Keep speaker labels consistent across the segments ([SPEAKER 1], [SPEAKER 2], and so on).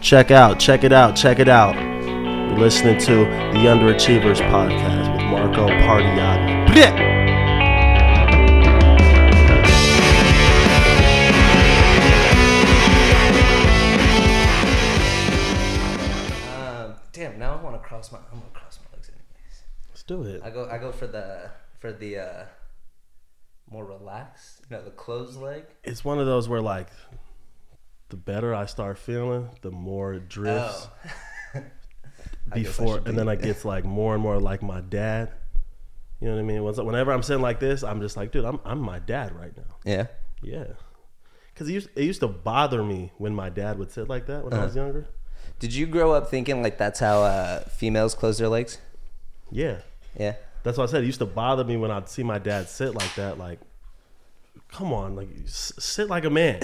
[SPEAKER 1] Check out, check it out, check it out. You're listening to the Underachievers podcast with Marco Pardiaga. Blech!
[SPEAKER 2] Um, damn, now I want to cross my. I'm gonna cross my legs anyways.
[SPEAKER 1] Let's do it.
[SPEAKER 2] I go. I go for the for the uh, more relaxed. You know, the closed leg.
[SPEAKER 1] It's one of those where like the better I start feeling, the more it drifts.
[SPEAKER 2] Oh, I guess I
[SPEAKER 1] before,
[SPEAKER 2] should
[SPEAKER 1] and
[SPEAKER 2] be-
[SPEAKER 1] then I gets like more and more like my dad. You know what I mean? Once, whenever I'm sitting like this, I'm just like, dude, I'm I'm my dad right now.
[SPEAKER 2] yeah.
[SPEAKER 1] Yeah, because it used, it used to bother me when my dad would sit like that
[SPEAKER 2] Uh-huh.
[SPEAKER 1] when I was younger.
[SPEAKER 2] Did you grow up thinking like that's how uh, females close their legs?
[SPEAKER 1] Yeah,
[SPEAKER 2] Yeah.
[SPEAKER 1] that's what I said. It used to bother me when I'd see my dad sit like that. Like, come on, like s- sit like a man.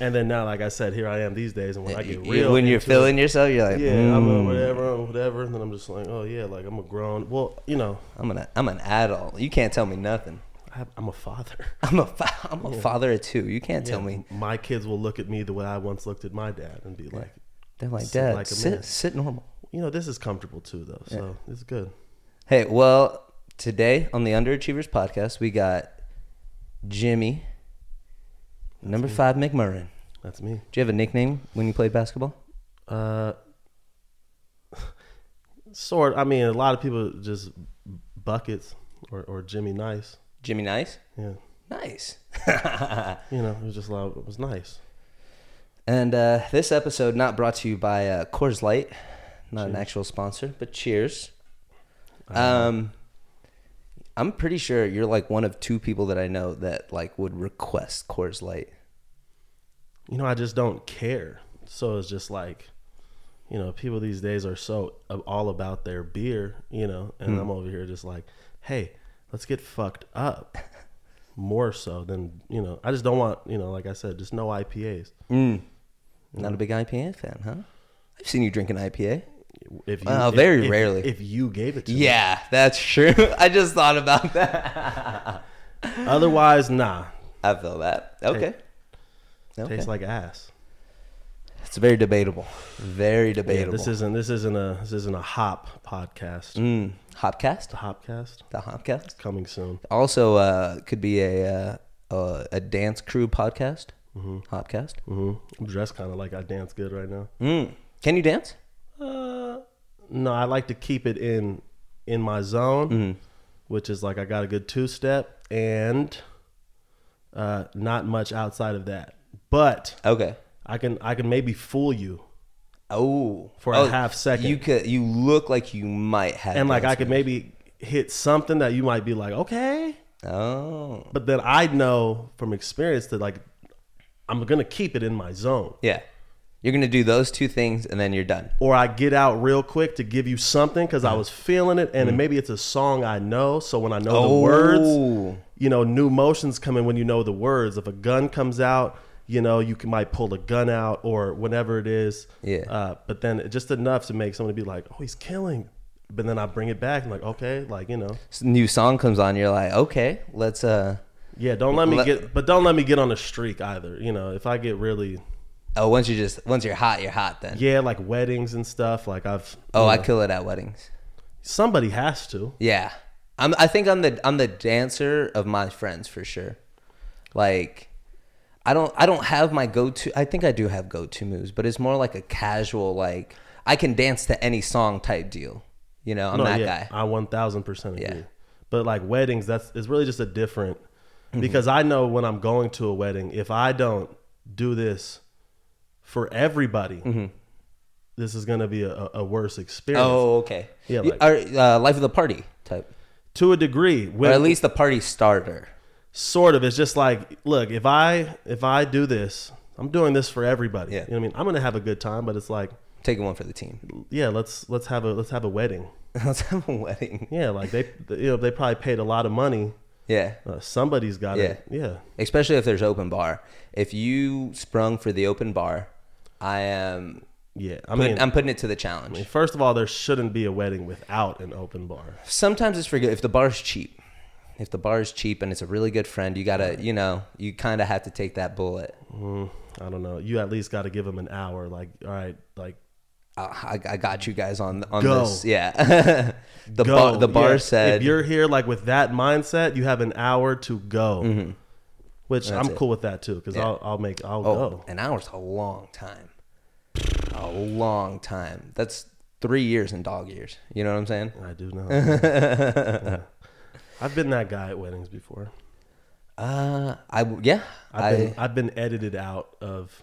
[SPEAKER 1] and then now, like I said, here I am these days, and when I
[SPEAKER 2] You-
[SPEAKER 1] get
[SPEAKER 2] you-
[SPEAKER 1] real,
[SPEAKER 2] when you're
[SPEAKER 1] into it-
[SPEAKER 2] feeling yourself, you're like,
[SPEAKER 1] Yeah,
[SPEAKER 2] "Mm,
[SPEAKER 1] I'm a whatever, I'm whatever. And then I'm just like, oh yeah, like I'm a grown. Well, you know,
[SPEAKER 2] I'm an I'm an adult. You can't tell me nothing.
[SPEAKER 1] I have, I'm a father.
[SPEAKER 2] I'm a fa- I'm a father of two. You can't tell
[SPEAKER 1] Yeah,
[SPEAKER 2] me.
[SPEAKER 1] my kids will look at me the way I once looked at my dad and be like,
[SPEAKER 2] They're like,
[SPEAKER 1] Sit
[SPEAKER 2] Dad,
[SPEAKER 1] like a man."
[SPEAKER 2] sit sit normal.
[SPEAKER 1] you know, this is comfortable too, though. So it's good.
[SPEAKER 2] Hey, well, today on the Underachievers podcast, we got Jimmy, number five McMurrin.
[SPEAKER 1] That's me.
[SPEAKER 2] Do you have a nickname when you played basketball?
[SPEAKER 1] Uh, sort. I mean, a lot of people just buckets or, or Jimmy Nice.
[SPEAKER 2] Jimmy Nice?
[SPEAKER 1] Yeah,
[SPEAKER 2] Nice.
[SPEAKER 1] you know, it was just a lot. It was nice.
[SPEAKER 2] and uh, this episode not brought to you by uh, Coors Light, not an actual sponsor, but cheers. Um, I'm pretty sure you're like one of two people that I know that like would request Coors Light.
[SPEAKER 1] You know, I just don't care. So it's just like, you know, people these days are so all about their beer. You know, and
[SPEAKER 2] Hmm.
[SPEAKER 1] I'm over here just like, hey, let's get fucked up. More so than you know, I just don't want you know, like I said, just no IPAs.
[SPEAKER 2] Mm. Not a big IPA fan, huh? I've seen you drink an IPA.
[SPEAKER 1] If you,
[SPEAKER 2] Uh,
[SPEAKER 1] if-
[SPEAKER 2] very
[SPEAKER 1] if-
[SPEAKER 2] rarely.
[SPEAKER 1] If you gave it to me,
[SPEAKER 2] Yeah, that's true. I just thought about that.
[SPEAKER 1] otherwise, nah.
[SPEAKER 2] I feel that. Okay. Okay.
[SPEAKER 1] Tastes like ass.
[SPEAKER 2] it's very debatable. Very
[SPEAKER 1] Yeah,
[SPEAKER 2] debatable.
[SPEAKER 1] this isn't this isn't a this isn't a hop podcast.
[SPEAKER 2] mm, Hopcast.
[SPEAKER 1] The Hopcast
[SPEAKER 2] The Hopcast.
[SPEAKER 1] coming soon.
[SPEAKER 2] Also, uh, could be a uh, uh, a dance crew podcast. Hopcast.
[SPEAKER 1] hmm I'm dressed kind of like I dance good right now.
[SPEAKER 2] Mm. Can you dance?
[SPEAKER 1] Uh, no, I like to keep it in in my zone,
[SPEAKER 2] Mm-hmm.
[SPEAKER 1] which is like I got a good two step and uh, not much outside of that. But
[SPEAKER 2] Okay.
[SPEAKER 1] I can I can maybe fool you,
[SPEAKER 2] Oh,
[SPEAKER 1] For a
[SPEAKER 2] oh,
[SPEAKER 1] half second.
[SPEAKER 2] you could. You look like you might have.
[SPEAKER 1] and like I
[SPEAKER 2] dance
[SPEAKER 1] could maybe hit something that you might be like, okay,
[SPEAKER 2] moves. Oh,
[SPEAKER 1] but then I know from experience that like I'm gonna keep it in my zone.
[SPEAKER 2] yeah. You're gonna do those two things, and then you're done.
[SPEAKER 1] or I get out real quick to give you something because I
[SPEAKER 2] Mm.
[SPEAKER 1] was feeling it, and maybe it's a song I know. So when I know the
[SPEAKER 2] Oh.
[SPEAKER 1] words, you know, new motions come in when you know the words. If a gun comes out, you know, you can, might pull a gun out or whatever it is.
[SPEAKER 2] Yeah.
[SPEAKER 1] Uh, but then just enough to make someone be like, "Oh, he's killing," but then I bring it back and like, okay, like you know,
[SPEAKER 2] S- New song comes on. You're like, okay, let's uh.
[SPEAKER 1] yeah. Don't let me
[SPEAKER 2] Let-
[SPEAKER 1] get, but don't let me get on a streak either. You know, if I get really,
[SPEAKER 2] Oh, once you just once you're hot, you're hot then.
[SPEAKER 1] yeah, like weddings and stuff. Like I've,
[SPEAKER 2] Oh,
[SPEAKER 1] you
[SPEAKER 2] I
[SPEAKER 1] know,
[SPEAKER 2] kill it at weddings.
[SPEAKER 1] somebody has to.
[SPEAKER 2] Yeah, I'm. I think I'm the I'm the dancer of my friends for sure. Like, I don't I don't have my go to. I think I do have go to moves, but it's more like a casual like I can dance to any song type deal. You know, I'm
[SPEAKER 1] No,
[SPEAKER 2] that
[SPEAKER 1] yeah,
[SPEAKER 2] guy.
[SPEAKER 1] I one thousand percent agree.
[SPEAKER 2] Yeah.
[SPEAKER 1] But like weddings, that's it's really just a different
[SPEAKER 2] Mm-hmm.
[SPEAKER 1] because I know when I'm going to a wedding, if I don't do this for everybody, this is gonna be a, a- a worse experience
[SPEAKER 2] Mm-hmm. Oh, okay.
[SPEAKER 1] Yeah,
[SPEAKER 2] You-
[SPEAKER 1] like-
[SPEAKER 2] or, uh, life of the party type,
[SPEAKER 1] to a degree.
[SPEAKER 2] or
[SPEAKER 1] When,
[SPEAKER 2] at least the party starter.
[SPEAKER 1] sort of, it's just like, look, if I if I do this, I'm doing this for everybody.
[SPEAKER 2] Yeah.
[SPEAKER 1] You know what I mean? I'm gonna have a good time, but it's like,
[SPEAKER 2] Taking one for the team.
[SPEAKER 1] yeah, let's let's have a let's have a wedding.
[SPEAKER 2] Let's have a wedding.
[SPEAKER 1] Yeah, like they you know they probably paid a lot of money.
[SPEAKER 2] Yeah.
[SPEAKER 1] Uh, somebody's got it. Yeah.
[SPEAKER 2] especially if there's open bar. If you sprung for the open bar, I am.
[SPEAKER 1] Yeah, I
[SPEAKER 2] put-
[SPEAKER 1] mean,
[SPEAKER 2] I'm putting it to the challenge.
[SPEAKER 1] I mean, First of all, there shouldn't be a wedding without an open bar.
[SPEAKER 2] Sometimes it's for good if the bar's cheap. If the bar is cheap and it's a really good friend, you gotta, you know, you kind of have to take that bullet.
[SPEAKER 1] I don't know. You at least got to give them an hour. Like, all right, like
[SPEAKER 2] I, I got you guys on on
[SPEAKER 1] Go.
[SPEAKER 2] this. Yeah, the
[SPEAKER 1] go.
[SPEAKER 2] bar the bar
[SPEAKER 1] Yeah.
[SPEAKER 2] said
[SPEAKER 1] if you're here like with that mindset, you have an hour to go. Which I'm cool with that too, because
[SPEAKER 2] Mm-hmm. Yeah.
[SPEAKER 1] I'll I'll make I'll
[SPEAKER 2] oh,
[SPEAKER 1] go.
[SPEAKER 2] an hour's a long time, a long time. That's three years in dog years. You know what I'm saying?
[SPEAKER 1] I do know. Yeah. I've been that guy at weddings before.
[SPEAKER 2] Uh, I w- yeah, I,
[SPEAKER 1] I've been, I've been edited out of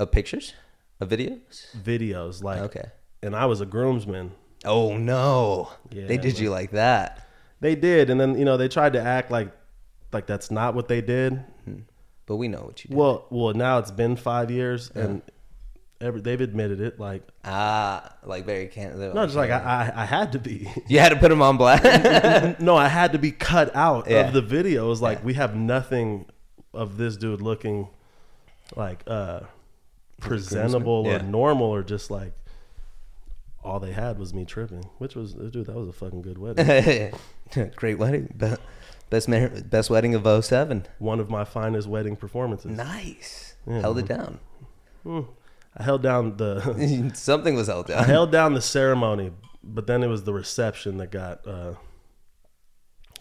[SPEAKER 2] of pictures, of videos.
[SPEAKER 1] videos, like
[SPEAKER 2] Okay.
[SPEAKER 1] And I was a groomsman.
[SPEAKER 2] Oh no,
[SPEAKER 1] Yeah,
[SPEAKER 2] they did you like that.
[SPEAKER 1] They did, and then you know they tried to act like like that's not what they did.
[SPEAKER 2] But we know what you did.
[SPEAKER 1] Well, well, now it's been five years, and every, they've admitted it. Like,
[SPEAKER 2] ah, like very can.
[SPEAKER 1] no, just like I, I, I had to be.
[SPEAKER 2] you had to put them on blast.
[SPEAKER 1] no, I had to be cut out
[SPEAKER 2] Yeah.
[SPEAKER 1] of the video. It was like we have nothing of this dude looking like uh presentable or
[SPEAKER 2] Yeah.
[SPEAKER 1] normal or just like all they had was me tripping, which was dude, that was a fucking good wedding.
[SPEAKER 2] Great wedding, Be- best mar- best wedding of 07.
[SPEAKER 1] One of my finest wedding performances.
[SPEAKER 2] Nice, held it down.
[SPEAKER 1] I held down the
[SPEAKER 2] Something was held down.
[SPEAKER 1] I held down the ceremony, but then it was the reception that got uh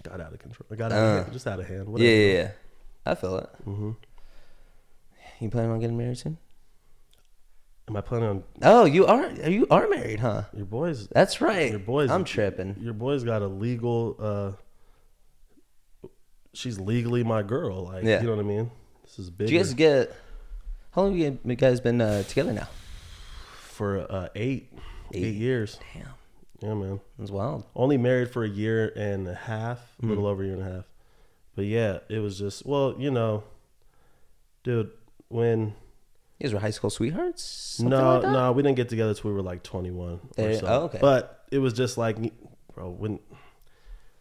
[SPEAKER 1] got out of control. Got out of hand, just out of hand.
[SPEAKER 2] Uh, yeah,
[SPEAKER 1] Whatever.
[SPEAKER 2] yeah, yeah. I feel it. Mm-hmm. You planning on getting married soon?
[SPEAKER 1] Am I planning on
[SPEAKER 2] Oh, you are. You are married, huh?
[SPEAKER 1] your boys
[SPEAKER 2] That's right.
[SPEAKER 1] Your boys-
[SPEAKER 2] I'm tripping.
[SPEAKER 1] your boy's got a legal uh she's legally my girl like
[SPEAKER 2] Yeah.
[SPEAKER 1] you know what i mean this is big
[SPEAKER 2] Did you guys get? How long have you guys been uh, together now?
[SPEAKER 1] for uh eight, eight
[SPEAKER 2] Eight.
[SPEAKER 1] years
[SPEAKER 2] Damn,
[SPEAKER 1] yeah man
[SPEAKER 2] that's wild.
[SPEAKER 1] only married for a year and a half a
[SPEAKER 2] Mm.
[SPEAKER 1] little over a year and a half but yeah it was just well you know dude when
[SPEAKER 2] You guys were high school sweethearts? Something
[SPEAKER 1] no
[SPEAKER 2] like that?
[SPEAKER 1] no we didn't get together till we were like 21 or
[SPEAKER 2] Eh,
[SPEAKER 1] so.
[SPEAKER 2] oh, okay.
[SPEAKER 1] but it was just like bro when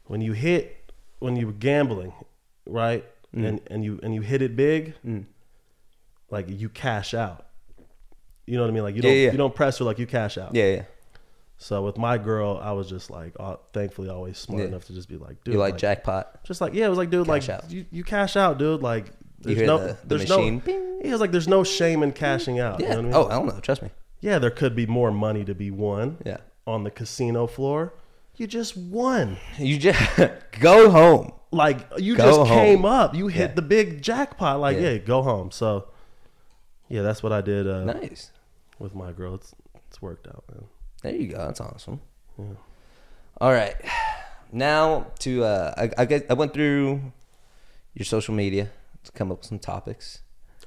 [SPEAKER 1] when you hit when you were gambling right
[SPEAKER 2] Mm.
[SPEAKER 1] and and you and you hit it big like you cash out you know what i mean like you
[SPEAKER 2] Yeah,
[SPEAKER 1] don't
[SPEAKER 2] yeah.
[SPEAKER 1] you don't press her like you cash out
[SPEAKER 2] Yeah, yeah.
[SPEAKER 1] so with my girl i was just like uh, thankfully always smart
[SPEAKER 2] Yeah.
[SPEAKER 1] enough to just be like dude
[SPEAKER 2] You like, jackpot?
[SPEAKER 1] just like yeah, it was like dude, like
[SPEAKER 2] Cash out.
[SPEAKER 1] you, you cash out, dude. Like there's
[SPEAKER 2] hear
[SPEAKER 1] no
[SPEAKER 2] the- the
[SPEAKER 1] there's
[SPEAKER 2] machine,
[SPEAKER 1] no
[SPEAKER 2] bing.
[SPEAKER 1] yeah, it was like there's no shame in cashing out.
[SPEAKER 2] Yeah.
[SPEAKER 1] You know what I mean?
[SPEAKER 2] Oh, I don't know. Trust me.
[SPEAKER 1] yeah, there could be more money to be won.
[SPEAKER 2] Yeah.
[SPEAKER 1] on the casino floor, you just won.
[SPEAKER 2] You just go home.
[SPEAKER 1] Like you
[SPEAKER 2] Go
[SPEAKER 1] just
[SPEAKER 2] home.
[SPEAKER 1] came up, you hit
[SPEAKER 2] Yeah.
[SPEAKER 1] the big jackpot. Like
[SPEAKER 2] Yeah.
[SPEAKER 1] yeah, go home. So yeah, that's what I did uh,
[SPEAKER 2] Nice.
[SPEAKER 1] with my girl. It's it's worked out, man.
[SPEAKER 2] There you go. That's awesome. All right. Now to uh, I, I guess I went through your social media to come up with some topics.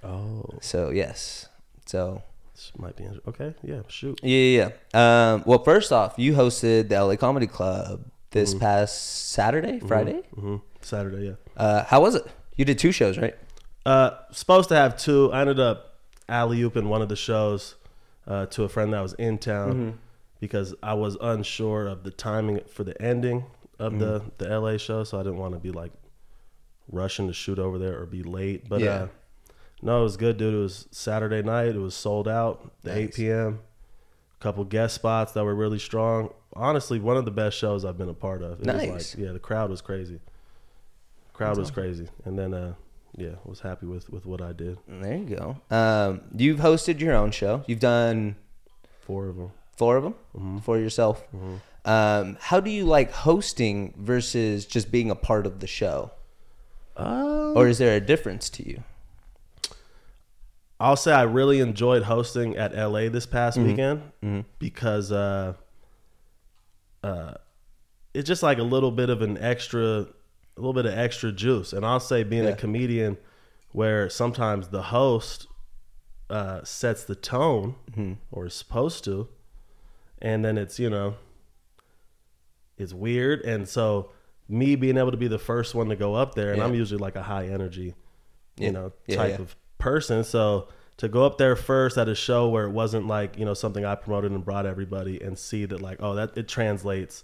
[SPEAKER 1] Oh,
[SPEAKER 2] So yes. So
[SPEAKER 1] this might be inter- okay. Yeah, shoot.
[SPEAKER 2] yeah, yeah. yeah. Um, well, first off, you hosted the LA Comedy Club this
[SPEAKER 1] Mm-hmm.
[SPEAKER 2] past Saturday, Friday.
[SPEAKER 1] hmm Saturday, yeah.
[SPEAKER 2] Uh, how was it? You did two shows, right?
[SPEAKER 1] Uh, supposed to have two. I ended up alley ooping one of the shows uh, to a friend that was in town because I was unsure of the timing for the ending of the the LA show, so I didn't want to be like rushing to shoot over there or be late. But
[SPEAKER 2] Yeah.
[SPEAKER 1] uh, no, it was good, dude. It was Saturday night. It was sold out. The eight p.m. Couple guest spots that were really strong. Honestly, one of the best shows I've been a part of. It
[SPEAKER 2] Nice.
[SPEAKER 1] was like, yeah, the crowd was crazy crowd was crazy and then uh yeah was happy with with what i did
[SPEAKER 2] There you go. Um, you've hosted your own show. You've done
[SPEAKER 1] four of them
[SPEAKER 2] four of them for yourself. Um, how do you like hosting versus just being a part of the show?
[SPEAKER 1] uh,
[SPEAKER 2] Or is there a difference to you?
[SPEAKER 1] i'll say i really enjoyed hosting at la this past
[SPEAKER 2] Mm-hmm.
[SPEAKER 1] weekend because uh uh it's just like a little bit of an extra a little bit of extra juice and i'll say being
[SPEAKER 2] Yeah.
[SPEAKER 1] a comedian where sometimes the host uh sets the tone
[SPEAKER 2] Mm-hmm.
[SPEAKER 1] or is supposed to and then it's you know it's weird and so me being able to be the first one to go up there and
[SPEAKER 2] Yeah.
[SPEAKER 1] i'm usually like a high energy you
[SPEAKER 2] Yeah.
[SPEAKER 1] know
[SPEAKER 2] Yeah,
[SPEAKER 1] type
[SPEAKER 2] yeah.
[SPEAKER 1] of person so to go up there first at a show where it wasn't like you know something i promoted and brought everybody and see that like oh that it translates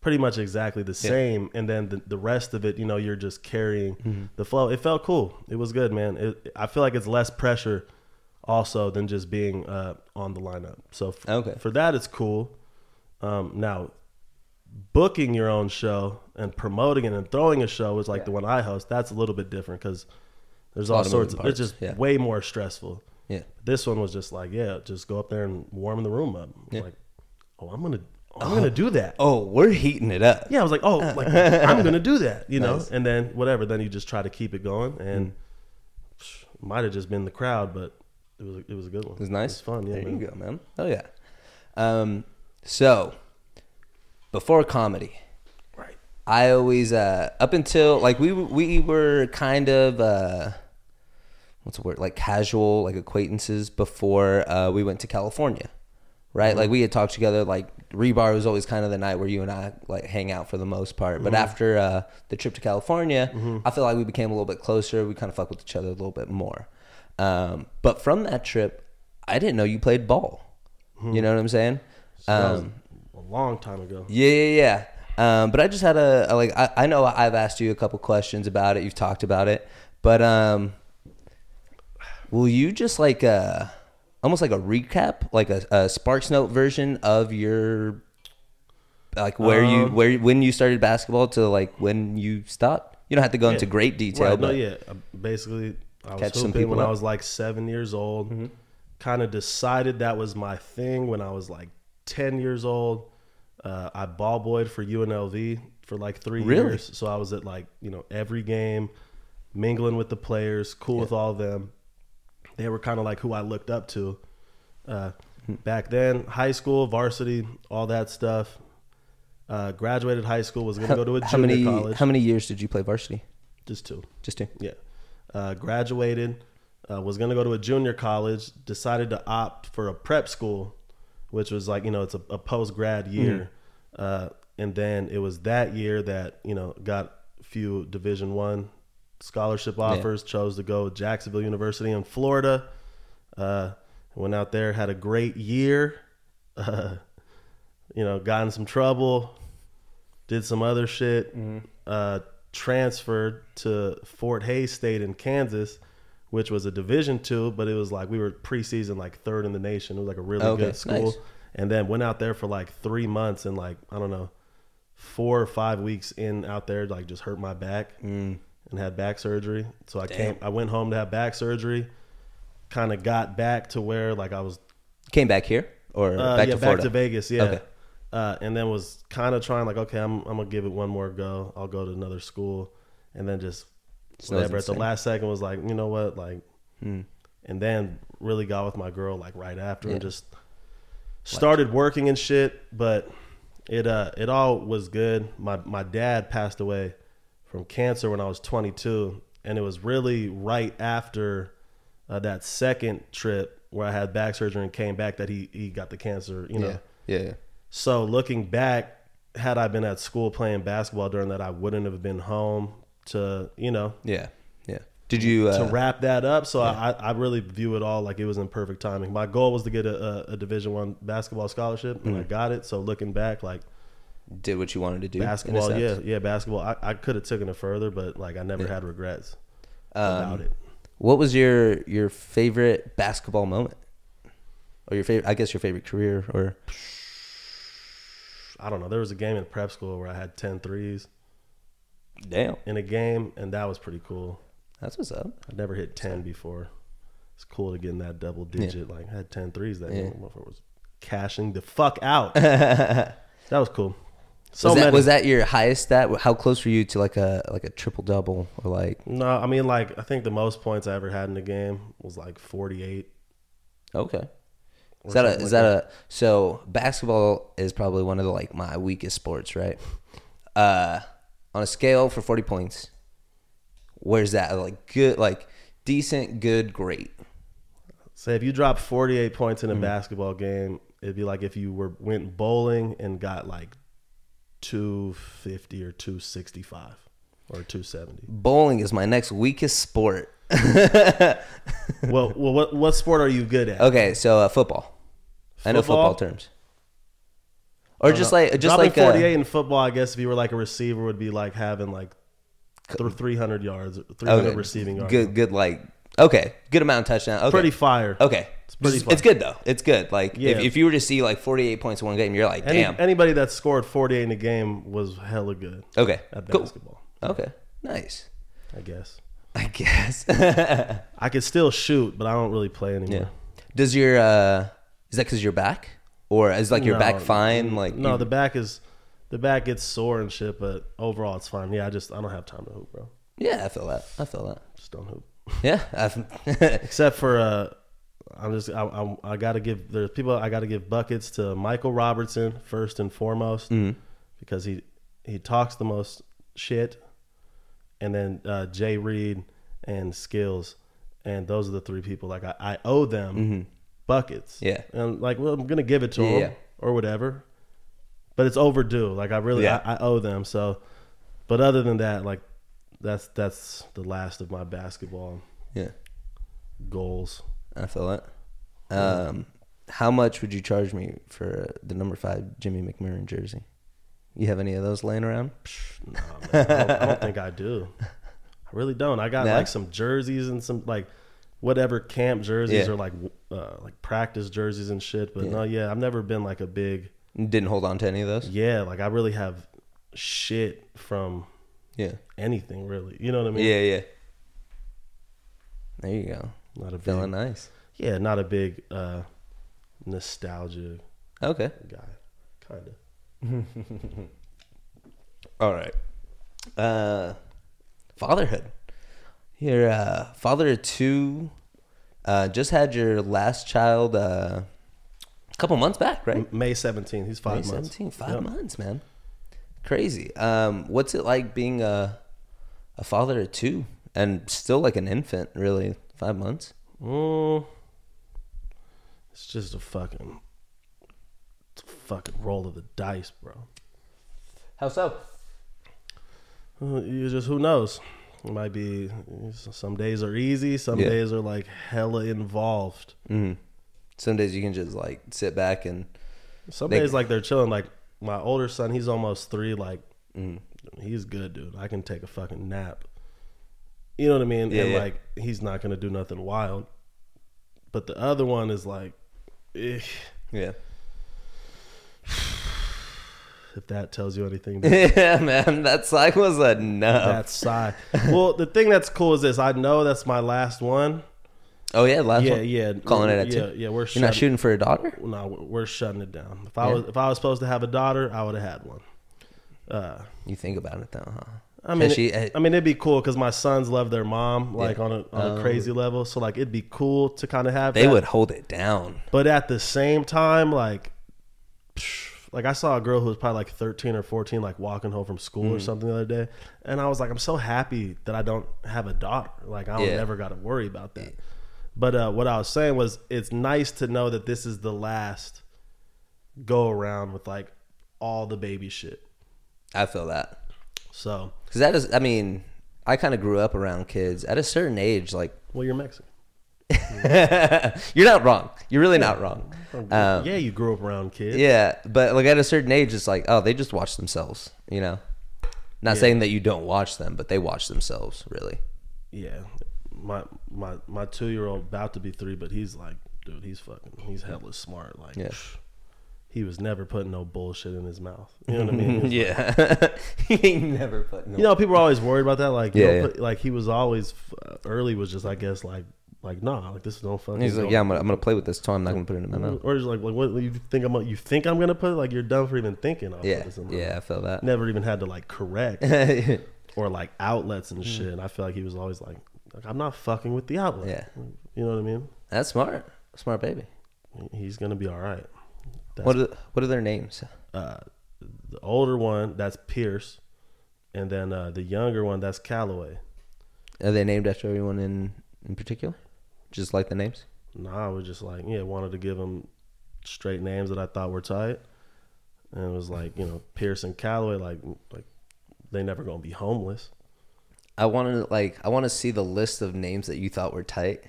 [SPEAKER 1] pretty much exactly the same and then the, the rest of it you know you're just carrying the flow it felt cool it was good man it, i feel like it's less pressure also than just being uh, on the lineup so f-
[SPEAKER 2] Okay.
[SPEAKER 1] for that it's cool um, now booking your own show and promoting it and throwing a show is like the one I host. That's a little bit different because there's all
[SPEAKER 2] lot of
[SPEAKER 1] sorts.
[SPEAKER 2] moving
[SPEAKER 1] Of, it's
[SPEAKER 2] parts,
[SPEAKER 1] just
[SPEAKER 2] yeah.
[SPEAKER 1] way more stressful.
[SPEAKER 2] Yeah.
[SPEAKER 1] This one was just like, yeah, just go up there and warm the room up. I'm
[SPEAKER 2] Yeah.
[SPEAKER 1] Like, oh, I'm gonna, I'm gonna do that.
[SPEAKER 2] Oh, we're heating it up.
[SPEAKER 1] Yeah, I was like, oh, like, I'm gonna do that, you know.
[SPEAKER 2] Nice. Mm.
[SPEAKER 1] And then whatever, then you just try to keep it going, and psh, might have just been the crowd, but it was it was a good one.
[SPEAKER 2] It was nice.
[SPEAKER 1] It was fun. Yeah,
[SPEAKER 2] there
[SPEAKER 1] man.
[SPEAKER 2] you go, man. Oh yeah. Um, so before comedy,
[SPEAKER 1] right.
[SPEAKER 2] I always uh, up until like we we were kind of uh, what's the word like casual like acquaintances before uh, we went to California, right? Like we had talked together. Like rebar was always kind of the night where you and I like hang out for the most part. But after uh, the trip to California, I feel like we became a little bit closer. We kind of fuck with each other a little bit more. Um, but from that trip, I didn't know you played ball. You know what I'm saying?
[SPEAKER 1] So that
[SPEAKER 2] Um,
[SPEAKER 1] was a long time ago.
[SPEAKER 2] Yeah, yeah, yeah. Um, but I just had a, a like. I, I know I've asked you a couple questions about it. You've talked about it, but um, will you just like uh, almost like a recap, like a, a Sparks Note version of your like where you
[SPEAKER 1] Um,
[SPEAKER 2] where you- when you started basketball to like when you stopped? You don't have to go into
[SPEAKER 1] Yeah.
[SPEAKER 2] great detail,
[SPEAKER 1] Right,
[SPEAKER 2] but
[SPEAKER 1] no, yeah. Uh, Basically, I was
[SPEAKER 2] Catch some
[SPEAKER 1] hooping
[SPEAKER 2] people
[SPEAKER 1] when
[SPEAKER 2] up. Mm-hmm.
[SPEAKER 1] I was like seven years old. Kind of decided that was my thing when I was like ten years old. Uh, I ball boyed for UNLV for like three
[SPEAKER 2] Really?
[SPEAKER 1] years, so I was at like you know every game, mingling with the players, cool with all of them. They were kind of like who I looked up to. Uh,
[SPEAKER 2] Hmm.
[SPEAKER 1] back then, high school, varsity, all that stuff. Uh, graduated high school, was gonna go to a
[SPEAKER 2] how
[SPEAKER 1] junior
[SPEAKER 2] many
[SPEAKER 1] college.
[SPEAKER 2] how many years did you play varsity?
[SPEAKER 1] Just two.
[SPEAKER 2] Just two.
[SPEAKER 1] Yeah. Uh, graduated, uh, was going to go to a junior college, decided to opt for a prep school, which was like, you know, it's a, a post grad year. Uh, and then it was that year that, you know, got a few Division One scholarship offers, chose to go to Jacksonville University in Florida. Uh, went out there, had a great year. Uh, you know, got in some trouble, did some other shit,
[SPEAKER 2] Mm-hmm.
[SPEAKER 1] uh, transferred to Fort Hays State in Kansas, which was a Division two, but it was like we were preseason like third in the nation. It was like a really
[SPEAKER 2] Okay,
[SPEAKER 1] good school,
[SPEAKER 2] nice.
[SPEAKER 1] and then went out there for like three months and like I don't know, four or five weeks in out there like just hurt my back
[SPEAKER 2] Mm.
[SPEAKER 1] and had back surgery. So I came, I went home to have back surgery. Kind of got back to where like I was
[SPEAKER 2] Came back here or
[SPEAKER 1] uh,
[SPEAKER 2] back
[SPEAKER 1] yeah,
[SPEAKER 2] to
[SPEAKER 1] back
[SPEAKER 2] Florida?
[SPEAKER 1] to Vegas, yeah.
[SPEAKER 2] Okay.
[SPEAKER 1] Uh, and then was kind of trying like, okay, I'm, I'm gonna give it one more go. I'll go to another school, and then just
[SPEAKER 2] not
[SPEAKER 1] whatever. At the
[SPEAKER 2] insane.
[SPEAKER 1] last second was like, you know what, like, and then really got with my girl like right after and
[SPEAKER 2] Hmm. Yeah.
[SPEAKER 1] just started working and shit. But it uh it all was good. My my dad passed away from cancer when I was 22, and it was really right after uh, that second trip where I had back surgery and came back that he he got the cancer. You know.
[SPEAKER 2] yeah, yeah, yeah.
[SPEAKER 1] So looking back, had I been at school playing basketball during that, I wouldn't have been home to you know
[SPEAKER 2] yeah, yeah. Did you uh,
[SPEAKER 1] to wrap that up. So I, I really view it all like it was in perfect timing. My goal was to get a, a, a Division One basketball scholarship,
[SPEAKER 2] Mm.
[SPEAKER 1] and I got it. So looking back, like
[SPEAKER 2] did what you wanted to do? in a
[SPEAKER 1] basketball,
[SPEAKER 2] sense?
[SPEAKER 1] yeah, yeah, basketball. I, I could have taken it further, but like I never had regrets about
[SPEAKER 2] Um,
[SPEAKER 1] it.
[SPEAKER 2] What was your your favorite basketball moment, or your favorite? I guess your favorite career, or
[SPEAKER 1] I don't know. There was a game in prep school where I had 10 threes
[SPEAKER 2] damn,
[SPEAKER 1] in a game, and that was pretty cool.
[SPEAKER 2] that's what's up.
[SPEAKER 1] I'd never hit 10 before. It's cool to get in that double digit. Like, I had 10 threes that
[SPEAKER 2] Yeah.
[SPEAKER 1] game. Motherfucker was cashing the fuck out. that was cool. So
[SPEAKER 2] was that
[SPEAKER 1] many.
[SPEAKER 2] was that your highest stat? How close were you to like a like a triple double or like
[SPEAKER 1] No, I mean, like, I think the most points I ever had in a game was like 48.
[SPEAKER 2] okay? Is
[SPEAKER 1] Or
[SPEAKER 2] that a
[SPEAKER 1] something
[SPEAKER 2] is
[SPEAKER 1] like
[SPEAKER 2] that, a so basketball is probably one of the like my weakest sports, right? Uh, on a scale for forty points, where's that like good like decent good great?
[SPEAKER 1] Say, if you drop 48 points in
[SPEAKER 2] Mm-hmm.
[SPEAKER 1] a basketball game, it'd be like if you were went bowling and got like 250 or 265 or 270.
[SPEAKER 2] Bowling is my next weakest sport.
[SPEAKER 1] well, well, what, what sport are you good at?
[SPEAKER 2] Okay, so uh, football. I know football
[SPEAKER 1] Football?
[SPEAKER 2] terms. Or just
[SPEAKER 1] Uh,
[SPEAKER 2] like just
[SPEAKER 1] dropping
[SPEAKER 2] like uh,
[SPEAKER 1] 48 in football, I guess if you were like a receiver, would be like having like th- 300 yards, 300
[SPEAKER 2] okay,
[SPEAKER 1] receiving yards.
[SPEAKER 2] Good, good. Like okay, good amount of touchdown. Okay.
[SPEAKER 1] Pretty fire.
[SPEAKER 2] Okay,
[SPEAKER 1] It's
[SPEAKER 2] it's
[SPEAKER 1] pretty fun.
[SPEAKER 2] good though. It's good. Like
[SPEAKER 1] Yeah.
[SPEAKER 2] if, if you were to see like forty eight points in one game, you're like,
[SPEAKER 1] Any,
[SPEAKER 2] damn.
[SPEAKER 1] Anybody that scored 48 in a game was hella good
[SPEAKER 2] okay.
[SPEAKER 1] at
[SPEAKER 2] Cool.
[SPEAKER 1] basketball,
[SPEAKER 2] Okay. Nice.
[SPEAKER 1] I guess.
[SPEAKER 2] I guess.
[SPEAKER 1] I could still shoot, but I don't really play anymore.
[SPEAKER 2] yeah. Does your uh is that because your back or is like your back
[SPEAKER 1] No,
[SPEAKER 2] fine? Like
[SPEAKER 1] No,
[SPEAKER 2] you-
[SPEAKER 1] the back is the back gets sore and shit, but overall it's fine. Yeah, I just I don't have time to hoop, bro.
[SPEAKER 2] yeah, I feel that. I feel that.
[SPEAKER 1] Just don't hoop.
[SPEAKER 2] Yeah, I've,
[SPEAKER 1] Except for uh, I'm just I, I I gotta give there's people I gotta give buckets to Michael Robertson first and foremost
[SPEAKER 2] Mm-hmm.
[SPEAKER 1] because he he talks the most shit, and then uh, Jay Reed and Skills, and those are the three people like I, I owe them buckets.
[SPEAKER 2] Mm-hmm. Yeah.
[SPEAKER 1] and like well I'm gonna give it to
[SPEAKER 2] Yeah,
[SPEAKER 1] them
[SPEAKER 2] yeah.
[SPEAKER 1] or whatever, but it's overdue. Like I really
[SPEAKER 2] Yeah.
[SPEAKER 1] I, I owe them so, but other than that like. That's that's the last of my basketball
[SPEAKER 2] yeah,
[SPEAKER 1] goals.
[SPEAKER 2] I feel it. Um, how much would you charge me for the number five Jimmy McMurrin jersey? You have any of those laying around?
[SPEAKER 1] Nah, man, I, don't, I don't think I do. I really don't. I got
[SPEAKER 2] No?
[SPEAKER 1] like some jerseys and some like whatever camp jerseys
[SPEAKER 2] Yeah.
[SPEAKER 1] or like w- uh, like practice jerseys and shit. But
[SPEAKER 2] Yeah.
[SPEAKER 1] no, yeah, I've never been like a big
[SPEAKER 2] Didn't hold on to any of those.
[SPEAKER 1] yeah. Like I really have shit from
[SPEAKER 2] Yeah,
[SPEAKER 1] anything really. You know what I mean?
[SPEAKER 2] yeah, yeah. There you go.
[SPEAKER 1] Not a big,
[SPEAKER 2] Feeling nice.
[SPEAKER 1] yeah, not a big uh, nostalgia
[SPEAKER 2] Okay.
[SPEAKER 1] guy. Kind of.
[SPEAKER 2] All right. Uh, fatherhood. You're uh, father of two. Uh, just had your last child uh, a couple months back, right?
[SPEAKER 1] May seventeenth. He's five
[SPEAKER 2] May
[SPEAKER 1] months.
[SPEAKER 2] 17, five
[SPEAKER 1] Yep.
[SPEAKER 2] months, man. Crazy. Um, what's it like being a a father of two and still like an infant? Really, five months.
[SPEAKER 1] Mm, it's just a fucking, it's a fucking roll of the dice, bro.
[SPEAKER 2] How so?
[SPEAKER 1] Uh, You just who knows? It might be some days are easy, some
[SPEAKER 2] Yeah.
[SPEAKER 1] days are like hella involved.
[SPEAKER 2] Mm. Some days you can just like sit back and
[SPEAKER 1] Some
[SPEAKER 2] They-
[SPEAKER 1] days like they're chilling. Like my older son, he's almost three. Like
[SPEAKER 2] Mm.
[SPEAKER 1] he's good, dude. I can take a fucking nap. You know what I mean?
[SPEAKER 2] Yeah,
[SPEAKER 1] and
[SPEAKER 2] yeah.
[SPEAKER 1] like he's not gonna do nothing wild. But the other one is like, eh,
[SPEAKER 2] yeah,
[SPEAKER 1] if that tells you anything,
[SPEAKER 2] yeah, man. That psych was a no.
[SPEAKER 1] that sigh. Well, the thing that's cool is this. I know that's my last one.
[SPEAKER 2] Oh yeah, last
[SPEAKER 1] yeah,
[SPEAKER 2] one.
[SPEAKER 1] yeah.
[SPEAKER 2] Calling it at
[SPEAKER 1] yeah,
[SPEAKER 2] two.
[SPEAKER 1] Yeah, we're
[SPEAKER 2] You're not
[SPEAKER 1] shutting.
[SPEAKER 2] shooting for a daughter.
[SPEAKER 1] No, we're- we're shutting it down. If I
[SPEAKER 2] Yeah.
[SPEAKER 1] was if I was supposed to have a daughter, I would have had one. Uh,
[SPEAKER 2] You think about it though, huh?
[SPEAKER 1] I mean,
[SPEAKER 2] 'Cause she, uh,
[SPEAKER 1] it, I mean, it'd be cool because my sons love their mom like on a on a
[SPEAKER 2] Um,
[SPEAKER 1] crazy level. So like, it'd be cool to kind of have.
[SPEAKER 2] they
[SPEAKER 1] that.
[SPEAKER 2] would hold it down.
[SPEAKER 1] but at the same time, like, psh, like I saw a girl who was probably like thirteen or fourteen, like walking home from school
[SPEAKER 2] Mm.
[SPEAKER 1] or something the other day, and I was like, I'm so happy that I don't have a daughter. Like, I don't
[SPEAKER 2] Yeah.
[SPEAKER 1] never got to worry about that. But uh, what I was saying was, it's nice to know that this is the last go around with like all the baby shit.
[SPEAKER 2] I feel that.
[SPEAKER 1] So,
[SPEAKER 2] Because that is, I mean, I kind of grew up around kids. At a certain age, like,
[SPEAKER 1] well, you're Mexican.
[SPEAKER 2] you're not wrong. You're really not wrong. Um,
[SPEAKER 1] Oh, yeah, you grew up around kids.
[SPEAKER 2] yeah, but like at a certain age, it's like, oh, they just watch themselves, you know? Not saying that you don't watch them, but they watch themselves, really.
[SPEAKER 1] yeah my my my two year old about to be three but he's like dude he's fucking he's hella smart like
[SPEAKER 2] Yeah.
[SPEAKER 1] he was never putting no bullshit in his mouth you know what i mean
[SPEAKER 2] Yeah. he ain't never put no.
[SPEAKER 1] you know people are always worried about that like you
[SPEAKER 2] Yeah,
[SPEAKER 1] don't
[SPEAKER 2] yeah.
[SPEAKER 1] put- like he was always f- uh, early was just i guess like like nah like this is no fucking
[SPEAKER 2] He's like, yeah, I'm gonna, I'm gonna play with this toy. I'm not gonna put it in my mouth.
[SPEAKER 1] or just like, like what you think i'm you think i'm gonna put it? like you're dumb for even thinking I'll put
[SPEAKER 2] Yeah,
[SPEAKER 1] this in my mouth.
[SPEAKER 2] yeah, I feel that.
[SPEAKER 1] never even had to like correct or like outlets
[SPEAKER 2] Mm.
[SPEAKER 1] and shit and i feel like he was always like, like i'm not fucking with the outlet
[SPEAKER 2] Yeah.
[SPEAKER 1] you know what i mean
[SPEAKER 2] That's smart, smart baby.
[SPEAKER 1] he's gonna be all right. That's,
[SPEAKER 2] What are, what are their names?
[SPEAKER 1] uh, the older one that's Pierce, and then uh, the younger one that's Calloway.
[SPEAKER 2] Are they named after everyone in in particular? Just like the names?
[SPEAKER 1] And I was just like, yeah, wanted to give him straight names that I thought were tight, and it was like, you know, Pierce and Calloway, like, like they never gonna be homeless.
[SPEAKER 2] I want to like I want to see the list of names that you thought were tight.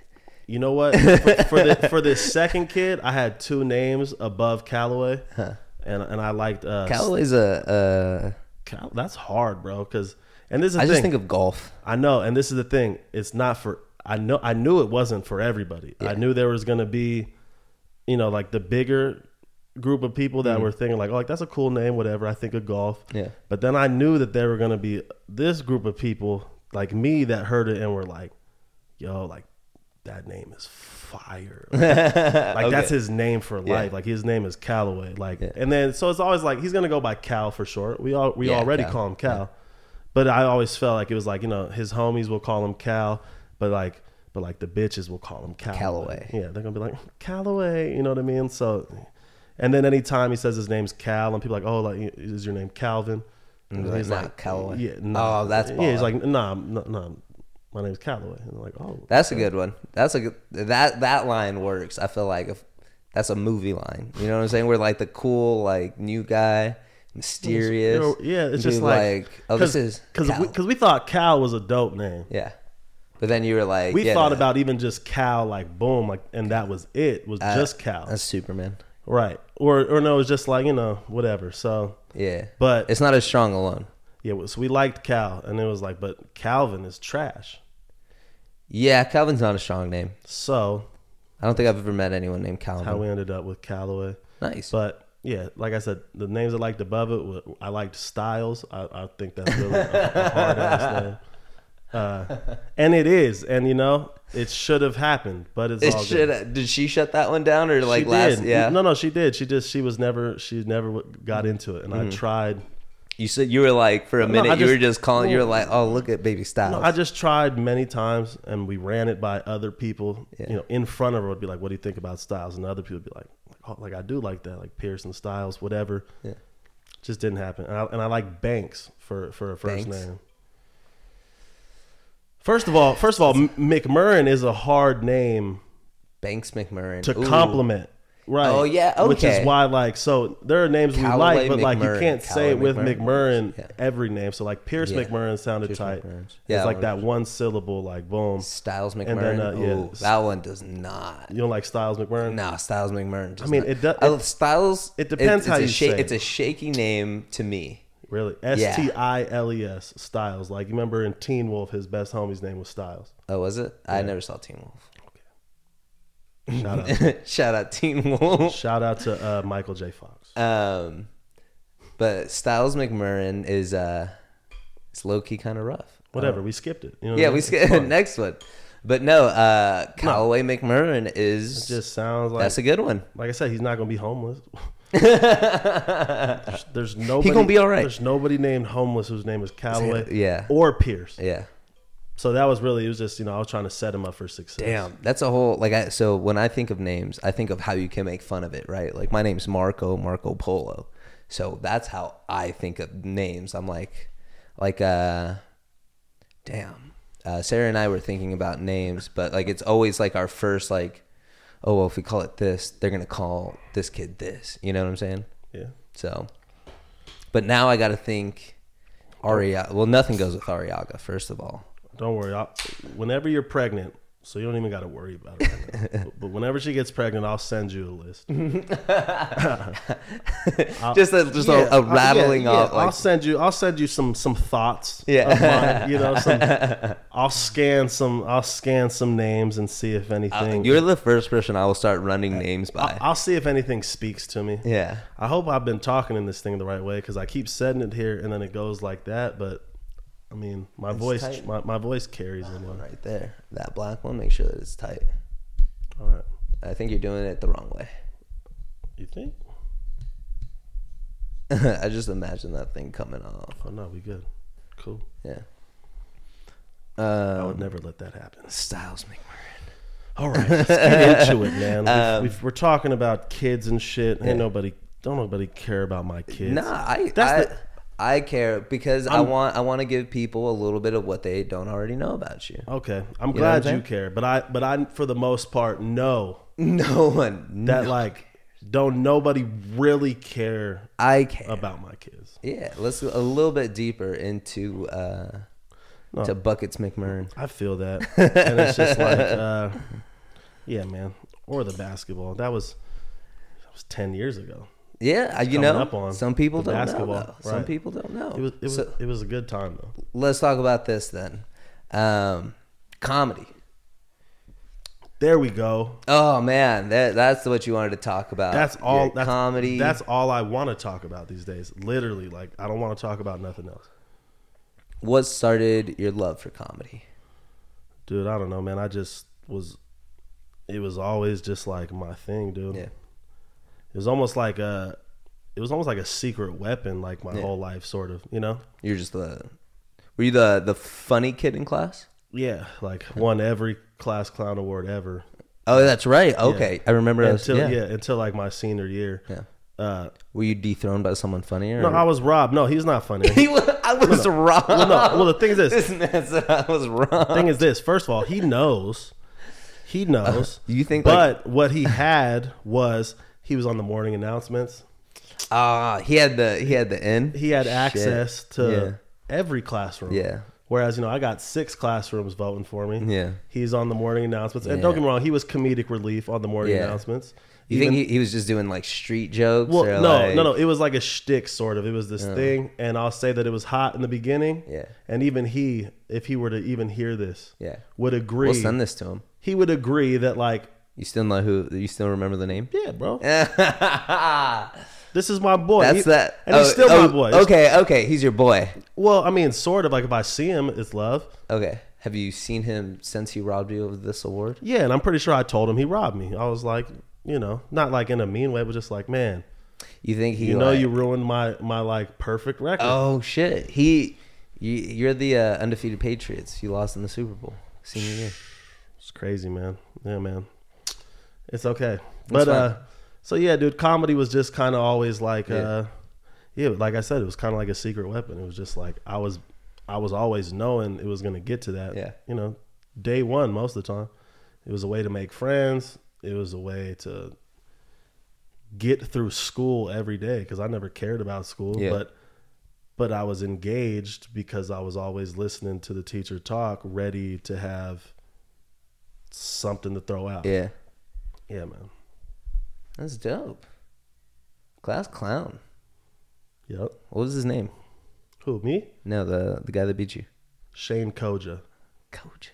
[SPEAKER 1] You know what? For, for, the, for this second kid, I had two names above Calloway, and and I liked uh,
[SPEAKER 2] Callaway's a.
[SPEAKER 1] Cal- that's hard, bro. Because and this is
[SPEAKER 2] Uh,
[SPEAKER 1] the
[SPEAKER 2] I uh, just
[SPEAKER 1] thing.
[SPEAKER 2] think of golf.
[SPEAKER 1] I know, and this is the thing. It's not for I know I knew it wasn't for everybody. I knew there was gonna be, you know, like the bigger group of people that were thinking like, oh, like that's a cool name, whatever. I think of golf.
[SPEAKER 2] Mm-hmm. Yeah.
[SPEAKER 1] But then I knew that there were gonna be this group of people like me that heard it and were like, yo, like that name is fire. Like, like, that's his name for
[SPEAKER 2] Yeah.
[SPEAKER 1] life. Like his name is Calloway. Like
[SPEAKER 2] Yeah.
[SPEAKER 1] and then so it's always like he's gonna go by Cal for short. We all we
[SPEAKER 2] Yeah,
[SPEAKER 1] already
[SPEAKER 2] Cal.
[SPEAKER 1] call him Cal. But I always felt like it was like, you know, his homies will call him Cal, but like but like the bitches will call him Calloway.
[SPEAKER 2] Calloway.
[SPEAKER 1] Yeah, they're gonna be like, Calloway, you know what I mean? So and then anytime he says his name's Cal and people are like, Oh, like is your name Calvin? And
[SPEAKER 2] he's like, "Nah, Calloway."
[SPEAKER 1] Yeah,
[SPEAKER 2] Oh, that's
[SPEAKER 1] yeah, he's
[SPEAKER 2] baller.
[SPEAKER 1] like, nah, no, no, my name's Calloway. And they're like, oh,
[SPEAKER 2] That's a good one. That's a good that that line works. I feel like if that's a movie line. You know what I'm saying? We're like the cool like new guy, mysterious.
[SPEAKER 1] You know, yeah, it's
[SPEAKER 2] You
[SPEAKER 1] just
[SPEAKER 2] do,
[SPEAKER 1] like,
[SPEAKER 2] oh this is
[SPEAKER 1] because
[SPEAKER 2] Cal.
[SPEAKER 1] we, 'cause we thought Cal was a dope name.
[SPEAKER 2] yeah. But then you were like
[SPEAKER 1] We
[SPEAKER 2] yeah,
[SPEAKER 1] thought
[SPEAKER 2] no,
[SPEAKER 1] about even just Cal, like boom, like and that was it. Was
[SPEAKER 2] uh,
[SPEAKER 1] just Cal,
[SPEAKER 2] That's Superman.
[SPEAKER 1] right? Or or no, it was just like you know whatever. So,
[SPEAKER 2] Yeah.
[SPEAKER 1] but
[SPEAKER 2] It's not as strong alone.
[SPEAKER 1] yeah, so we liked Cal, and it was like, but Calvin is trash.
[SPEAKER 2] Yeah, Calvin's not a strong name.
[SPEAKER 1] So
[SPEAKER 2] I don't think I've ever met anyone named Calvin.
[SPEAKER 1] how we ended up with Calloway.
[SPEAKER 2] nice.
[SPEAKER 1] But yeah, like I said, the names I liked above it, were, I liked Styles. I, I think that's really a, a hard ass name. Uh, and it is, and you know, it should have happened, but it's
[SPEAKER 2] it
[SPEAKER 1] all
[SPEAKER 2] should
[SPEAKER 1] good.
[SPEAKER 2] did she shut that one down or like
[SPEAKER 1] she
[SPEAKER 2] last
[SPEAKER 1] did.
[SPEAKER 2] yeah.
[SPEAKER 1] No, no, she did. She just she was never she never w- got into it, and
[SPEAKER 2] Mm-hmm.
[SPEAKER 1] I tried.
[SPEAKER 2] You said you were like for a
[SPEAKER 1] No,
[SPEAKER 2] minute
[SPEAKER 1] I
[SPEAKER 2] you were
[SPEAKER 1] just-
[SPEAKER 2] just calling you were like, Oh look at baby Styles.
[SPEAKER 1] No, I just tried many times, and we ran it by other people.
[SPEAKER 2] Yeah.
[SPEAKER 1] You know, in front of her would be like, "What do you think about Styles?" And other people would be like, "Oh, like I do like that, like Pearson Styles, whatever."
[SPEAKER 2] Yeah.
[SPEAKER 1] Just didn't happen. And I, and I like Banks for for a first
[SPEAKER 2] Banks?
[SPEAKER 1] name. First of all, first of all, M- McMurrin is a hard name
[SPEAKER 2] Banks McMurrin.
[SPEAKER 1] to
[SPEAKER 2] Ooh.
[SPEAKER 1] compliment. Right.
[SPEAKER 2] Oh, yeah,
[SPEAKER 1] Which is
[SPEAKER 2] okay.
[SPEAKER 1] why, like, so there are names we
[SPEAKER 2] Callaway
[SPEAKER 1] like, but like you
[SPEAKER 2] McMurrin.
[SPEAKER 1] can't say it
[SPEAKER 2] Callaway
[SPEAKER 1] with
[SPEAKER 2] McMurrin.
[SPEAKER 1] McMurrin
[SPEAKER 2] Yeah.
[SPEAKER 1] every name. So like Pierce
[SPEAKER 2] Yeah.
[SPEAKER 1] McMurrin sounded
[SPEAKER 2] Pierce
[SPEAKER 1] tight.
[SPEAKER 2] McMurrin.
[SPEAKER 1] Yeah,
[SPEAKER 2] Yeah,
[SPEAKER 1] it's like
[SPEAKER 2] that
[SPEAKER 1] that one syllable, like boom.
[SPEAKER 2] Styles McMurrin.
[SPEAKER 1] And then, uh, yeah.
[SPEAKER 2] Ooh, that one does not.
[SPEAKER 1] You don't like Styles McMurrin?
[SPEAKER 2] No, Styles McMurrin. Does
[SPEAKER 1] mean,
[SPEAKER 2] not.
[SPEAKER 1] it does-
[SPEAKER 2] I love Styles.
[SPEAKER 1] it depends
[SPEAKER 2] it's
[SPEAKER 1] how
[SPEAKER 2] a
[SPEAKER 1] you
[SPEAKER 2] sha-
[SPEAKER 1] say it.
[SPEAKER 2] It's a shaky name to me.
[SPEAKER 1] Really?
[SPEAKER 2] Yeah.
[SPEAKER 1] S T I L E S Styles. Like you remember in Teen Wolf, his best homie's name was Styles.
[SPEAKER 2] Oh, was it? I never saw Teen Wolf.
[SPEAKER 1] Shout out.
[SPEAKER 2] Shout out Teen Wolf.
[SPEAKER 1] Shout out to uh, Michael J. Fox.
[SPEAKER 2] Um, but Styles McMurrin is uh, it's low key kind of rough.
[SPEAKER 1] Whatever. we skipped it. You know what
[SPEAKER 2] Yeah,
[SPEAKER 1] I mean?
[SPEAKER 2] we
[SPEAKER 1] It's
[SPEAKER 2] skip
[SPEAKER 1] fun.
[SPEAKER 2] next one. But no, uh, Callaway McMurrin
[SPEAKER 1] It
[SPEAKER 2] is
[SPEAKER 1] just sounds like
[SPEAKER 2] that's a good one.
[SPEAKER 1] like I said, he's not gonna be homeless. there's, there's nobody.
[SPEAKER 2] gonna be all right.
[SPEAKER 1] There's nobody named homeless whose name is Callaway.
[SPEAKER 2] Yeah.
[SPEAKER 1] Or Pierce.
[SPEAKER 2] Yeah.
[SPEAKER 1] So that was really it was just you know I was trying to set him up for success.
[SPEAKER 2] Damn, that's a whole like. I, so when I think of names, I think of how you can make fun of it, right? Like my name's Marco Marco Polo, so that's how I think of names. I'm like, like uh, damn. Uh, Sarah and I were thinking about names, but like it's always like our first like, oh well, if we call it this, they're gonna call this kid this. You know what I'm saying?
[SPEAKER 1] Yeah.
[SPEAKER 2] So, but now I got to think. Ariaga. Well, nothing goes with Ariaga. First of all,
[SPEAKER 1] Don't worry. I'll, whenever you're pregnant, so you don't even got to worry about it. Right now. but whenever she gets pregnant, I'll send you a list.
[SPEAKER 2] just a, just
[SPEAKER 1] Yeah,
[SPEAKER 2] a, a
[SPEAKER 1] I'll- yeah,
[SPEAKER 2] rattling
[SPEAKER 1] yeah.
[SPEAKER 2] off. like,
[SPEAKER 1] I'll send you. I'll send you some some thoughts.
[SPEAKER 2] Yeah.
[SPEAKER 1] Of mine, you know. Some, I'll scan some. I'll scan some names and see if anything.
[SPEAKER 2] You're the first person I will start running names by.
[SPEAKER 1] I'll see if anything speaks to me.
[SPEAKER 2] yeah.
[SPEAKER 1] I hope I've been talking in this thing the right way because I keep setting it here and then it goes like that. But I mean, my voice,
[SPEAKER 2] tight.
[SPEAKER 1] my, my voice carries in there.
[SPEAKER 2] Right there. That black one, make sure that it's tight. Uh-huh.
[SPEAKER 1] All right,
[SPEAKER 2] I think you're doing it the wrong way.
[SPEAKER 1] you think?
[SPEAKER 2] I just imagine that thing coming off.
[SPEAKER 1] Oh no, we good. Cool.
[SPEAKER 2] Yeah.
[SPEAKER 1] I
[SPEAKER 2] Um,
[SPEAKER 1] would never let that happen.
[SPEAKER 2] Styles McMurrin.
[SPEAKER 1] All right, let's get into it, man. We've, we've,
[SPEAKER 2] Um,
[SPEAKER 1] we're talking about kids and shit. Ain't nobody, don't nobody care about my kids.
[SPEAKER 2] Nah, I
[SPEAKER 1] That's
[SPEAKER 2] I, I care because i want I want to give people a little bit of what they don't already know about you.
[SPEAKER 1] Okay, I'm
[SPEAKER 2] know what I'm
[SPEAKER 1] glad you
[SPEAKER 2] saying?
[SPEAKER 1] care, but I, but I, for the most part, know
[SPEAKER 2] No one
[SPEAKER 1] that
[SPEAKER 2] no,
[SPEAKER 1] like, don't nobody really care
[SPEAKER 2] I care.
[SPEAKER 1] about my kids.
[SPEAKER 2] yeah, let's go a little bit deeper into uh
[SPEAKER 1] No.
[SPEAKER 2] to buckets McMurrin.
[SPEAKER 1] I feel that, and it's just like, uh, yeah, man, or the basketball. That was that was ten years ago.
[SPEAKER 2] Yeah, you
[SPEAKER 1] coming
[SPEAKER 2] know,
[SPEAKER 1] up on
[SPEAKER 2] some people
[SPEAKER 1] the
[SPEAKER 2] don't know.
[SPEAKER 1] basketball,
[SPEAKER 2] though. Some
[SPEAKER 1] right.
[SPEAKER 2] people don't know.
[SPEAKER 1] It was it was
[SPEAKER 2] So,
[SPEAKER 1] it was a good time though.
[SPEAKER 2] let's talk about this then. Um, comedy.
[SPEAKER 1] There we go.
[SPEAKER 2] Oh man, that that's what you wanted to talk about.
[SPEAKER 1] That's all.
[SPEAKER 2] Uh, Yeah,
[SPEAKER 1] that's,
[SPEAKER 2] comedy.
[SPEAKER 1] That's all I want to talk about these days. Literally, like I don't want to talk about nothing else.
[SPEAKER 2] what started your love for comedy?
[SPEAKER 1] dude i don't know man i just was it was always just like my thing dude
[SPEAKER 2] Yeah.
[SPEAKER 1] it was almost like a it was almost like a secret weapon like my
[SPEAKER 2] Yeah.
[SPEAKER 1] whole life sort of you know
[SPEAKER 2] You're just the were you the the funny kid in class?
[SPEAKER 1] yeah like won every class clown award ever
[SPEAKER 2] Oh, that's right. Okay, I remember. those.
[SPEAKER 1] until
[SPEAKER 2] yeah.
[SPEAKER 1] yeah. until like my senior year
[SPEAKER 2] Yeah.
[SPEAKER 1] uh
[SPEAKER 2] Were you dethroned by someone funnier?
[SPEAKER 1] no
[SPEAKER 2] or-
[SPEAKER 1] i was robbed no he's not funny
[SPEAKER 2] He was, I was wrong.
[SPEAKER 1] well, no, well the thing is this
[SPEAKER 2] This man said I was wrong.
[SPEAKER 1] thing is this first of all he knows he knows
[SPEAKER 2] you think,
[SPEAKER 1] but what he had was he was on the morning announcements
[SPEAKER 2] Ah, he had the he had the N.
[SPEAKER 1] he had
[SPEAKER 2] Shit.
[SPEAKER 1] access to every classroom.
[SPEAKER 2] Yeah.
[SPEAKER 1] Whereas, you know, I got six classrooms voting for me.
[SPEAKER 2] Yeah.
[SPEAKER 1] He's on the morning announcements. And don't
[SPEAKER 2] Yeah.
[SPEAKER 1] get me wrong, he was comedic relief on the morning
[SPEAKER 2] Yeah.
[SPEAKER 1] announcements.
[SPEAKER 2] You
[SPEAKER 1] Even-
[SPEAKER 2] think he, he was just doing like street jokes?
[SPEAKER 1] well, no,
[SPEAKER 2] or like, Uh-huh.
[SPEAKER 1] no, no. It was like a shtick, sort of. It was this thing, and I'll say that it was hot in the beginning.
[SPEAKER 2] Yeah.
[SPEAKER 1] And even he, if he were to even hear this,
[SPEAKER 2] Yeah.
[SPEAKER 1] would agree.
[SPEAKER 2] We'll send this to him.
[SPEAKER 1] he would agree that, like,
[SPEAKER 2] You still know who? You still remember the name?
[SPEAKER 1] yeah, bro,
[SPEAKER 2] That's
[SPEAKER 1] this is my boy. He-
[SPEAKER 2] that.
[SPEAKER 1] and he's
[SPEAKER 2] oh,
[SPEAKER 1] still my
[SPEAKER 2] oh,
[SPEAKER 1] boy. It's-
[SPEAKER 2] Okay, okay, he's your boy.
[SPEAKER 1] Well, I mean, sort of. Like, if I see him, it's love.
[SPEAKER 2] Okay, have you seen him since he robbed you of this award?
[SPEAKER 1] Yeah, and I'm pretty sure I told him he robbed me. I was like, you know, not like in a mean way, but just like, man,
[SPEAKER 2] You think he?
[SPEAKER 1] you know,
[SPEAKER 2] like-
[SPEAKER 1] you ruined my my like perfect record.
[SPEAKER 2] Oh shit! He, you, you're the uh, undefeated Patriots. You lost in the Super Bowl senior year.
[SPEAKER 1] It's crazy, man. Yeah, man. It's okay. But
[SPEAKER 2] That's fine.
[SPEAKER 1] uh so yeah, dude, comedy was just kind of always like
[SPEAKER 2] Yeah.
[SPEAKER 1] uh yeah, like I said, it was kind of like a secret weapon. It was just like I was I was always knowing it was going to get to that.
[SPEAKER 2] Yeah.
[SPEAKER 1] You know, day 1 most of the time. It was a way to make friends. It was a way to get through school every day cuz I never cared about school,
[SPEAKER 2] Yeah.
[SPEAKER 1] but but I was engaged because I was always listening to the teacher talk, ready to have something to throw out.
[SPEAKER 2] Yeah,
[SPEAKER 1] Yeah, man.
[SPEAKER 2] that's dope. Class clown.
[SPEAKER 1] Yep.
[SPEAKER 2] What was his name?
[SPEAKER 1] Who, me?
[SPEAKER 2] No, the the guy that beat you.
[SPEAKER 1] Shane Koja.
[SPEAKER 2] Coach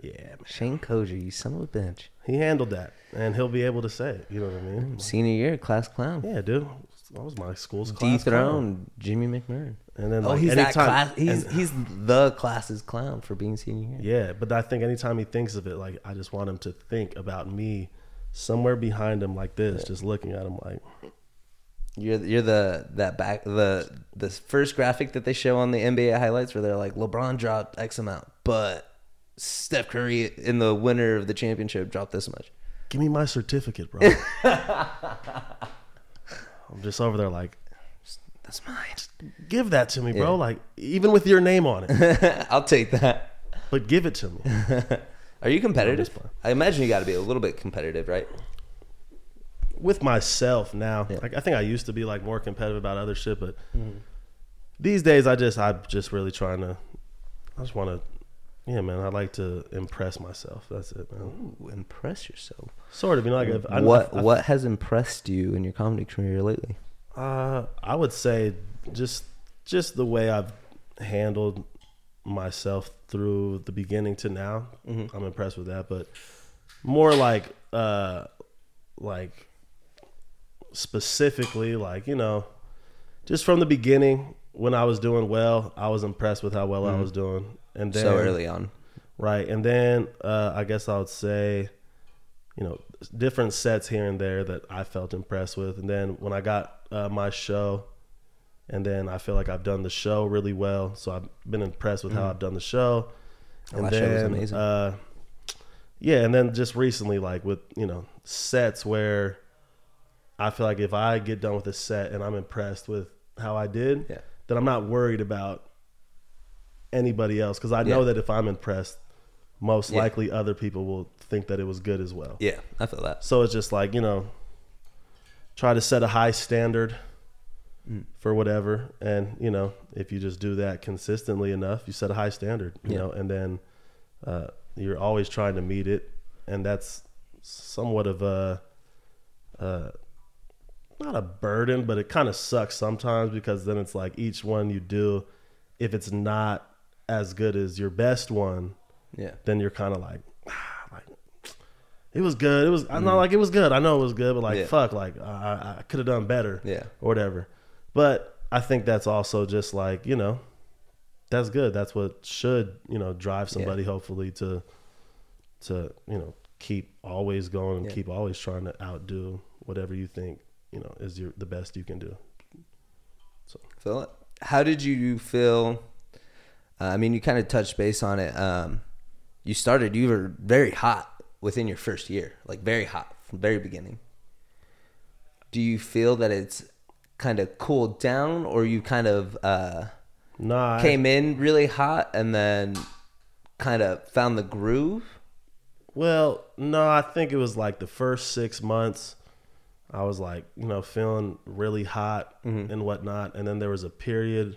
[SPEAKER 1] Yeah, man.
[SPEAKER 2] Shane Cozier, you son of a bitch.
[SPEAKER 1] He handled that, and he'll be able to say it. You know what I mean?
[SPEAKER 2] Senior year, class clown.
[SPEAKER 1] Yeah, dude. That was my school's class. clown.
[SPEAKER 2] Dethroned Jimmy McMurray.
[SPEAKER 1] And then,
[SPEAKER 2] Oh,
[SPEAKER 1] like,
[SPEAKER 2] he's
[SPEAKER 1] anytime,
[SPEAKER 2] that class. He's
[SPEAKER 1] and-
[SPEAKER 2] he's the class's clown for being senior year.
[SPEAKER 1] yeah, but I think anytime he thinks of it, like, I just want him to think about me somewhere behind him like this, just looking at him like,
[SPEAKER 2] You're you're the that back the the first graphic that they show on the NBA highlights where they're like LeBron dropped X amount, but Steph Curry in the winner of the championship dropped this much.
[SPEAKER 1] give me my certificate, bro. I'm just over there like,
[SPEAKER 2] That's mine.
[SPEAKER 1] give that to me, bro. Like, even with your name on it,
[SPEAKER 2] I'll take that.
[SPEAKER 1] but give it to me.
[SPEAKER 2] Are you competitive?
[SPEAKER 1] just playing.
[SPEAKER 2] I imagine you got to be a little bit competitive, right?
[SPEAKER 1] with myself now.
[SPEAKER 2] Yeah. Mm-hmm.
[SPEAKER 1] Like I think I used to be like more competitive about other shit, but these days I just I'm just really trying to. I just want to. Yeah, man. I like to impress myself. That's it, man.
[SPEAKER 2] Ooh, impress yourself.
[SPEAKER 1] Sort of, you know. Like if I,
[SPEAKER 2] what
[SPEAKER 1] I,
[SPEAKER 2] what has impressed you in your comedy career lately?
[SPEAKER 1] Uh, I would say just just the way I've handled myself through the beginning to now. I'm impressed with that, but more like uh like specifically like, you know, just from the beginning when I was doing well, I was impressed with how well I was doing. And then
[SPEAKER 2] So early on.
[SPEAKER 1] Right. And then uh, I guess I would say, you know, different sets here and there that I felt impressed with. And then when I got uh, my show, and then I feel like I've done the show really well. So I've been impressed with how I've done the show.
[SPEAKER 2] The
[SPEAKER 1] And
[SPEAKER 2] last Mm. show was
[SPEAKER 1] then,
[SPEAKER 2] amazing.
[SPEAKER 1] Uh, yeah. And then just recently, like with, you know, sets where I feel like if I get done with a set and I'm impressed with how I did,
[SPEAKER 2] Yeah.
[SPEAKER 1] then I'm not worried about anybody else because I know
[SPEAKER 2] Yeah.
[SPEAKER 1] that if I'm impressed, most
[SPEAKER 2] Yeah.
[SPEAKER 1] likely other people will think that it was good as well.
[SPEAKER 2] Yeah, I feel that.
[SPEAKER 1] So it's just like you know, try to set a high standard for whatever, and you know, if you just do that consistently enough, you set a high standard, you
[SPEAKER 2] Yeah.
[SPEAKER 1] know, and then uh, you're always trying to meet it, and that's somewhat of a. Uh, not a burden, but it kind of sucks sometimes because then it's like each one you do, if it's not as good as your best one,
[SPEAKER 2] Yeah.
[SPEAKER 1] then you're kind of like, "Ah, like it was good. It was I'm not like it was good. I know it was good, but like
[SPEAKER 2] Mm-hmm. Yeah.
[SPEAKER 1] fuck, like I, I could have done better,
[SPEAKER 2] Yeah.
[SPEAKER 1] or whatever. But I think that's also just like you know, that's good. That's what should you know drive somebody hopefully to to you know keep always going and
[SPEAKER 2] Yeah.
[SPEAKER 1] keep always trying to outdo whatever you think you know is your the best you can do.
[SPEAKER 2] Philip, how did you feel? Uh, I mean, you kind of touched base on it. Um, you started, you were very hot within your first year, like very hot from very beginning. Do you feel that it's kind of cooled down, or you kind of uh,
[SPEAKER 1] No, I-
[SPEAKER 2] came in really hot and then kind of found the groove?
[SPEAKER 1] Well, no, I think it was like the first six months. I was like, you know, feeling really hot and whatnot. And then there was a period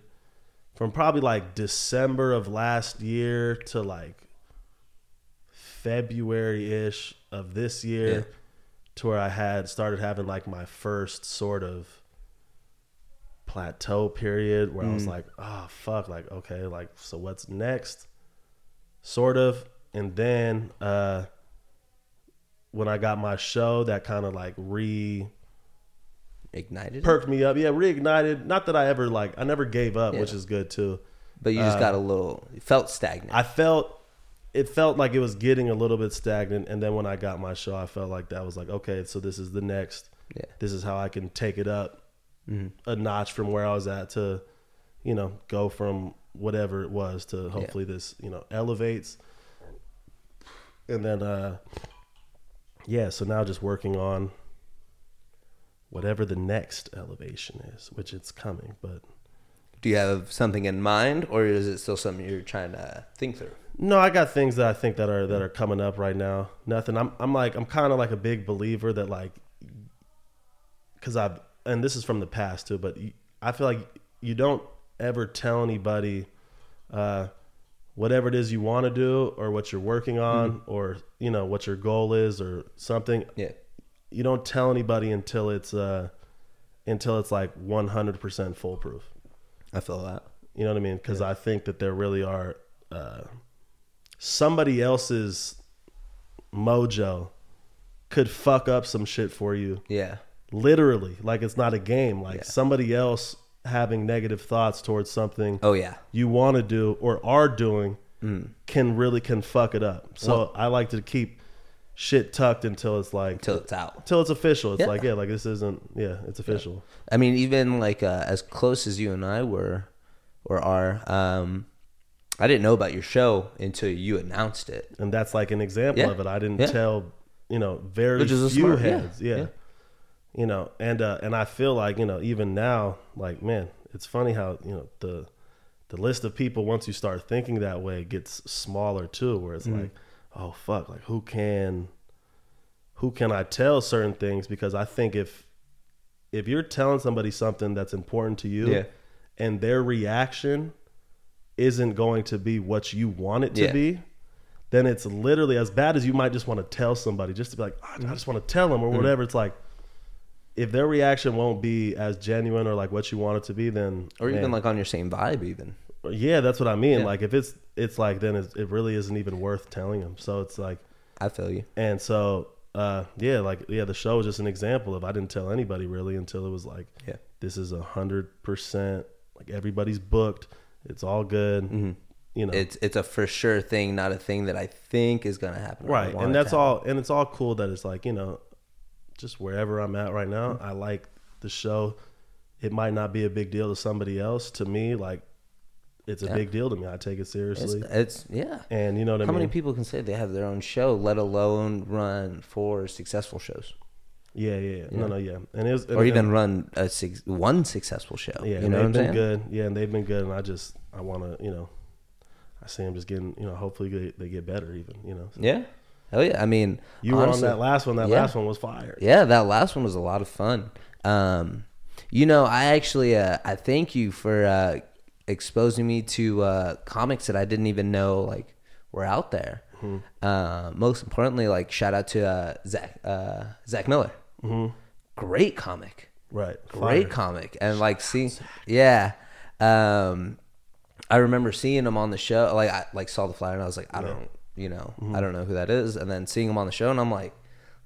[SPEAKER 1] from probably like December of last year to like February ish of this year
[SPEAKER 2] Yeah.
[SPEAKER 1] to where I had started having like my first sort of plateau period where I was like, oh, fuck, like, okay, like, so what's next? Sort of. And then, uh, when I got my show, that kind of like re
[SPEAKER 2] Ignited, it?
[SPEAKER 1] perked me up. Yeah, reignited. Not that I ever like, I never gave up, which
[SPEAKER 2] Yeah.
[SPEAKER 1] is good too.
[SPEAKER 2] but you just got a little you felt stagnant.
[SPEAKER 1] I felt it felt like it was getting a little bit stagnant, and then when I got my show, I felt like that was like okay, so this is the next.
[SPEAKER 2] Yeah. Mm-hmm.
[SPEAKER 1] This is how I can take it up a notch from where I was at to, you know, go from whatever it was to hopefully this you know elevates, and then uh, yeah. So now just working on whatever the next elevation is, which it's coming, but.
[SPEAKER 2] Do you have something in mind, or is it still something you're trying to think through?
[SPEAKER 1] No, I got things that I think that are that are coming up right now. Nothing. I'm I'm like I'm kind of like a big believer that like cuz I've and this is from the past too, but you- I feel like you don't ever tell anybody uh whatever it is you want to do or what you're working on or you know what your goal is or something
[SPEAKER 2] Yeah,
[SPEAKER 1] you don't tell anybody until it's uh until it's like 100% foolproof.
[SPEAKER 2] I feel that.
[SPEAKER 1] You know what I mean? Because I think that there really are uh, somebody else's mojo could fuck up some shit for you.
[SPEAKER 2] Yeah.
[SPEAKER 1] Literally, like it's not a game. Like
[SPEAKER 2] Yeah.
[SPEAKER 1] somebody else having negative thoughts towards something
[SPEAKER 2] Oh yeah.
[SPEAKER 1] you want to do or are doing
[SPEAKER 2] Mm.
[SPEAKER 1] can really can fuck it up. So I like to keep shit tucked until it's like
[SPEAKER 2] Till it's out.
[SPEAKER 1] till it's official. It's
[SPEAKER 2] Yeah.
[SPEAKER 1] like yeah, like this isn't yeah, it's official.
[SPEAKER 2] I mean, even like uh, as close as you and I were, or are, um, I didn't know about your show until you announced it.
[SPEAKER 1] and that's like an example
[SPEAKER 2] Yeah.
[SPEAKER 1] of it. I didn't
[SPEAKER 2] Yeah.
[SPEAKER 1] tell, you know, very
[SPEAKER 2] Which is a
[SPEAKER 1] few
[SPEAKER 2] smart- yeah.
[SPEAKER 1] heads, yeah.
[SPEAKER 2] Yeah.
[SPEAKER 1] you know, and uh, and I feel like you know, even now, like man, it's funny how you know the the list of people once you start thinking that way gets smaller too, where
[SPEAKER 2] Mm-hmm.
[SPEAKER 1] it's like, oh fuck, like who can, who can I tell certain things because I think if if you're telling somebody something that's important to you,
[SPEAKER 2] Yeah.
[SPEAKER 1] and their reaction isn't going to be what you want it to
[SPEAKER 2] Yeah.
[SPEAKER 1] be, then it's literally as bad as you might just want to tell somebody, just to be like, "Ah, I just want to tell them or
[SPEAKER 2] Mm-hmm.
[SPEAKER 1] whatever. It's like, if their reaction won't be as genuine or like what you want it to be, then
[SPEAKER 2] Or even
[SPEAKER 1] man,
[SPEAKER 2] like on your same vibe, even.
[SPEAKER 1] yeah, that's what I mean.
[SPEAKER 2] Yeah.
[SPEAKER 1] Like if it's it's like then it's, it really isn't even worth telling them. So it's like,
[SPEAKER 2] I feel you.
[SPEAKER 1] and so uh, yeah, like yeah, the show was just an example of I didn't tell anybody really until it was like,
[SPEAKER 2] Yeah.
[SPEAKER 1] this is a hundred percent like everybody's booked, it's all good,
[SPEAKER 2] Mm-hmm.
[SPEAKER 1] you know,
[SPEAKER 2] It's it's a for sure thing, not a thing that I think is gonna happen. or I
[SPEAKER 1] right
[SPEAKER 2] want it
[SPEAKER 1] and that's
[SPEAKER 2] to
[SPEAKER 1] all and it's all cool that it's like you know just wherever i'm at right now i like the show it might not be a big deal to somebody else to me like it's a big deal to me i take it seriously
[SPEAKER 2] happen. It's, it's yeah.
[SPEAKER 1] and you know what i
[SPEAKER 2] How
[SPEAKER 1] mean
[SPEAKER 2] many people can say they have their own show, let alone run four successful shows,
[SPEAKER 1] yeah, yeah yeah no no yeah and it was and,
[SPEAKER 2] or even run a six, one successful show?
[SPEAKER 1] yeah
[SPEAKER 2] you
[SPEAKER 1] and
[SPEAKER 2] know what
[SPEAKER 1] they've
[SPEAKER 2] I'm
[SPEAKER 1] been
[SPEAKER 2] saying.
[SPEAKER 1] good yeah and they've been good and i just i want to you know i see them just getting you know hopefully they, they get better even you know
[SPEAKER 2] Yeah. Hell yeah. I mean,
[SPEAKER 1] you
[SPEAKER 2] honestly-
[SPEAKER 1] were on that last one that
[SPEAKER 2] yeah.
[SPEAKER 1] last one was fire
[SPEAKER 2] Yeah, that last one was a lot of fun. Um, you know, I actually uh, I thank you for uh, exposing me to uh, comics that I didn't even know like were out there.
[SPEAKER 1] Mm-hmm.
[SPEAKER 2] Uh, most importantly, like shout out to uh, Zach uh, Zach Miller,
[SPEAKER 1] Mm-hmm.
[SPEAKER 2] great comic
[SPEAKER 1] right
[SPEAKER 2] great
[SPEAKER 1] Fire.
[SPEAKER 2] comic and like see yeah um i remember seeing him on the show like i like saw the flyer and i was like i don't you know
[SPEAKER 1] Mm-hmm.
[SPEAKER 2] i don't know who that is and then seeing him on the show and i'm like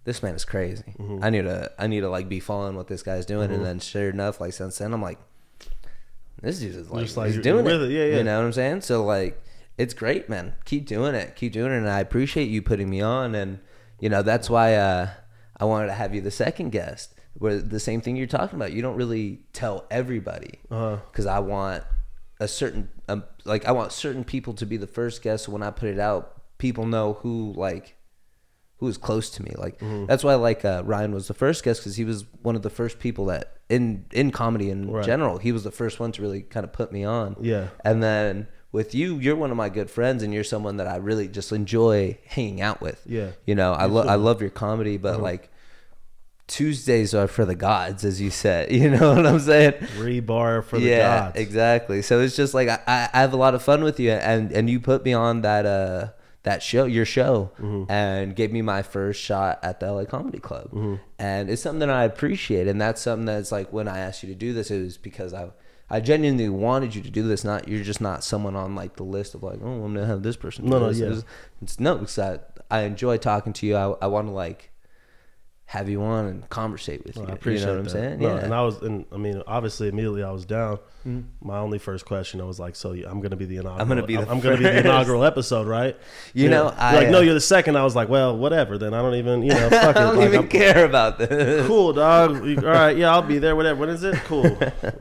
[SPEAKER 2] this man is crazy
[SPEAKER 1] Mm-hmm.
[SPEAKER 2] i need to i need to like be following what this guy's doing and then sure enough like since then i'm like This dude is like,
[SPEAKER 1] Just like,
[SPEAKER 2] he's
[SPEAKER 1] you're
[SPEAKER 2] doing it.
[SPEAKER 1] with it. Yeah, yeah.
[SPEAKER 2] You know what I'm saying? So like, it's great, man. Keep doing it. Keep doing it. And I appreciate you putting me on. And you know that's why uh, I wanted to have you the second guest. Where the same thing you're talking about. You don't really tell everybody
[SPEAKER 1] Uh-huh.
[SPEAKER 2] because I want a certain um, like I want certain people to be the first guest. So when I put it out, people know who like who was close to me. Like
[SPEAKER 1] Mm-hmm.
[SPEAKER 2] that's why like uh, Ryan was the first guest because he was one of the first people that in in comedy in
[SPEAKER 1] Right.
[SPEAKER 2] general he was the first one to really kind of put me on.
[SPEAKER 1] Yeah.
[SPEAKER 2] and then. With you, you're one of my good friends, and you're someone that I really just enjoy hanging out with.
[SPEAKER 1] Yeah. Uh-huh.
[SPEAKER 2] you know, I love I love your comedy, but like Tuesdays are for the gods, as you said. You know what I'm saying?
[SPEAKER 1] Rebar for the
[SPEAKER 2] yeah,
[SPEAKER 1] gods.
[SPEAKER 2] exactly. So it's just like I, I, I have a lot of fun with you, and and you put me on that uh that show, your show,
[SPEAKER 1] Mm-hmm.
[SPEAKER 2] and gave me my first shot at the LA Comedy Club,
[SPEAKER 1] Mm-hmm.
[SPEAKER 2] and it's something that I appreciate, and that's something that's like when I asked you to do this, it was because I. I genuinely wanted you to do this. Not you're just not someone on like the list of like, oh, I'm gonna have this person. do
[SPEAKER 1] No, no,
[SPEAKER 2] this."
[SPEAKER 1] yeah.
[SPEAKER 2] It was- It's, no, because I, I enjoy talking to you. I, I want to like have you on and conversate with you.
[SPEAKER 1] Well, I
[SPEAKER 2] you
[SPEAKER 1] appreciate
[SPEAKER 2] know what I'm
[SPEAKER 1] that.
[SPEAKER 2] saying?
[SPEAKER 1] No, And I was, and I mean, obviously, immediately I was down. My only first question, I was like, "So you- I'm going to be the inaugural?
[SPEAKER 2] Mm-hmm. gonna be the
[SPEAKER 1] I'm going to be the
[SPEAKER 2] first.
[SPEAKER 1] inaugural episode, right?
[SPEAKER 2] You know,
[SPEAKER 1] You're
[SPEAKER 2] I,
[SPEAKER 1] like,
[SPEAKER 2] uh,
[SPEAKER 1] no, you're the second. I was like, well, whatever. Then I don't even, you know, fuck
[SPEAKER 2] I
[SPEAKER 1] it.
[SPEAKER 2] don't
[SPEAKER 1] Like,
[SPEAKER 2] even
[SPEAKER 1] I'm-
[SPEAKER 2] care about this.
[SPEAKER 1] cool, dog. You- All right, yeah, I'll be there. Whatever. When is it? Cool.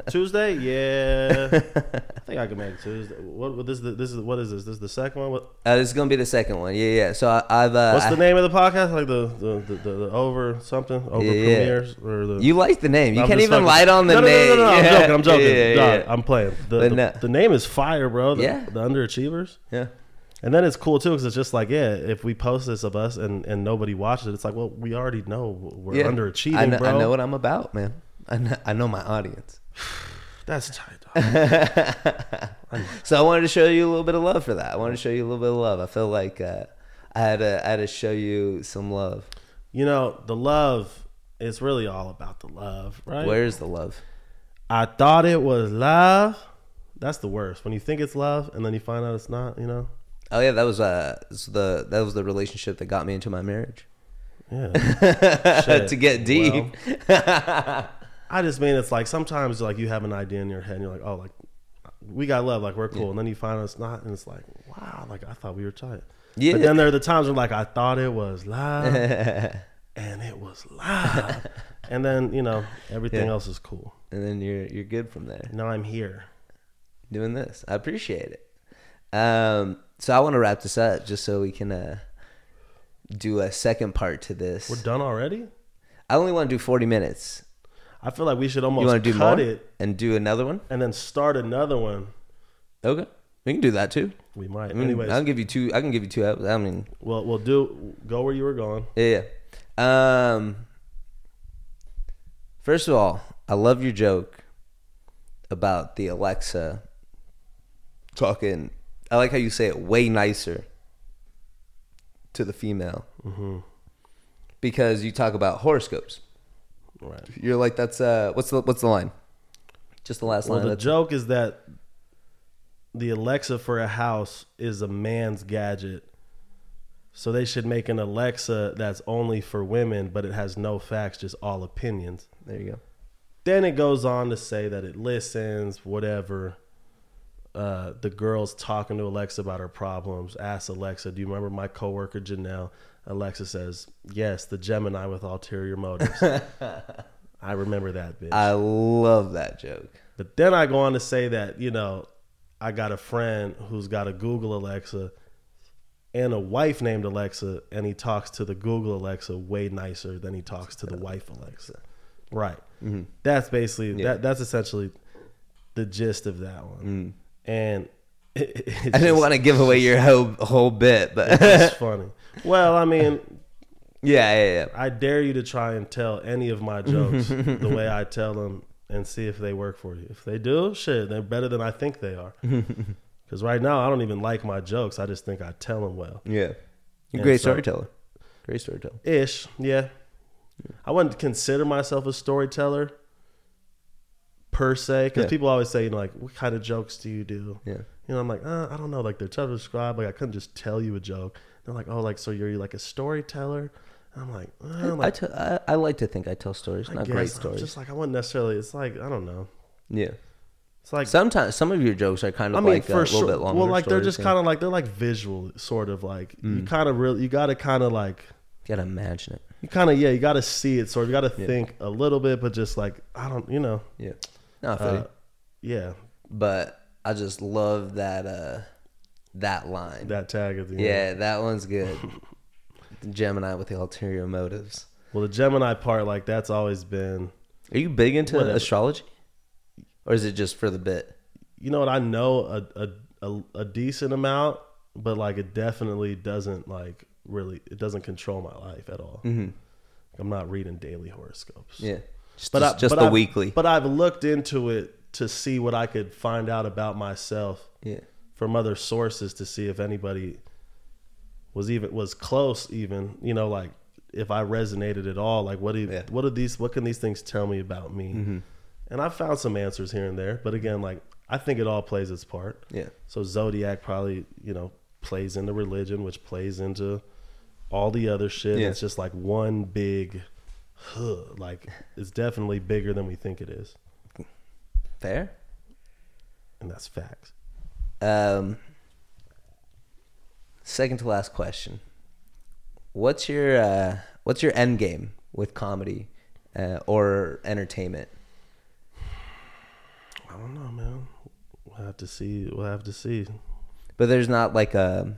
[SPEAKER 1] Tuesday? Yeah. I think I can make Tuesday. What? what this? This is what is this? This is the second one. What,
[SPEAKER 2] Uh, this is gonna be the second one. Yeah, yeah. So I, I've uh,
[SPEAKER 1] what's the
[SPEAKER 2] I-
[SPEAKER 1] name of the podcast? Like the the the, the, the over something over
[SPEAKER 2] Yeah.
[SPEAKER 1] premieres or the
[SPEAKER 2] you like the name. You
[SPEAKER 1] I'm
[SPEAKER 2] can't
[SPEAKER 1] just
[SPEAKER 2] even
[SPEAKER 1] fucking-
[SPEAKER 2] light on the
[SPEAKER 1] no, no,
[SPEAKER 2] name.
[SPEAKER 1] No, no, no,
[SPEAKER 2] yeah.
[SPEAKER 1] I'm joking. I'm joking.
[SPEAKER 2] Yeah, yeah,
[SPEAKER 1] Dog,
[SPEAKER 2] yeah.
[SPEAKER 1] I'm playing. The,
[SPEAKER 2] But
[SPEAKER 1] the,
[SPEAKER 2] no-
[SPEAKER 1] the name is fire, bro. The,
[SPEAKER 2] Yeah.
[SPEAKER 1] the underachievers.
[SPEAKER 2] Yeah.
[SPEAKER 1] And then it's cool too because it's just like, yeah, if we post this of us and, and nobody watches it, it's like, well, we already know we're
[SPEAKER 2] Yeah.
[SPEAKER 1] underachieving,
[SPEAKER 2] I know,
[SPEAKER 1] bro.
[SPEAKER 2] I know what I'm about, man. I know, I know my audience.
[SPEAKER 1] That's tight. dog.
[SPEAKER 2] So I wanted to show you a little bit of love for that. I wanted to show you a little bit of love. I feel like uh, I had to, I had to show you some love.
[SPEAKER 1] you know, the love is really all about the love, right?
[SPEAKER 2] Where's the love?
[SPEAKER 1] I thought it was love. That's the worst when you think it's love and then you find out it's not. You know,
[SPEAKER 2] Oh yeah, that was uh it's the that was the relationship that got me into my marriage.
[SPEAKER 1] yeah. Shit.
[SPEAKER 2] to get deep.
[SPEAKER 1] I just mean it's like sometimes like you have an idea in your head and you're like, oh, like we got love, like we're cool, and then you find out it's not, and it's like, wow, like I thought we were tight.
[SPEAKER 2] Yeah.
[SPEAKER 1] But then there are the times when like I thought it was live, and it was live, and then you know everything
[SPEAKER 2] Yeah.
[SPEAKER 1] else is cool.
[SPEAKER 2] and then you're you're good from there.
[SPEAKER 1] Now I'm here.
[SPEAKER 2] doing this. I appreciate it. Um, so I want to wrap this up just so we can uh, do a second part to this.
[SPEAKER 1] We're done already.
[SPEAKER 2] I only want to do 40 minutes.
[SPEAKER 1] I feel like we should
[SPEAKER 2] You
[SPEAKER 1] almost
[SPEAKER 2] want to do
[SPEAKER 1] cut
[SPEAKER 2] more
[SPEAKER 1] it
[SPEAKER 2] and do another one?
[SPEAKER 1] and then start another one.
[SPEAKER 2] Okay, we can do that too.
[SPEAKER 1] We might.
[SPEAKER 2] Mm, I mean,
[SPEAKER 1] Anyways,
[SPEAKER 2] I'll give you two. I can give you two. ep- I mean,
[SPEAKER 1] we'll we'll do go where you were going.
[SPEAKER 2] yeah. yeah. Um, first of all, I love your joke about the Alexa talking. I like how you say it way nicer to the female. Mm-hmm. because you talk about horoscopes.
[SPEAKER 1] Right.
[SPEAKER 2] You're like, that's uh, what's the what's the line? Just the last
[SPEAKER 1] Well,
[SPEAKER 2] line.
[SPEAKER 1] the
[SPEAKER 2] that's-
[SPEAKER 1] joke is that the Alexa for a house is a man's gadget. So they should make an Alexa that's only for women, but it has no facts, just all opinions.
[SPEAKER 2] there you go.
[SPEAKER 1] Then it goes on to say that it listens, whatever. Uh, the girl's talking to Alexa about her problems. Asks Alexa, "Do you remember my coworker Janelle?" Alexa says, "Yes, the Gemini with ulterior motives." I remember that bitch.
[SPEAKER 2] I love that joke.
[SPEAKER 1] But then I go on to say that, you know, I got a friend who's got a Google Alexa and a wife named Alexa, and he talks to the Google Alexa way nicer than he talks to the wife Alexa. Right. That's basically that. That's essentially the gist of that one. And it, it- it's
[SPEAKER 2] I didn't
[SPEAKER 1] just-
[SPEAKER 2] want to give away your whole whole bit, but yeah,
[SPEAKER 1] it's funny. Well, I mean,
[SPEAKER 2] yeah, yeah.
[SPEAKER 1] I dare you to try and tell any of my jokes the way I tell them and see if they work for you. If they do, shit, they're better than I think they are. Because right now, I don't even like my jokes. I just think I tell them well.
[SPEAKER 2] yeah. You're a
[SPEAKER 1] And
[SPEAKER 2] great
[SPEAKER 1] so-
[SPEAKER 2] storyteller. Great storyteller.
[SPEAKER 1] Ish, yeah. I wouldn't consider myself a storyteller per se. Because
[SPEAKER 2] Yeah.
[SPEAKER 1] people always say, you know, like, what kind of jokes do you do?
[SPEAKER 2] Yeah.
[SPEAKER 1] You know, I'm like, uh, I don't know. Like, they're tough to describe. Like, I couldn't just tell you a joke. They're like, oh, like, so you're like a storyteller? I'm like, uh,
[SPEAKER 2] I,
[SPEAKER 1] like,
[SPEAKER 2] I, tell- I- I like to think I tell stories,
[SPEAKER 1] I
[SPEAKER 2] not
[SPEAKER 1] guess.
[SPEAKER 2] great
[SPEAKER 1] I'm
[SPEAKER 2] stories.
[SPEAKER 1] Just like I wouldn't necessarily. It's like I don't know.
[SPEAKER 2] yeah,
[SPEAKER 1] It's It's like
[SPEAKER 2] Sometimes some of your jokes are kind of
[SPEAKER 1] I mean,
[SPEAKER 2] like uh, a
[SPEAKER 1] for
[SPEAKER 2] little
[SPEAKER 1] sure.
[SPEAKER 2] bit longer.
[SPEAKER 1] well, like they're just kind
[SPEAKER 2] of
[SPEAKER 1] of like they're like visual, sort of like you
[SPEAKER 2] Mm.
[SPEAKER 1] kind of really you got to kind of like
[SPEAKER 2] you gotta imagine it.
[SPEAKER 1] you kind of yeah you got to see it sort of you got to think a little bit, but just like I don't you know
[SPEAKER 2] Yeah, no, I feel
[SPEAKER 1] uh,
[SPEAKER 2] you.
[SPEAKER 1] yeah
[SPEAKER 2] but I just love that uh that line.
[SPEAKER 1] that tag at the end.
[SPEAKER 2] yeah, that one's good. Gemini with the ulterior motives.
[SPEAKER 1] Well, the Gemini part like that's always been
[SPEAKER 2] Are you big into
[SPEAKER 1] Whatever.
[SPEAKER 2] astrology, or is it just for the bit?
[SPEAKER 1] you know what I know a a a, a decent amount, but like it definitely doesn't like really it doesn't control my life at all. I'm not reading daily horoscopes.
[SPEAKER 2] Mm-hmm. Yeah, just,
[SPEAKER 1] but
[SPEAKER 2] just,
[SPEAKER 1] I,
[SPEAKER 2] just
[SPEAKER 1] but
[SPEAKER 2] the
[SPEAKER 1] I've-
[SPEAKER 2] weekly.
[SPEAKER 1] But I've looked into it to see what I could find out about myself
[SPEAKER 2] yeah,
[SPEAKER 1] from other sources to see if anybody was even was close even you know like if I resonated at all like what do
[SPEAKER 2] Yeah. Mm-hmm.
[SPEAKER 1] what are these what can these things tell me about me and I found some answers here and there but again like I think it all plays its part
[SPEAKER 2] yeah,
[SPEAKER 1] so zodiac probably you know plays into religion which plays into all the other shit
[SPEAKER 2] Yeah.
[SPEAKER 1] it's just like one big huh, like it's definitely bigger than we think it is
[SPEAKER 2] fair.
[SPEAKER 1] and that's facts
[SPEAKER 2] Um, second to last question. What's your uh, what's your end game with comedy uh, or entertainment?
[SPEAKER 1] I don't know man we'll have to see we'll have to see
[SPEAKER 2] but there's not like a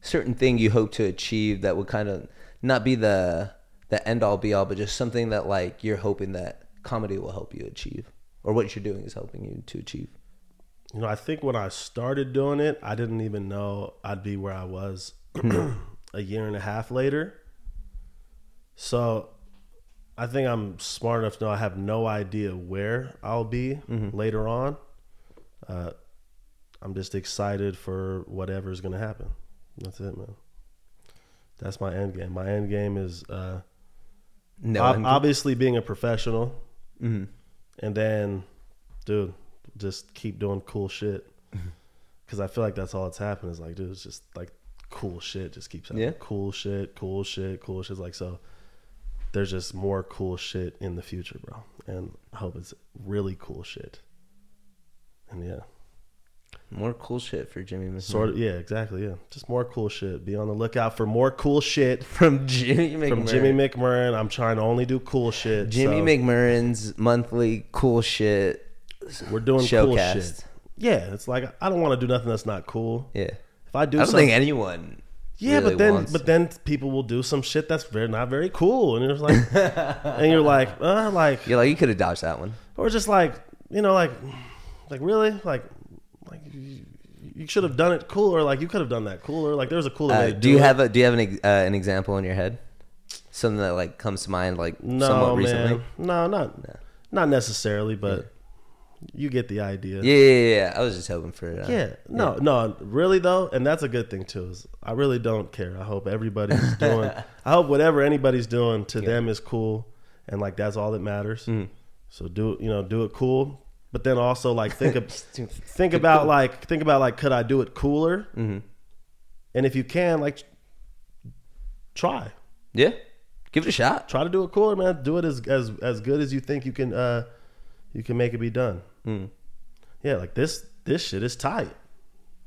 [SPEAKER 2] certain thing you hope to achieve that would kind of not be the the end all be all, but just something that like you're hoping that comedy will help you achieve, or what you're doing is helping you to achieve.
[SPEAKER 1] you know, I think when I started doing it, I didn't even know I'd be where I was a year and a half later. So I think I'm smart enough to know I have no idea where I'll be later on. Uh, I'm just excited for whatever's going to happen. That's it, man. That's my end game. My end game is uh,
[SPEAKER 2] No,
[SPEAKER 1] ob-
[SPEAKER 2] end-
[SPEAKER 1] obviously being a professional.
[SPEAKER 2] Mhm.
[SPEAKER 1] And then, dude, just keep doing cool shit.
[SPEAKER 2] Mm-hmm.
[SPEAKER 1] Because I feel like that's all that's happened is like, dude, it's just like cool shit just keeps happening.
[SPEAKER 2] Yeah.
[SPEAKER 1] Cool shit, cool shit, cool shit. Like, so there's just more cool shit in the future, bro. And I hope it's really cool shit. And yeah,
[SPEAKER 2] Mm-hmm. more cool shit for Jimmy. McMahon.
[SPEAKER 1] sort of, yeah, exactly. Yeah, just more cool shit. Be on the lookout for more cool shit
[SPEAKER 2] from Jimmy McMurrin.
[SPEAKER 1] from Jimmy McMurrin. I'm trying to only do cool shit.
[SPEAKER 2] Jimmy
[SPEAKER 1] so
[SPEAKER 2] McMurrin's monthly cool shit
[SPEAKER 1] We're doing cool
[SPEAKER 2] showcast.
[SPEAKER 1] shit. Yeah, it's like I don't want to do nothing that's not cool.
[SPEAKER 2] Yeah,
[SPEAKER 1] If I do
[SPEAKER 2] I don't
[SPEAKER 1] something,
[SPEAKER 2] think anyone.
[SPEAKER 1] yeah,
[SPEAKER 2] really
[SPEAKER 1] but then
[SPEAKER 2] wants
[SPEAKER 1] but
[SPEAKER 2] it.
[SPEAKER 1] then people will do some shit that's very not very cool, and it's like, and you're like, uh, like,
[SPEAKER 2] you're like you could have dodged that one.
[SPEAKER 1] or just like, you know, like, like really, like, like you, you should have done it cooler, like you could have done that cooler, like there's a cooler way
[SPEAKER 2] Uh,
[SPEAKER 1] to
[SPEAKER 2] do,
[SPEAKER 1] do
[SPEAKER 2] you
[SPEAKER 1] it.
[SPEAKER 2] have a do you have an ex- uh, an example in your head? Something that like comes to mind like
[SPEAKER 1] no
[SPEAKER 2] somewhat
[SPEAKER 1] man,
[SPEAKER 2] recently.
[SPEAKER 1] no, not not necessarily, but you get the idea.
[SPEAKER 2] Yeah, yeah, yeah, yeah. I was just hoping for. Uh,
[SPEAKER 1] Yeah. No, no, really though, and that's a good thing too. Is I really don't care. I hope everybody's doing. I hope whatever anybody's doing to them is cool, and like that's all that matters. So do you know do it cool, but then also like think of,
[SPEAKER 2] do-
[SPEAKER 1] think Mm-hmm. about like think about like could I do it cooler? And if you can, like try
[SPEAKER 2] yeah. Give it a shot.
[SPEAKER 1] try to do it cooler, man. Do it as as as good as you think you can uh you can make it be done.
[SPEAKER 2] Hmm.
[SPEAKER 1] Yeah, like this this shit is tight.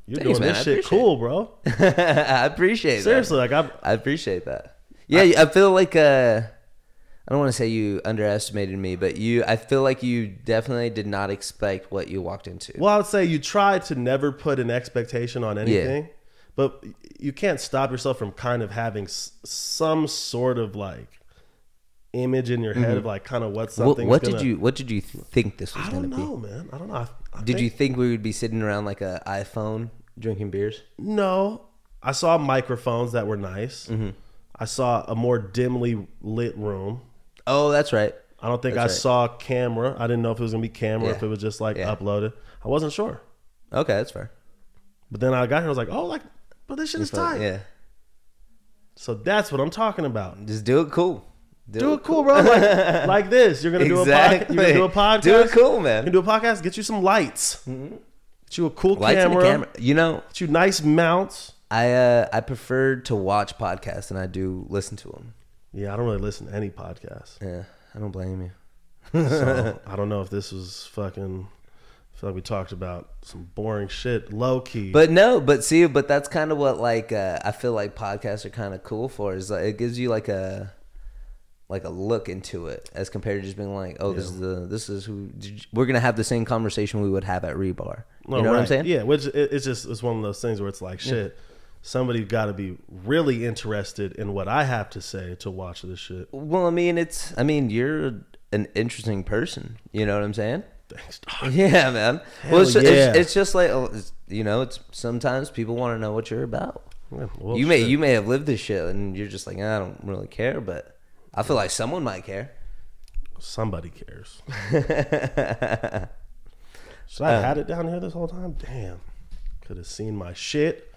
[SPEAKER 1] You're
[SPEAKER 2] Thanks,
[SPEAKER 1] doing
[SPEAKER 2] man. I
[SPEAKER 1] this shit
[SPEAKER 2] appreciate
[SPEAKER 1] cool, bro.
[SPEAKER 2] I appreciate
[SPEAKER 1] Seriously, like I'm
[SPEAKER 2] that. I appreciate that. Yeah, I, feel like uh, I don't want to say you underestimated me, but you. I feel like you definitely did not expect what you walked into.
[SPEAKER 1] well, I would say you try to never put an expectation on anything, but you can't stop yourself from kind of having s- some sort of like image in your head of like kind of what
[SPEAKER 2] Wha-
[SPEAKER 1] something.
[SPEAKER 2] Mm-hmm. what did you What did you think this was
[SPEAKER 1] I
[SPEAKER 2] going
[SPEAKER 1] don't
[SPEAKER 2] to be?
[SPEAKER 1] know, man. I don't know. I, I
[SPEAKER 2] Did
[SPEAKER 1] think-
[SPEAKER 2] you think we would be sitting around like a iPhone drinking beers?
[SPEAKER 1] No, I saw microphones that were nice.
[SPEAKER 2] Mm-hmm.
[SPEAKER 1] I saw a more dimly lit room.
[SPEAKER 2] Oh, that's right.
[SPEAKER 1] I don't think
[SPEAKER 2] That's
[SPEAKER 1] I
[SPEAKER 2] right.
[SPEAKER 1] saw camera. I didn't know if it was gonna be camera, if
[SPEAKER 2] Yeah.
[SPEAKER 1] it was just like
[SPEAKER 2] Yeah.
[SPEAKER 1] uploaded. I wasn't sure.
[SPEAKER 2] Okay, that's fair.
[SPEAKER 1] But then I got here, I was like, oh, like, but this shit is tight.
[SPEAKER 2] Yeah.
[SPEAKER 1] So that's what I'm talking about.
[SPEAKER 2] Just do it cool.
[SPEAKER 1] Do it cool, bro. Like, like this. You're gonna do a podcast. You're gonna do a podcast.
[SPEAKER 2] Do it cool,
[SPEAKER 1] You're gonna
[SPEAKER 2] man.
[SPEAKER 1] do a podcast. Get you some lights. Get you a cool
[SPEAKER 2] Lights and a
[SPEAKER 1] camera.
[SPEAKER 2] camera. You know,
[SPEAKER 1] Get you nice mounts.
[SPEAKER 2] I uh, I prefer to watch podcasts than I do listen to them.
[SPEAKER 1] Yeah, I don't really listen to any podcasts.
[SPEAKER 2] Yeah, I don't blame you.
[SPEAKER 1] So I don't know if this was fucking I feel like we talked about some boring shit, low key.
[SPEAKER 2] But no, but see, but that's kind of what like uh, I feel like podcasts are kind of cool for is like it gives you like a like a look into it as compared to just being like, oh, this is the this is who we're gonna have the same conversation we would have at Rebar.
[SPEAKER 1] No,
[SPEAKER 2] you know what I'm
[SPEAKER 1] Oh, right.
[SPEAKER 2] saying?
[SPEAKER 1] Yeah, which it, it's just it's one of those things where it's like shit. Somebody got to be really interested in what I have to say to watch this shit.
[SPEAKER 2] Well, I mean, it's I mean you're an interesting person. You know what I'm saying?
[SPEAKER 1] Thanks, dog.
[SPEAKER 2] Yeah, man. well, it's,
[SPEAKER 1] Hell
[SPEAKER 2] it's,
[SPEAKER 1] yeah.
[SPEAKER 2] it's just like oh, it's- you know, it's sometimes people want to know what you're about.
[SPEAKER 1] Yeah, well,
[SPEAKER 2] you may
[SPEAKER 1] shit.
[SPEAKER 2] you may have lived this shit and you're just like I don't really care, but I feel like someone might care.
[SPEAKER 1] somebody cares. Should
[SPEAKER 2] Uh.
[SPEAKER 1] I had it down here this whole time? Damn, could have seen my shit.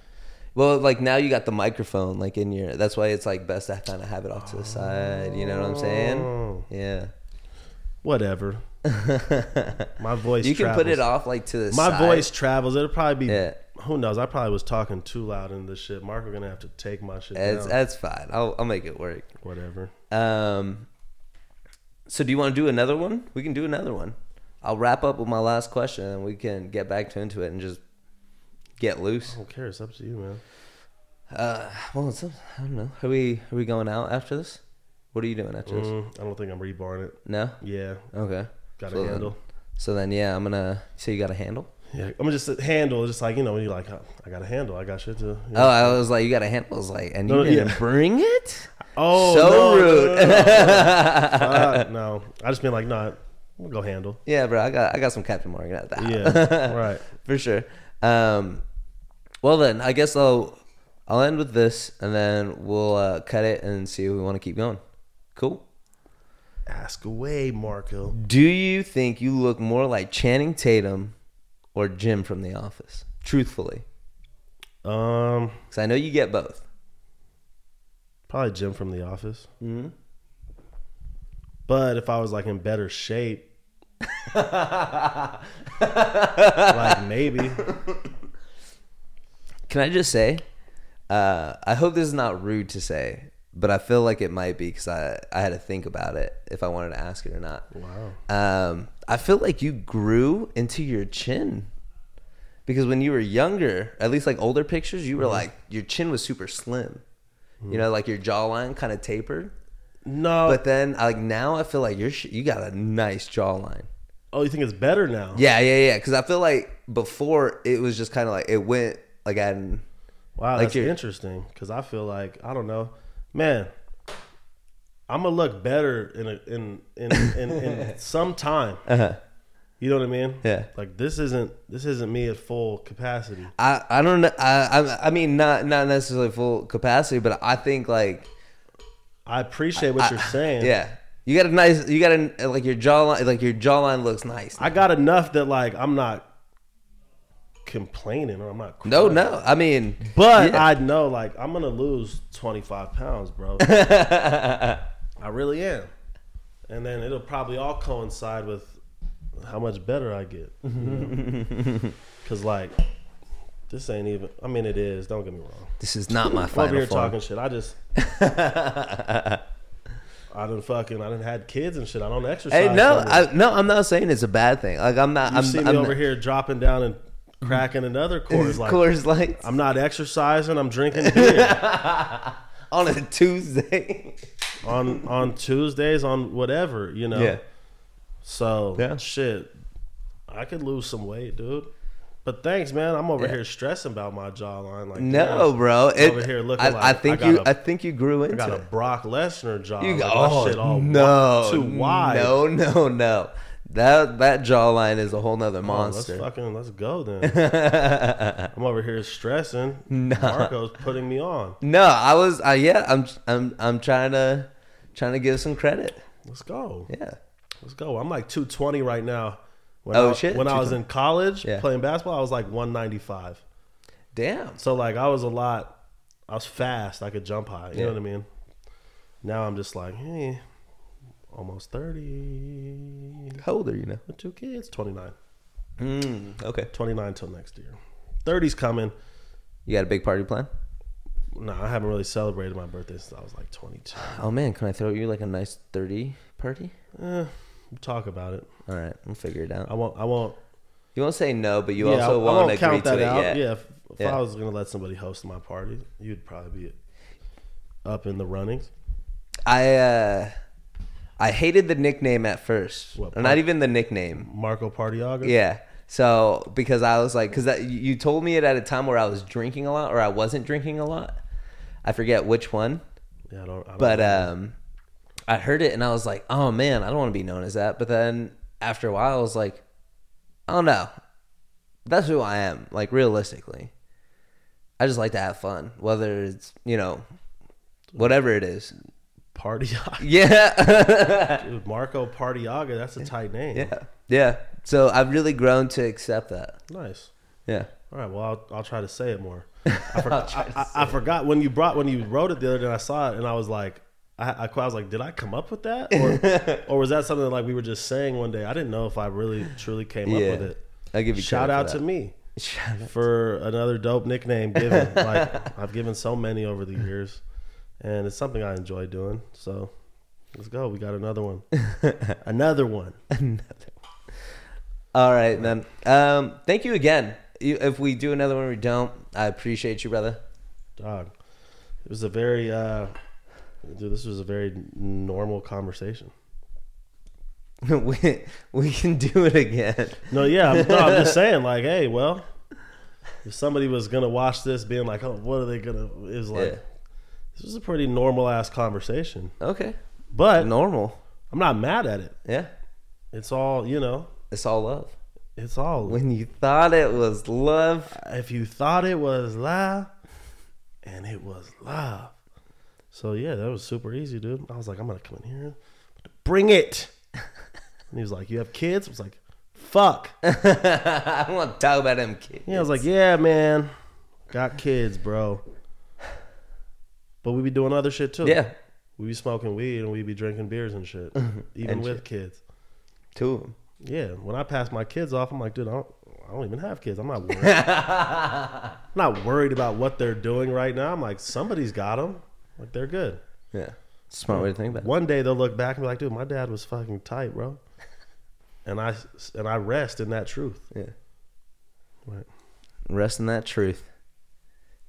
[SPEAKER 2] Well, like now you got the microphone like in your. That's why it's like best to kind of have it off to the side. You know what I'm saying?
[SPEAKER 1] Oh.
[SPEAKER 2] Yeah.
[SPEAKER 1] Whatever. my voice.
[SPEAKER 2] you can put it
[SPEAKER 1] travels.
[SPEAKER 2] off like to the
[SPEAKER 1] My
[SPEAKER 2] side.
[SPEAKER 1] voice travels. It'll probably be.
[SPEAKER 2] Yeah.
[SPEAKER 1] Who knows? I probably was talking too loud in this shit. Mark, we're gonna have to take my shit
[SPEAKER 2] That's,
[SPEAKER 1] down.
[SPEAKER 2] that's fine. I'll I'll make it work.
[SPEAKER 1] Whatever.
[SPEAKER 2] Um. So do you want to do another one? We can do another one. I'll wrap up with my last question, and we can get back to into it and just get loose.
[SPEAKER 1] Who cares? Up to you, man.
[SPEAKER 2] Uh, well, it's, I don't know. Are we are we going out after this? What are you doing after this?
[SPEAKER 1] Mm, I don't think I'm rebarring it.
[SPEAKER 2] No.
[SPEAKER 1] Yeah,
[SPEAKER 2] Okay.
[SPEAKER 1] got a
[SPEAKER 2] So uh, then-
[SPEAKER 1] handle.
[SPEAKER 2] So then, yeah, I'm gonna. So you got a handle?
[SPEAKER 1] Yeah, I'm gonna just say handle. Just like you know, when you like, "Oh, I got a handle. I got shit to. you know.
[SPEAKER 2] Oh, I was like, you got a handle. I was like, and you
[SPEAKER 1] No,
[SPEAKER 2] didn't
[SPEAKER 1] yeah.
[SPEAKER 2] bring it?
[SPEAKER 1] Oh,
[SPEAKER 2] so
[SPEAKER 1] no, no,
[SPEAKER 2] rude.
[SPEAKER 1] No, no, no, no. Fuck, no. I just been like, nah, we'll go handle.
[SPEAKER 2] Yeah, bro, I got I got some Captain Morgan out of that.
[SPEAKER 1] Yeah, right.
[SPEAKER 2] for sure. Um, well then, I guess I'll I'll end with this, and then we'll uh, cut it and see if we want to keep going. Cool.
[SPEAKER 1] Ask away, Marco.
[SPEAKER 2] Do you think you look more like Channing Tatum or Jim from The Office? Truthfully,
[SPEAKER 1] Um,
[SPEAKER 2] because I know you get both.
[SPEAKER 1] probably Jim from The Office. Mm-hmm. But if I was like in better shape, like maybe.
[SPEAKER 2] Can I just say? Uh, I hope this is not rude to say, but I feel like it might be because I, I had to think about it if I wanted to ask it or not.
[SPEAKER 1] Wow.
[SPEAKER 2] Um, I feel like you grew into your chin because when you were younger, at least like older pictures, you were like your chin was super slim. You know, like your jawline kind of tapered.
[SPEAKER 1] No.
[SPEAKER 2] But then, like now, I feel like you're sh- you got a nice jawline.
[SPEAKER 1] oh, you think it's better now?
[SPEAKER 2] Yeah, yeah, yeah. Because I feel like before it was just kind of like it went like I. hadn't-
[SPEAKER 1] Wow,
[SPEAKER 2] Like
[SPEAKER 1] that's
[SPEAKER 2] you're-
[SPEAKER 1] interesting because I feel like I don't know, man. I'm gonna look better in a, in, in in in some time. You know what I mean?
[SPEAKER 2] Yeah.
[SPEAKER 1] Like this isn't this isn't me at full capacity.
[SPEAKER 2] I, I don't know. I, I, I mean, not not necessarily full capacity, but I think like
[SPEAKER 1] I appreciate what you're saying.
[SPEAKER 2] yeah, you got a nice, you got a like your jawline, like your jawline looks nice.
[SPEAKER 1] I got enough that like I'm not complaining or I'm not.
[SPEAKER 2] no,
[SPEAKER 1] crying.
[SPEAKER 2] no, I mean,
[SPEAKER 1] But
[SPEAKER 2] yeah.
[SPEAKER 1] I know like I'm gonna lose 25 pounds, bro. I really am. And then it'll probably all coincide with how much better I get. you know? Cause like this ain't even. I mean, it is. Don't get me wrong.
[SPEAKER 2] this is not my
[SPEAKER 1] I'm over
[SPEAKER 2] final
[SPEAKER 1] here
[SPEAKER 2] form.
[SPEAKER 1] talking shit. I just. I done fucking. I done had kids and shit. I don't exercise.
[SPEAKER 2] Hey, no,
[SPEAKER 1] no more.
[SPEAKER 2] I, no, I'm not saying it's a bad thing. Like I'm not.
[SPEAKER 1] You
[SPEAKER 2] I'm,
[SPEAKER 1] see me
[SPEAKER 2] I'm
[SPEAKER 1] over here dropping down and cracking another
[SPEAKER 2] Coors
[SPEAKER 1] Coors Light.
[SPEAKER 2] Coors Lights
[SPEAKER 1] I'm not exercising. I'm drinking beer
[SPEAKER 2] on a Tuesday.
[SPEAKER 1] on on Tuesdays on whatever you know. So
[SPEAKER 2] Yeah.
[SPEAKER 1] shit, I could lose some weight, dude. But thanks, man. I'm over
[SPEAKER 2] Yeah.
[SPEAKER 1] here stressing about my jawline. Like
[SPEAKER 2] No,
[SPEAKER 1] damn,
[SPEAKER 2] bro. It,
[SPEAKER 1] over here looking
[SPEAKER 2] I,
[SPEAKER 1] like
[SPEAKER 2] I think
[SPEAKER 1] I got
[SPEAKER 2] you.
[SPEAKER 1] a-
[SPEAKER 2] I think you grew
[SPEAKER 1] I
[SPEAKER 2] into
[SPEAKER 1] got a
[SPEAKER 2] it.
[SPEAKER 1] Brock Lesnar jaw.
[SPEAKER 2] You
[SPEAKER 1] You
[SPEAKER 2] got
[SPEAKER 1] got
[SPEAKER 2] oh,
[SPEAKER 1] shit all wi-
[SPEAKER 2] no,
[SPEAKER 1] too wide.
[SPEAKER 2] No, no, no. That that jawline is a whole nother
[SPEAKER 1] Oh, let's
[SPEAKER 2] monster.
[SPEAKER 1] fucking let's go then. I'm over here stressing. Marco's putting me on.
[SPEAKER 2] no, I was. Uh, yeah, I'm. I'm. I'm trying to, trying to give some credit.
[SPEAKER 1] Let's go.
[SPEAKER 2] Yeah.
[SPEAKER 1] Let's go. I'm like 220 right now. When
[SPEAKER 2] Oh,
[SPEAKER 1] I,
[SPEAKER 2] shit,
[SPEAKER 1] When I was in college
[SPEAKER 2] Yeah.
[SPEAKER 1] playing basketball, I was like 195.
[SPEAKER 2] Damn.
[SPEAKER 1] So like I was a lot. I was fast. I could jump high. You
[SPEAKER 2] Yeah.
[SPEAKER 1] know what I mean? Now I'm just like, hey, almost 30.
[SPEAKER 2] How old are you now?
[SPEAKER 1] With two kids, 29.
[SPEAKER 2] Mm, okay.
[SPEAKER 1] 29 till next year. 30's coming.
[SPEAKER 2] You got a big party plan?
[SPEAKER 1] No, I haven't really celebrated my birthday since I was like 22.
[SPEAKER 2] Oh man, can I throw you like a nice thirty party?
[SPEAKER 1] Eh, we'll talk about it.
[SPEAKER 2] All right, we'll figure it out.
[SPEAKER 1] I won't. I won't.
[SPEAKER 2] You You won't say no, but you
[SPEAKER 1] yeah,
[SPEAKER 2] also
[SPEAKER 1] I, I
[SPEAKER 2] won't
[SPEAKER 1] won't
[SPEAKER 2] agree
[SPEAKER 1] count
[SPEAKER 2] to
[SPEAKER 1] that
[SPEAKER 2] it
[SPEAKER 1] out.
[SPEAKER 2] yet.
[SPEAKER 1] Yeah, if, if
[SPEAKER 2] Yeah.
[SPEAKER 1] I was gonna let somebody host my party, you'd probably be up in the runnings.
[SPEAKER 2] I uh, I hated the nickname at first,
[SPEAKER 1] What,
[SPEAKER 2] or
[SPEAKER 1] punk?
[SPEAKER 2] not even the nickname.
[SPEAKER 1] Marco Partiaga.
[SPEAKER 2] Yeah. So because I was like, because you told me it at a time where I was drinking a lot, or I wasn't drinking a lot. I forget which one,
[SPEAKER 1] yeah. I don't. I don't
[SPEAKER 2] but um, I heard it and I was like, oh man, I don't want to be known as that. But then after a while, I was like, oh no, that's who I am. Like realistically, I just like to have fun, whether it's you know, whatever it is.
[SPEAKER 1] Partiaga.
[SPEAKER 2] Yeah.
[SPEAKER 1] Dude, Marco Partiaga. That's a tight name.
[SPEAKER 2] Yeah. Yeah. So I've really grown to accept that.
[SPEAKER 1] Nice.
[SPEAKER 2] Yeah.
[SPEAKER 1] All right. Well, I'll, I'll try to say it more. I, for, I, I, I forgot when you brought when you wrote it the other day. I saw it and I was like, I, I, I was like, did I come up with that, or, or was that something that, like we were just saying one day? I didn't know if I really truly came
[SPEAKER 2] yeah.
[SPEAKER 1] up with it.
[SPEAKER 2] I'll give you
[SPEAKER 1] Shout
[SPEAKER 2] credit
[SPEAKER 1] out
[SPEAKER 2] for
[SPEAKER 1] to me
[SPEAKER 2] that. Shout out.
[SPEAKER 1] for another dope nickname given. like I've given so many over the years, and it's something I enjoy doing. So let's go. We got another one. another one.
[SPEAKER 2] All right, man. Um, thank you again. You- If we do another one, or we don't. I appreciate you, brother.
[SPEAKER 1] Dog. It was a very uh dude, this was a very normal conversation.
[SPEAKER 2] we we can do it again.
[SPEAKER 1] No, yeah, I'm, no, I'm just saying, like, hey, well, if somebody was gonna watch this being like, Oh, what are they gonna it was like
[SPEAKER 2] Yeah.
[SPEAKER 1] this was a pretty normal ass conversation.
[SPEAKER 2] Okay.
[SPEAKER 1] But
[SPEAKER 2] Normal.
[SPEAKER 1] I'm not mad at it.
[SPEAKER 2] Yeah.
[SPEAKER 1] It's all, you know,
[SPEAKER 2] It's all love.
[SPEAKER 1] it's all
[SPEAKER 2] When you thought it was love,
[SPEAKER 1] if you thought it was live and it was live. So yeah, that was super easy, dude. I was like, I'm gonna come in here, bring it. And he was like, You have kids? I was like, Fuck. Yeah,
[SPEAKER 2] I don't want to talk about him kids.
[SPEAKER 1] I was like, Yeah, man. Got kids, bro. But we be doing other shit too.
[SPEAKER 2] yeah,
[SPEAKER 1] We be smoking weed and we be drinking beers and shit. Even
[SPEAKER 2] And
[SPEAKER 1] with
[SPEAKER 2] shit.
[SPEAKER 1] kids.
[SPEAKER 2] two of 'em.
[SPEAKER 1] Yeah. When I pass my kids off, I'm like, dude, I don't I don't even have kids. I'm not worried. I'm not worried about what they're doing right now. I'm like, somebody's got them. Like they're good.
[SPEAKER 2] Yeah, smart way to think about. It.
[SPEAKER 1] One day they'll look back and be like, dude, my dad was fucking tight, bro. And I and I rest in that truth.
[SPEAKER 2] Yeah.
[SPEAKER 1] Right.
[SPEAKER 2] rest in that truth.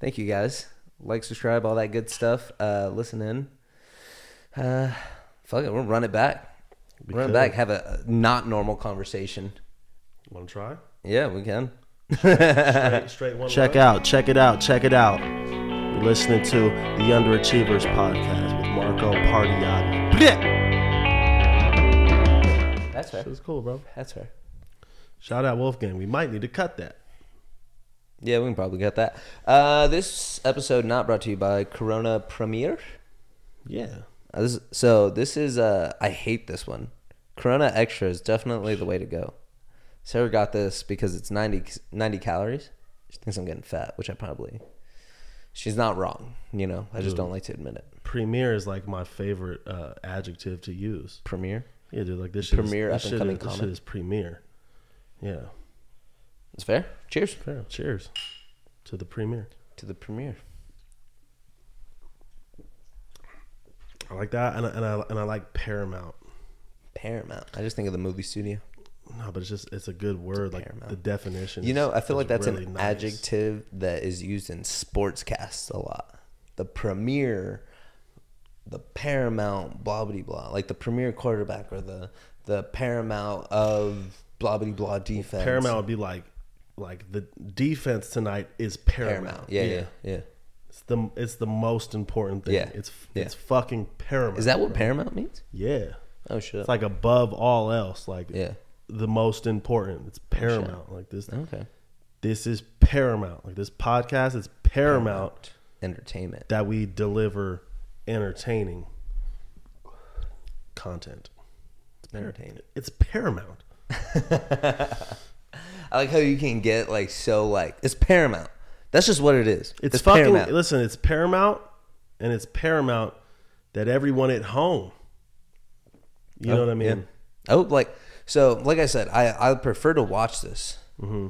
[SPEAKER 2] Thank you guys. Like, subscribe, all that good stuff. Uh, listen in. Uh, fuck it, we'll run it back.
[SPEAKER 1] We
[SPEAKER 2] run it
[SPEAKER 1] could.
[SPEAKER 2] back. Have a not normal conversation.
[SPEAKER 1] Wanna try?
[SPEAKER 2] Yeah, we can.
[SPEAKER 1] Straight, straight one.
[SPEAKER 3] Uh-huh. Check out, check it out, check it out. You're listening to the Underachievers podcast with Marco Partiaga.
[SPEAKER 2] That's
[SPEAKER 1] It
[SPEAKER 2] fair.
[SPEAKER 1] was cool, bro.
[SPEAKER 2] That's fair.
[SPEAKER 1] Shout out Wolfgang. We might need to cut that.
[SPEAKER 2] Yeah, we can probably get that. Uh, this episode not brought to you by Corona Premier.
[SPEAKER 1] Yeah.
[SPEAKER 2] Uh, this, so this is uh, I hate this one. Corona Extra is definitely the way to go. Sarah got this because it's 90, 90 calories. She thinks I'm getting fat, which I probably. She's not wrong, you know. I just don't like to admit it.
[SPEAKER 1] Premiere is like my favorite uh, adjective to use.
[SPEAKER 2] Premiere,
[SPEAKER 1] Yeah, dude. Like this shit.
[SPEAKER 2] Premier,
[SPEAKER 1] is, this shit,
[SPEAKER 2] up-and-coming
[SPEAKER 1] is, this shit
[SPEAKER 2] comic.
[SPEAKER 1] is premiere. Yeah.
[SPEAKER 2] it's fair. Cheers
[SPEAKER 1] Fair. Cheers to the premiere.
[SPEAKER 2] to the premiere.
[SPEAKER 1] I like that, and I, and I and I like Paramount.
[SPEAKER 2] Paramount. I just think of the movie studio.
[SPEAKER 1] No, but it's just it's a good word. like
[SPEAKER 2] Paramount.
[SPEAKER 1] the definition.
[SPEAKER 2] You
[SPEAKER 1] is-
[SPEAKER 2] know, I feel
[SPEAKER 1] is
[SPEAKER 2] like that's
[SPEAKER 1] really
[SPEAKER 2] an
[SPEAKER 1] nice.
[SPEAKER 2] adjective that is used in sportscasts a lot. The premier, the paramount, blah blah blah, like the premier quarterback or the the paramount of blah blah blah defense.
[SPEAKER 1] Paramount would be like like the defense tonight is paramount.
[SPEAKER 2] paramount. Yeah, yeah, yeah.
[SPEAKER 1] It's the it's the most important thing.
[SPEAKER 2] Yeah.
[SPEAKER 1] It's
[SPEAKER 2] Yeah.
[SPEAKER 1] it's fucking paramount.
[SPEAKER 2] Is that what paramount means?
[SPEAKER 1] Yeah.
[SPEAKER 2] Oh shit.
[SPEAKER 1] It's like above all else. Like
[SPEAKER 2] Yeah.
[SPEAKER 1] the most important. It's paramount. like this
[SPEAKER 2] okay.
[SPEAKER 1] this is paramount. Like this podcast is paramount
[SPEAKER 2] Entertainment.
[SPEAKER 1] that we deliver entertaining content.
[SPEAKER 2] Entertainment.
[SPEAKER 1] It's paramount.
[SPEAKER 2] I like how you can get like so like it's paramount. That's just what it is.
[SPEAKER 1] It's, fucking
[SPEAKER 2] paramount.
[SPEAKER 1] listen, it's paramount and it's paramount that everyone at home you know what I mean?
[SPEAKER 2] Oh, Yeah. I hope like so. Like I said, I I prefer to watch this,
[SPEAKER 1] Mm-hmm.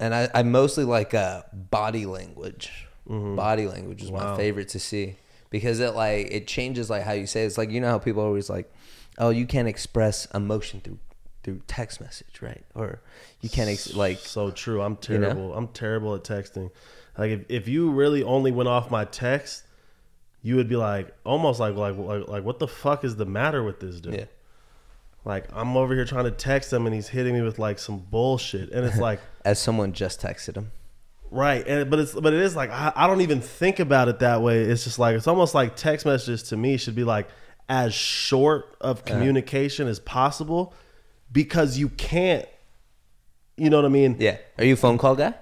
[SPEAKER 2] and I I mostly like uh body language.
[SPEAKER 1] Mm-hmm.
[SPEAKER 2] Body language is my favorite to see because it like it changes like how you say it. it's like you know how people are always like, oh you can't express emotion through through text message, right? Or you can't ex- like
[SPEAKER 1] so true. I'm
[SPEAKER 2] You know?
[SPEAKER 1] terrible. I'm terrible at texting. Like if, if you really only went off my text, you would be like almost like like like, like what the fuck is the matter with this dude?
[SPEAKER 2] yeah.
[SPEAKER 1] Like I'm over here trying to text him and he's hitting me with like some bullshit and it's like
[SPEAKER 2] As someone just texted him.
[SPEAKER 1] Right, and but it's but it is like I, I don't even think about it that way. It's just like it's almost like text messages to me should be like as short of
[SPEAKER 2] Uh-huh.
[SPEAKER 1] communication as possible because you can't. You know what I mean?
[SPEAKER 2] Yeah. Are you a phone call guy?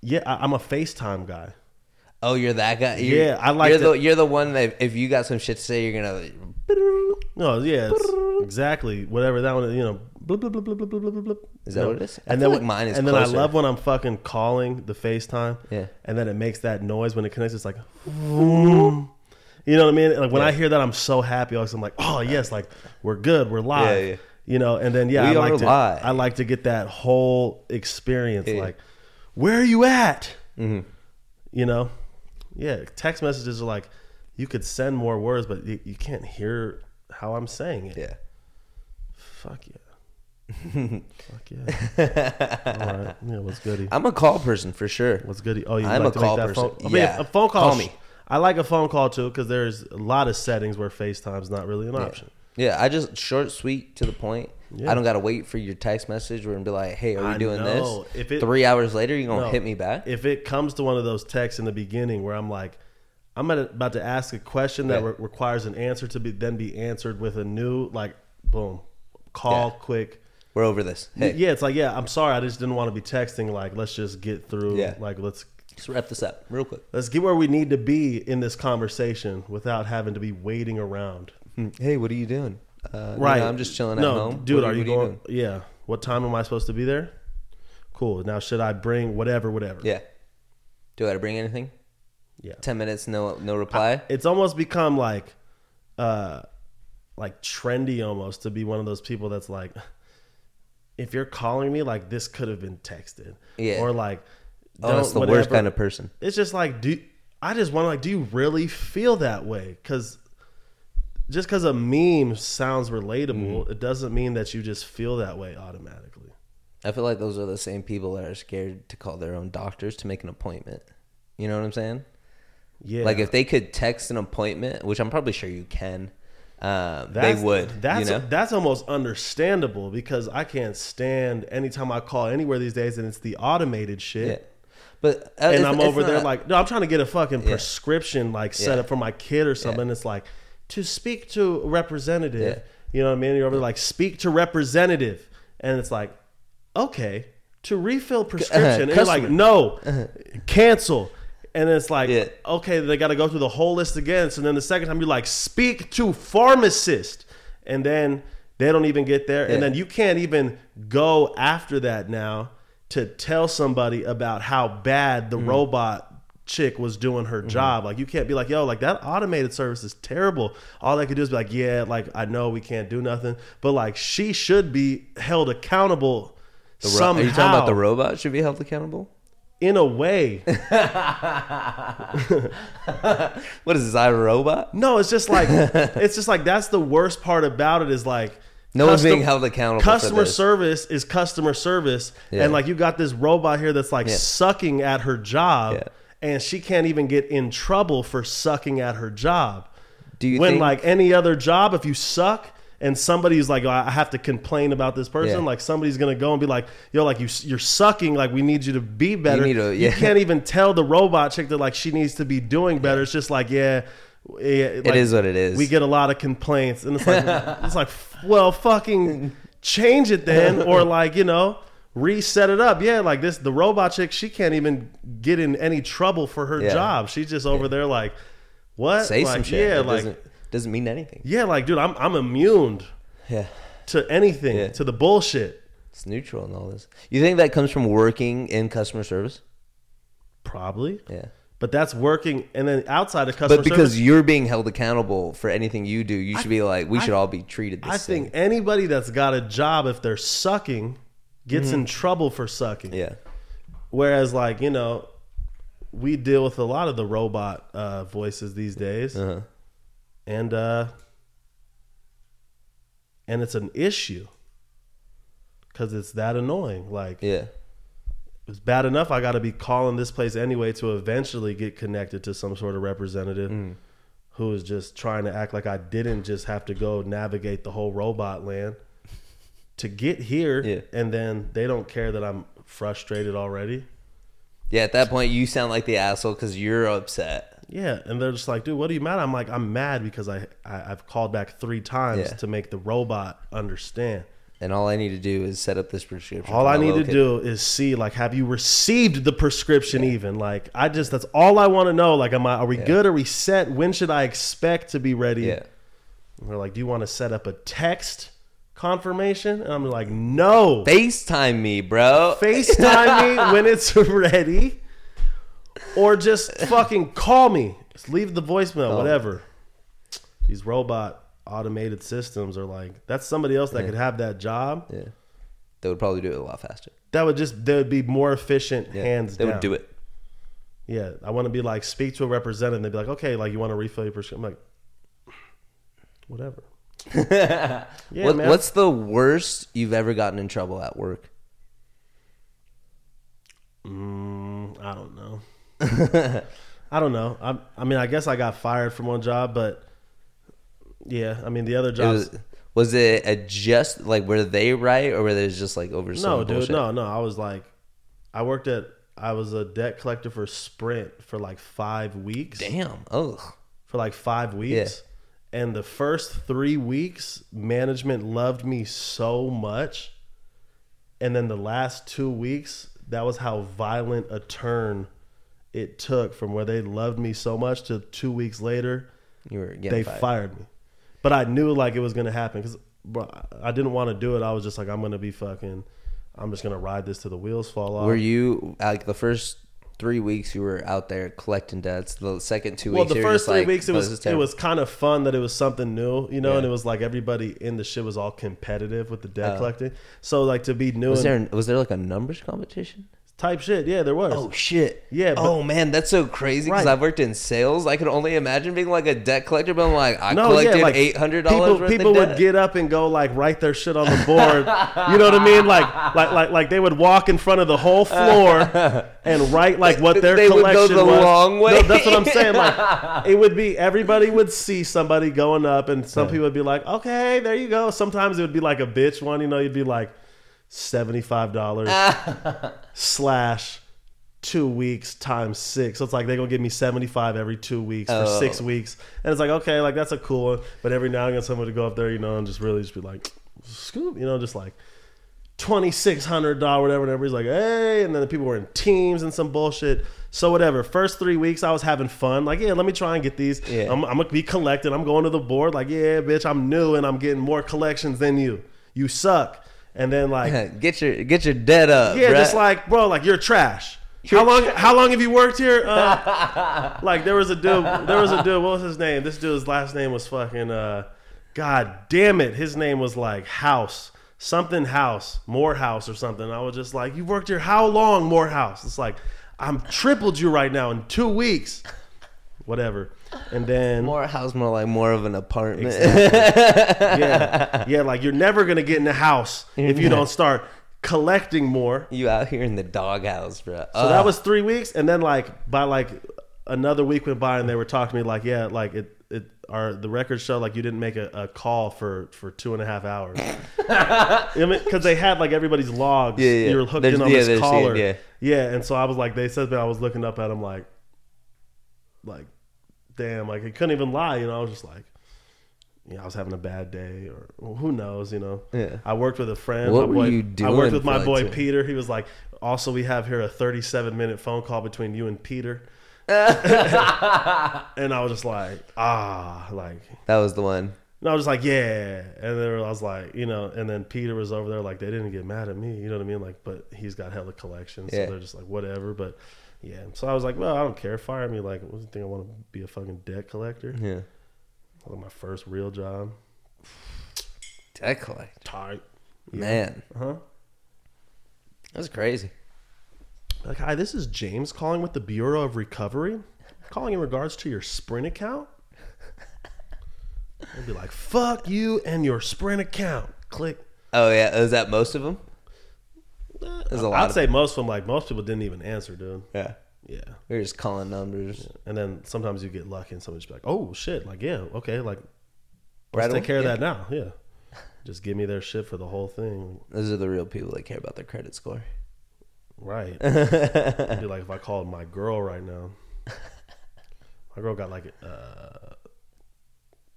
[SPEAKER 1] Yeah, I, I'm a FaceTime guy.
[SPEAKER 2] Oh, you're that guy. You're,
[SPEAKER 1] Yeah, I like
[SPEAKER 2] You're the
[SPEAKER 1] to-
[SPEAKER 2] you're the one that if you got some shit to say, you're gonna.
[SPEAKER 1] No, yeah, it's exactly. Whatever that one, you know, blah blah blah blah blah blah blah. blah.
[SPEAKER 2] Is that
[SPEAKER 1] You know?
[SPEAKER 2] what it is? I
[SPEAKER 1] And
[SPEAKER 2] feel
[SPEAKER 1] then
[SPEAKER 2] like mine is
[SPEAKER 1] And then I
[SPEAKER 2] closer.
[SPEAKER 1] love when I'm fucking calling the FaceTime.
[SPEAKER 2] Yeah.
[SPEAKER 1] And then it makes that noise when it connects. It's like, vroom. you know what I mean? Like when I hear that, I'm so happy. Always, I'm like, oh yes, like we're good, we're live.
[SPEAKER 2] Yeah, yeah.
[SPEAKER 1] You know, and then yeah, I
[SPEAKER 2] We are
[SPEAKER 1] like to
[SPEAKER 2] live.
[SPEAKER 1] I like to get that whole experience.
[SPEAKER 2] Yeah. Mm-hmm.
[SPEAKER 1] Like, where are you at? You know, yeah. Text messages are like you could send more words, but you, you can't hear how I'm saying it.
[SPEAKER 2] Yeah.
[SPEAKER 1] Fuck yeah. Fuck yeah. All right. Yeah, what's goody?
[SPEAKER 2] I'm a call person for sure.
[SPEAKER 1] What's goody? Oh, you
[SPEAKER 2] I'm
[SPEAKER 1] like
[SPEAKER 2] a
[SPEAKER 1] to
[SPEAKER 2] call
[SPEAKER 1] make that
[SPEAKER 2] person.
[SPEAKER 1] phone? I mean,
[SPEAKER 2] Yeah.
[SPEAKER 1] a phone call.
[SPEAKER 2] Call me.
[SPEAKER 1] I like a phone call too because there's a lot of settings where FaceTime's not really an option.
[SPEAKER 2] Yeah, I just short, sweet, to the point.
[SPEAKER 1] Yeah.
[SPEAKER 2] I don't gotta wait for your text message or and be like, "Hey, are we
[SPEAKER 1] I
[SPEAKER 2] doing
[SPEAKER 1] know.
[SPEAKER 2] this?"
[SPEAKER 1] If it-
[SPEAKER 2] Three hours later, you gonna
[SPEAKER 1] No.
[SPEAKER 2] hit me back?
[SPEAKER 1] If it comes to one of those texts in the beginning where I'm like, I'm at- about to ask a question that
[SPEAKER 2] Yeah.
[SPEAKER 1] re- requires an answer to be then be answered with a new like, boom, call
[SPEAKER 2] Yeah.
[SPEAKER 1] quick.
[SPEAKER 2] We're over this. Hey,
[SPEAKER 1] Yeah, it's like yeah. I'm sorry, I just didn't want to be texting. Like, let's just get through.
[SPEAKER 2] Yeah.
[SPEAKER 1] Like, let's
[SPEAKER 2] let's wrap this up real quick.
[SPEAKER 1] Let's get where we need to be in this conversation without having to be waiting around.
[SPEAKER 2] Hmm. Hey, what are you doing? Uh,
[SPEAKER 1] Right.
[SPEAKER 2] I'm just chilling at
[SPEAKER 1] no,
[SPEAKER 2] home.
[SPEAKER 1] Dude,
[SPEAKER 2] What
[SPEAKER 1] are you
[SPEAKER 2] what
[SPEAKER 1] going? yeah. What time am I supposed to be there? Cool. Now, should I bring whatever, whatever?
[SPEAKER 2] Yeah. Do I gotta bring anything?
[SPEAKER 1] Yeah.
[SPEAKER 2] Ten minutes, no, no reply.
[SPEAKER 1] It's almost become like, uh, like trendy almost to be one of those people that's like, if you're calling me, like this could have been texted.
[SPEAKER 2] Yeah.
[SPEAKER 1] Or like,
[SPEAKER 2] oh, that's
[SPEAKER 1] don't-
[SPEAKER 2] the worst
[SPEAKER 1] whatever.
[SPEAKER 2] kind of person.
[SPEAKER 1] it's just like do I just want to like do you really feel that way? Because just because a meme sounds relatable,
[SPEAKER 2] Mm-hmm.
[SPEAKER 1] it doesn't mean that you just feel that way automatically.
[SPEAKER 2] I feel like those are the same people that are scared to call their own doctors to make an appointment. You know what I'm saying?
[SPEAKER 1] Yeah,
[SPEAKER 2] Like if they could text an appointment, which I'm probably sure you can, um, they
[SPEAKER 1] That's-
[SPEAKER 2] would.
[SPEAKER 1] That's
[SPEAKER 2] you know?
[SPEAKER 1] that's almost understandable because I can't stand anytime I call anywhere these days, and it's the automated
[SPEAKER 2] yeah.
[SPEAKER 1] shit.
[SPEAKER 2] But uh,
[SPEAKER 1] And
[SPEAKER 2] it's-
[SPEAKER 1] I'm
[SPEAKER 2] it's
[SPEAKER 1] over there
[SPEAKER 2] not-
[SPEAKER 1] like, no, I'm trying to get a fucking prescription like set
[SPEAKER 2] Yeah.
[SPEAKER 1] up for my kid or something. It's like to speak to representative.
[SPEAKER 2] Yeah.
[SPEAKER 1] You know what I mean? You're over there like speak to representative, and it's like, okay, to refill prescription. and you're like,
[SPEAKER 2] customer.
[SPEAKER 1] no, cancel. And it's like,
[SPEAKER 2] Uh-huh. Yeah.
[SPEAKER 1] okay, they got to go through the whole list again. So then the second time you're like, speak to pharmacist, and then they don't even get there, and
[SPEAKER 2] Yeah.
[SPEAKER 1] then you can't even go after that now to tell somebody about how bad the
[SPEAKER 2] Mm-hmm.
[SPEAKER 1] robot chick was doing her job. Like you can't be like, yo, like that automated service is terrible. All they could do is be like, yeah, like I know we can't do nothing, but like she should be held accountable.
[SPEAKER 2] the ro-
[SPEAKER 1] somehow
[SPEAKER 2] Are you talking about the robot should be held accountable?
[SPEAKER 1] in a way.
[SPEAKER 2] What is this, I robot?
[SPEAKER 1] No, it's just like it's just like that's the worst part about it is like
[SPEAKER 2] No one's being held accountable for
[SPEAKER 1] Customer
[SPEAKER 2] this.
[SPEAKER 1] service is customer service,
[SPEAKER 2] Yeah.
[SPEAKER 1] and like you got this robot here that's like sucking at her job,
[SPEAKER 2] Yeah.
[SPEAKER 1] and she can't even get in trouble for sucking at her job.
[SPEAKER 2] Do you
[SPEAKER 1] when
[SPEAKER 2] think-
[SPEAKER 1] like any other job, if you suck. And somebody's like, "Oh, I have to complain about this person.
[SPEAKER 2] Yeah.
[SPEAKER 1] Like somebody's gonna go and be like, "Yo, like you, you're sucking. Like we need you to be better.
[SPEAKER 2] need to- yeah.
[SPEAKER 1] You can't even tell the robot chick that like she needs to be doing better. It's just like, yeah, yeah it
[SPEAKER 2] is what it is.
[SPEAKER 1] We get a lot of complaints, and it's like, it's like, well, fucking change it then, or like you know, reset it up. Yeah, like this, the robot chick, she can't even get in any trouble for her
[SPEAKER 2] Yeah.
[SPEAKER 1] job. She's just over there like, what?
[SPEAKER 2] Say
[SPEAKER 1] like,
[SPEAKER 2] some shit.
[SPEAKER 1] Yeah,
[SPEAKER 2] It
[SPEAKER 1] like
[SPEAKER 2] doesn't, doesn't mean anything.
[SPEAKER 1] yeah, like dude, I'm I'm immune
[SPEAKER 2] Yeah.
[SPEAKER 1] to anything
[SPEAKER 2] Yeah.
[SPEAKER 1] to the bullshit.
[SPEAKER 2] It's neutral and all this. You think that comes from working in customer service?
[SPEAKER 1] Probably.
[SPEAKER 2] Yeah.
[SPEAKER 1] But that's working, and then outside of customer
[SPEAKER 2] But because
[SPEAKER 1] service,
[SPEAKER 2] you're being held accountable for anything you do, you should be like, we should all be treated the
[SPEAKER 1] I
[SPEAKER 2] same.
[SPEAKER 1] think anybody that's got a job, if they're sucking, gets in trouble for sucking.
[SPEAKER 2] Mm-hmm. yeah.
[SPEAKER 1] Whereas, like you know, we deal with a lot of the robot uh, voices these days,
[SPEAKER 2] Uh-huh.
[SPEAKER 1] and uh, and it's an issue. because it's that annoying. Like
[SPEAKER 2] Yeah.
[SPEAKER 1] it's bad enough I got to be calling this place anyway to eventually get connected to some sort of representative
[SPEAKER 2] Mm.
[SPEAKER 1] who is just trying to act like I didn't just have to go navigate the whole robot land to get here
[SPEAKER 2] Yeah.
[SPEAKER 1] and then they don't care that I'm frustrated already.
[SPEAKER 2] Yeah, at that point, you sound like the asshole because you're upset.
[SPEAKER 1] Yeah, and they're just like, "Dude, what are you mad?" at?" I'm like, "I'm mad because I, I I've called back 3 times
[SPEAKER 2] Yeah.
[SPEAKER 1] to make the robot understand."
[SPEAKER 2] And all I need to do is set up this prescription.
[SPEAKER 1] All
[SPEAKER 2] for
[SPEAKER 1] I
[SPEAKER 2] my
[SPEAKER 1] need
[SPEAKER 2] little
[SPEAKER 1] to
[SPEAKER 2] kid.
[SPEAKER 1] do is see, like, have you received the prescription? Even like, I just that's all I want to know. Like, am I are we good? Are we set? When should I expect to be ready?
[SPEAKER 2] Yeah.
[SPEAKER 1] And They're like, do you want to set up a text confirmation? And I'm like, no.
[SPEAKER 2] FaceTime me, bro.
[SPEAKER 1] Facetime me when it's ready, or just fucking call me. Just leave the
[SPEAKER 2] Oh.
[SPEAKER 1] voicemail, whatever. These robot automated systems are like that's somebody else that could have that job.
[SPEAKER 2] yeah. They would probably do it a lot faster.
[SPEAKER 1] That would just that would be more efficient,
[SPEAKER 2] Yeah.
[SPEAKER 1] hands
[SPEAKER 2] They
[SPEAKER 1] down.
[SPEAKER 2] would do it.
[SPEAKER 1] Yeah, I want to be like speak to a representative. and They'd be like, okay, like you want to refill your prescription? I'm like, whatever. yeah,
[SPEAKER 2] what,
[SPEAKER 1] man.
[SPEAKER 2] what's the worst you've ever gotten in trouble at work?
[SPEAKER 1] Mm, I don't know. I don't know. I, I mean, I guess I got fired from one job, but yeah, I mean the other
[SPEAKER 2] It
[SPEAKER 1] jobs.
[SPEAKER 2] was, was it a just like were they right or were they just like over some
[SPEAKER 1] no, dude,
[SPEAKER 2] bullshit?
[SPEAKER 1] no, no. I was like, I worked at, I was a debt collector for Sprint for like five weeks.
[SPEAKER 2] Damn. Oh.
[SPEAKER 1] for like five weeks. And the first three weeks, management loved me so much. And then the last two weeks, that was how violent a turn it took from where they loved me so much to two weeks later,
[SPEAKER 2] You were getting
[SPEAKER 1] they
[SPEAKER 2] fired.
[SPEAKER 1] fired. me. But I knew like it was going to happen because I didn't want to do it. I was just like, I'm going to be fucking, I'm just going to ride this till the wheels fall off.
[SPEAKER 2] Were you like the first three weeks you were out there collecting debts? The second two
[SPEAKER 1] well
[SPEAKER 2] weeks,
[SPEAKER 1] the
[SPEAKER 2] you were
[SPEAKER 1] first
[SPEAKER 2] just
[SPEAKER 1] three
[SPEAKER 2] like,
[SPEAKER 1] weeks it
[SPEAKER 2] "Oh, this is
[SPEAKER 1] was it
[SPEAKER 2] terrible."
[SPEAKER 1] was kind of fun that it was something new you know and
[SPEAKER 2] Yeah. Oh.
[SPEAKER 1] it was like everybody in the shit was all competitive with the debt collecting so like to be new
[SPEAKER 2] Was
[SPEAKER 1] and
[SPEAKER 2] there was there like a numbers competition?
[SPEAKER 1] type shit yeah there was
[SPEAKER 2] Oh shit!
[SPEAKER 1] Yeah, but-
[SPEAKER 2] oh man, that's so crazy because
[SPEAKER 1] Right.
[SPEAKER 2] I've worked in sales. I could only imagine being like a debt collector, but I'm like, I
[SPEAKER 1] no
[SPEAKER 2] collected
[SPEAKER 1] yeah like
[SPEAKER 2] eight hundred dollars
[SPEAKER 1] people,
[SPEAKER 2] worth
[SPEAKER 1] people
[SPEAKER 2] of
[SPEAKER 1] would
[SPEAKER 2] debt.
[SPEAKER 1] get up and go like write their shit on the board you know what i mean like like like like they would walk in front of the whole floor and write like what their
[SPEAKER 2] They would go
[SPEAKER 1] collection
[SPEAKER 2] the
[SPEAKER 1] was
[SPEAKER 2] long way.
[SPEAKER 1] No, that's what i'm saying like it would be everybody would see somebody going up and some people would be like okay there you go sometimes it would be like a bitch one you know you'd be like $75 slash two weeks times six. So it's like they're gonna give me seventy five every two weeks for
[SPEAKER 2] Oh.
[SPEAKER 1] six weeks. And it's like, okay, like that's a cool one. But every now and again someone would go up there, you know, and just really just be like, scoop, you know, just like twenty six hundred dollar whatever, and everybody's like, hey, and then the people were in teams and some bullshit. So whatever. First three weeks I was having fun. Like, yeah, let me try and get these.
[SPEAKER 2] Yeah.
[SPEAKER 1] I'm, I'm gonna be collecting. I'm going to the board, like, yeah, bitch, I'm new and I'm getting more collections than you. You suck. And then like
[SPEAKER 2] get your get your debt up.
[SPEAKER 1] yeah,
[SPEAKER 2] bruh.
[SPEAKER 1] just like bro, like you're trash. how long? How long have you worked here? Uh, like there was a dude. There was a dude. What was his name? This dude's last name was fucking. Uh, God damn it, his name was like House something House Morehouse or something. I was just like, you worked here how long, Morehouse? It's like I'm tripled you right now in two weeks, whatever. And then
[SPEAKER 2] more a house, more like more of an apartment.
[SPEAKER 1] yeah, yeah, like you're never gonna get in the house if you don't start collecting more.
[SPEAKER 2] you out here in the doghouse, Ah, bro.
[SPEAKER 1] So that was three weeks, and then like by like another week went by, and they were talking to me like, yeah, like it, it, our the records show like you didn't make a, a call for for two and a half hours, because they had like everybody's logs.
[SPEAKER 2] Yeah, yeah.
[SPEAKER 1] You were hooked
[SPEAKER 2] There's-
[SPEAKER 1] in on
[SPEAKER 2] yeah, they're
[SPEAKER 1] this
[SPEAKER 2] seeing,
[SPEAKER 1] caller.
[SPEAKER 2] yeah.
[SPEAKER 1] yeah, and so I was like, they said that I was looking up at him like, like, damn, like I couldn't even lie, you know. I was just like. You know, I was having a bad day, or well, who knows, you know.
[SPEAKER 2] Yeah.
[SPEAKER 1] I worked with a friend. my
[SPEAKER 2] What were
[SPEAKER 1] boy,
[SPEAKER 2] you
[SPEAKER 1] I worked
[SPEAKER 2] doing
[SPEAKER 1] with
[SPEAKER 2] for
[SPEAKER 1] my
[SPEAKER 2] like
[SPEAKER 1] boy
[SPEAKER 2] two-
[SPEAKER 1] Pete. Peter. He was like, also, we have here a 37 minute phone call between you and Peter. and I was just like, ah, like,
[SPEAKER 2] that was the one.
[SPEAKER 1] and I was just like, yeah. And then I was like, you know, and then Peter was over there, like, they didn't get mad at me. You know what I mean? Like, but he's got hella collections.
[SPEAKER 2] Yeah.
[SPEAKER 1] So they're just like, whatever. But yeah. So I was like, well, I don't care. Fire me. Like, what do you think? I want to be a fucking debt collector.
[SPEAKER 2] Yeah,
[SPEAKER 1] Like, my first real job.
[SPEAKER 2] debt collect.
[SPEAKER 1] Tight.
[SPEAKER 2] Man,
[SPEAKER 1] Uh-huh.
[SPEAKER 2] that's crazy.
[SPEAKER 1] Like, hi, this is James calling with the Bureau of Recovery, calling in regards to your Sprint account. They'd be like, fuck you and your Sprint account. Click.
[SPEAKER 2] Oh yeah, is that most of them? There's a lot.
[SPEAKER 1] I'd
[SPEAKER 2] of,
[SPEAKER 1] say most of them, like most people, didn't even answer, dude.
[SPEAKER 2] yeah.
[SPEAKER 1] Yeah.
[SPEAKER 2] We were just calling numbers.
[SPEAKER 1] And then sometimes you get lucky, and somebody's like, "Oh shit!" Like, yeah, okay, like
[SPEAKER 2] Right
[SPEAKER 1] let's
[SPEAKER 2] away,
[SPEAKER 1] take care
[SPEAKER 2] yeah.
[SPEAKER 1] of that now. Yeah. Just give me their shit for the whole thing.
[SPEAKER 2] Those are the real people that care about their credit score.
[SPEAKER 1] Right. It'd be like if I called my girl right now. My girl got like uh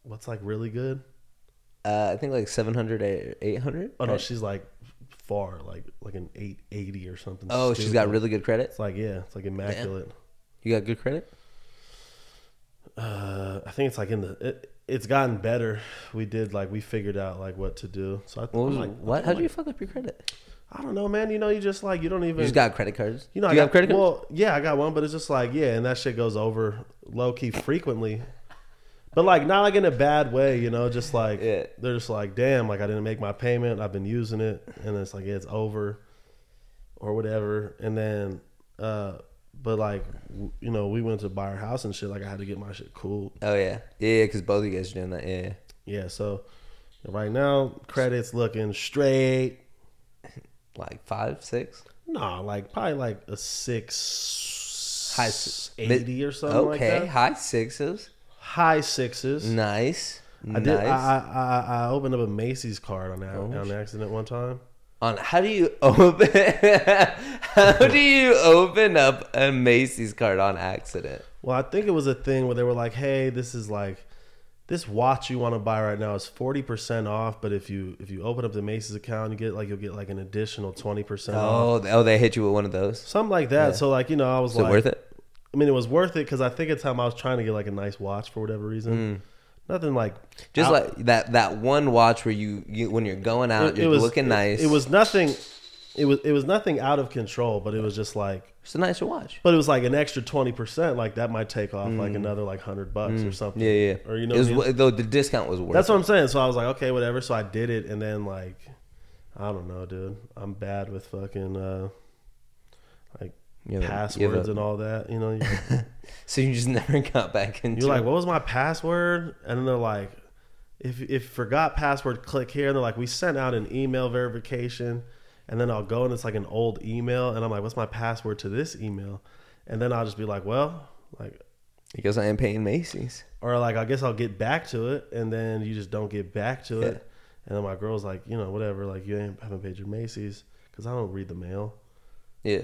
[SPEAKER 1] what's like really good?
[SPEAKER 2] Uh, I think like 700, 800?
[SPEAKER 1] Oh no,
[SPEAKER 2] Right.
[SPEAKER 1] she's like far, like like an eight eighty or something.
[SPEAKER 2] Oh, she's got
[SPEAKER 1] stupid.
[SPEAKER 2] really good credit.
[SPEAKER 1] It's like yeah, it's like immaculate.
[SPEAKER 2] You got good credit?
[SPEAKER 1] Uh I think it's like in the it, it's gotten better. We did like we figured out like what to do. So I
[SPEAKER 2] What?
[SPEAKER 1] I'm
[SPEAKER 2] Was,
[SPEAKER 1] like,
[SPEAKER 2] what?
[SPEAKER 1] I'm
[SPEAKER 2] How do you
[SPEAKER 1] like,
[SPEAKER 2] fuck up your credit?
[SPEAKER 1] I don't know, man. You know, you just like you don't even
[SPEAKER 2] You just got credit cards.
[SPEAKER 1] You know,
[SPEAKER 2] do
[SPEAKER 1] I
[SPEAKER 2] you
[SPEAKER 1] got,
[SPEAKER 2] have credit cards?
[SPEAKER 1] Well, yeah, I got one, but it's just like, yeah, and that shit goes over low key frequently. But like not like in a bad way, you know, just like
[SPEAKER 2] Yeah.
[SPEAKER 1] they're just like, damn, like I didn't make my payment, I've been using it, and it's like yeah, it's over or whatever. And then uh but like w- you know, we went to buy our house and shit, like I had to get my shit cool.
[SPEAKER 2] oh yeah, yeah, because both of you guys are doing that. Yeah, yeah.
[SPEAKER 1] Yeah, so right now credits looking straight.
[SPEAKER 2] like five, six.
[SPEAKER 1] Nah, like probably like a six
[SPEAKER 2] High s-
[SPEAKER 1] eighty or something like
[SPEAKER 2] Okay,
[SPEAKER 1] that.
[SPEAKER 2] high sixes.
[SPEAKER 1] high sixes.
[SPEAKER 2] Nice.
[SPEAKER 1] I
[SPEAKER 2] nice. Oh,
[SPEAKER 1] did. I, I, I I opened up a Macy's card on, a- on accident one time.
[SPEAKER 2] On how do you open? how do you open up a Macy's card on accident?
[SPEAKER 1] Well, I think it was a thing where they were like, "Hey, this is like this watch you want to buy right now is forty percent off, but if you if you open up the Macy's account, you get like you'll get like an additional twenty percent off,
[SPEAKER 2] Oh, th- oh, they hit you with one of those.
[SPEAKER 1] something like that." So like you know, I was
[SPEAKER 2] Is
[SPEAKER 1] like,
[SPEAKER 2] it worth it?
[SPEAKER 1] I mean, it was worth it because I think at the time I was trying to get like a nice watch for whatever
[SPEAKER 2] Mm.
[SPEAKER 1] reason. Nothing like
[SPEAKER 2] Just
[SPEAKER 1] out-
[SPEAKER 2] like that that one watch where you, you when you're going out, Oh, you're looking
[SPEAKER 1] it-
[SPEAKER 2] nice.
[SPEAKER 1] It, was nothing. It was it was nothing out of control, but it was just like
[SPEAKER 2] it's a nicer watch.
[SPEAKER 1] But it was like an extra twenty percent. Like that might take off like another like hundred bucks or something.
[SPEAKER 2] Mm. Yeah, yeah.
[SPEAKER 1] Or you know, what I
[SPEAKER 2] it was,
[SPEAKER 1] mean?
[SPEAKER 2] wo- though the discount was worth.
[SPEAKER 1] that's
[SPEAKER 2] it.
[SPEAKER 1] what I'm saying. So I was like, okay, whatever. So I did it, and then like, I don't know, dude. I'm bad with fucking uh, like
[SPEAKER 2] You have a- you have
[SPEAKER 1] passwords
[SPEAKER 2] a-
[SPEAKER 1] and all that. You know, you,
[SPEAKER 2] So you just never got back into.
[SPEAKER 1] you're like,
[SPEAKER 2] it.
[SPEAKER 1] what was my password? And then they're like, if if forgot password, click here. And they're like, we sent out an email verification. And then I'll go and it's like an old email, and I'm like, what's my password to this email? And then I'll just be like, well, like
[SPEAKER 2] because I am paying Macy's.
[SPEAKER 1] or like I guess I'll get back to it, and then you just don't get back to
[SPEAKER 2] Yeah.
[SPEAKER 1] it. And then my girl's like, you know, whatever, like you ain't haven't paid your Macy's because I don't read the mail.
[SPEAKER 2] Yeah,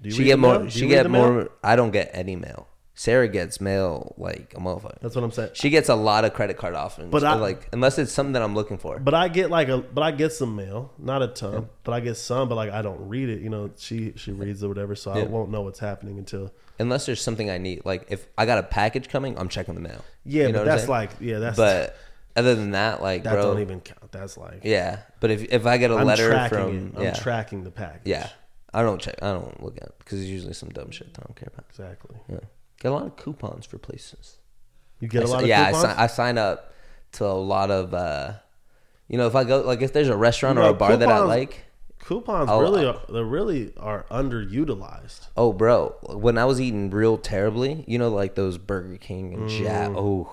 [SPEAKER 1] Do
[SPEAKER 2] she
[SPEAKER 1] read
[SPEAKER 2] get
[SPEAKER 1] the
[SPEAKER 2] more.
[SPEAKER 1] mail? Do
[SPEAKER 2] She
[SPEAKER 1] you read
[SPEAKER 2] get
[SPEAKER 1] the mail?
[SPEAKER 2] more. I don't get any mail. Sarah gets mail like a motherfucker.
[SPEAKER 1] That's what I'm saying.
[SPEAKER 2] She gets a lot of credit card offers,
[SPEAKER 1] But I-
[SPEAKER 2] like unless it's something that I'm looking for.
[SPEAKER 1] But I get like a, but I get some mail, not a ton, but I get some. But like I don't read it, you know. She she reads or whatever, so
[SPEAKER 2] Yeah.
[SPEAKER 1] I won't know what's happening until.
[SPEAKER 2] unless there's something I need, like if I got a package coming, I'm checking the mail.
[SPEAKER 1] Yeah,
[SPEAKER 2] You
[SPEAKER 1] but
[SPEAKER 2] know what I'm
[SPEAKER 1] that's
[SPEAKER 2] saying?
[SPEAKER 1] like yeah, that's
[SPEAKER 2] But other than that, like
[SPEAKER 1] that
[SPEAKER 2] bro,
[SPEAKER 1] don't even count. That's like
[SPEAKER 2] yeah. But if if I get a
[SPEAKER 1] I'm
[SPEAKER 2] letter
[SPEAKER 1] tracking
[SPEAKER 2] from
[SPEAKER 1] it. I'm
[SPEAKER 2] yeah,
[SPEAKER 1] tracking the package.
[SPEAKER 2] yeah, I don't check. I don't look at because it's usually some dumb shit that I don't care about.
[SPEAKER 1] exactly.
[SPEAKER 2] Yeah, get a lot of coupons for places.
[SPEAKER 1] You get a
[SPEAKER 2] I si-
[SPEAKER 1] lot of
[SPEAKER 2] yeah,
[SPEAKER 1] coupons?
[SPEAKER 2] I, si- I sign up to a lot of, uh, you know, if I go, like, if there's a restaurant or
[SPEAKER 1] Bro,
[SPEAKER 2] a bar that I
[SPEAKER 1] coupons-
[SPEAKER 2] like,
[SPEAKER 1] coupons
[SPEAKER 2] I'll-
[SPEAKER 1] really are, they really are underutilized.
[SPEAKER 2] oh, bro, when I was eating real terribly, you know, like those Burger King and Jack,
[SPEAKER 1] Mm.
[SPEAKER 2] oh,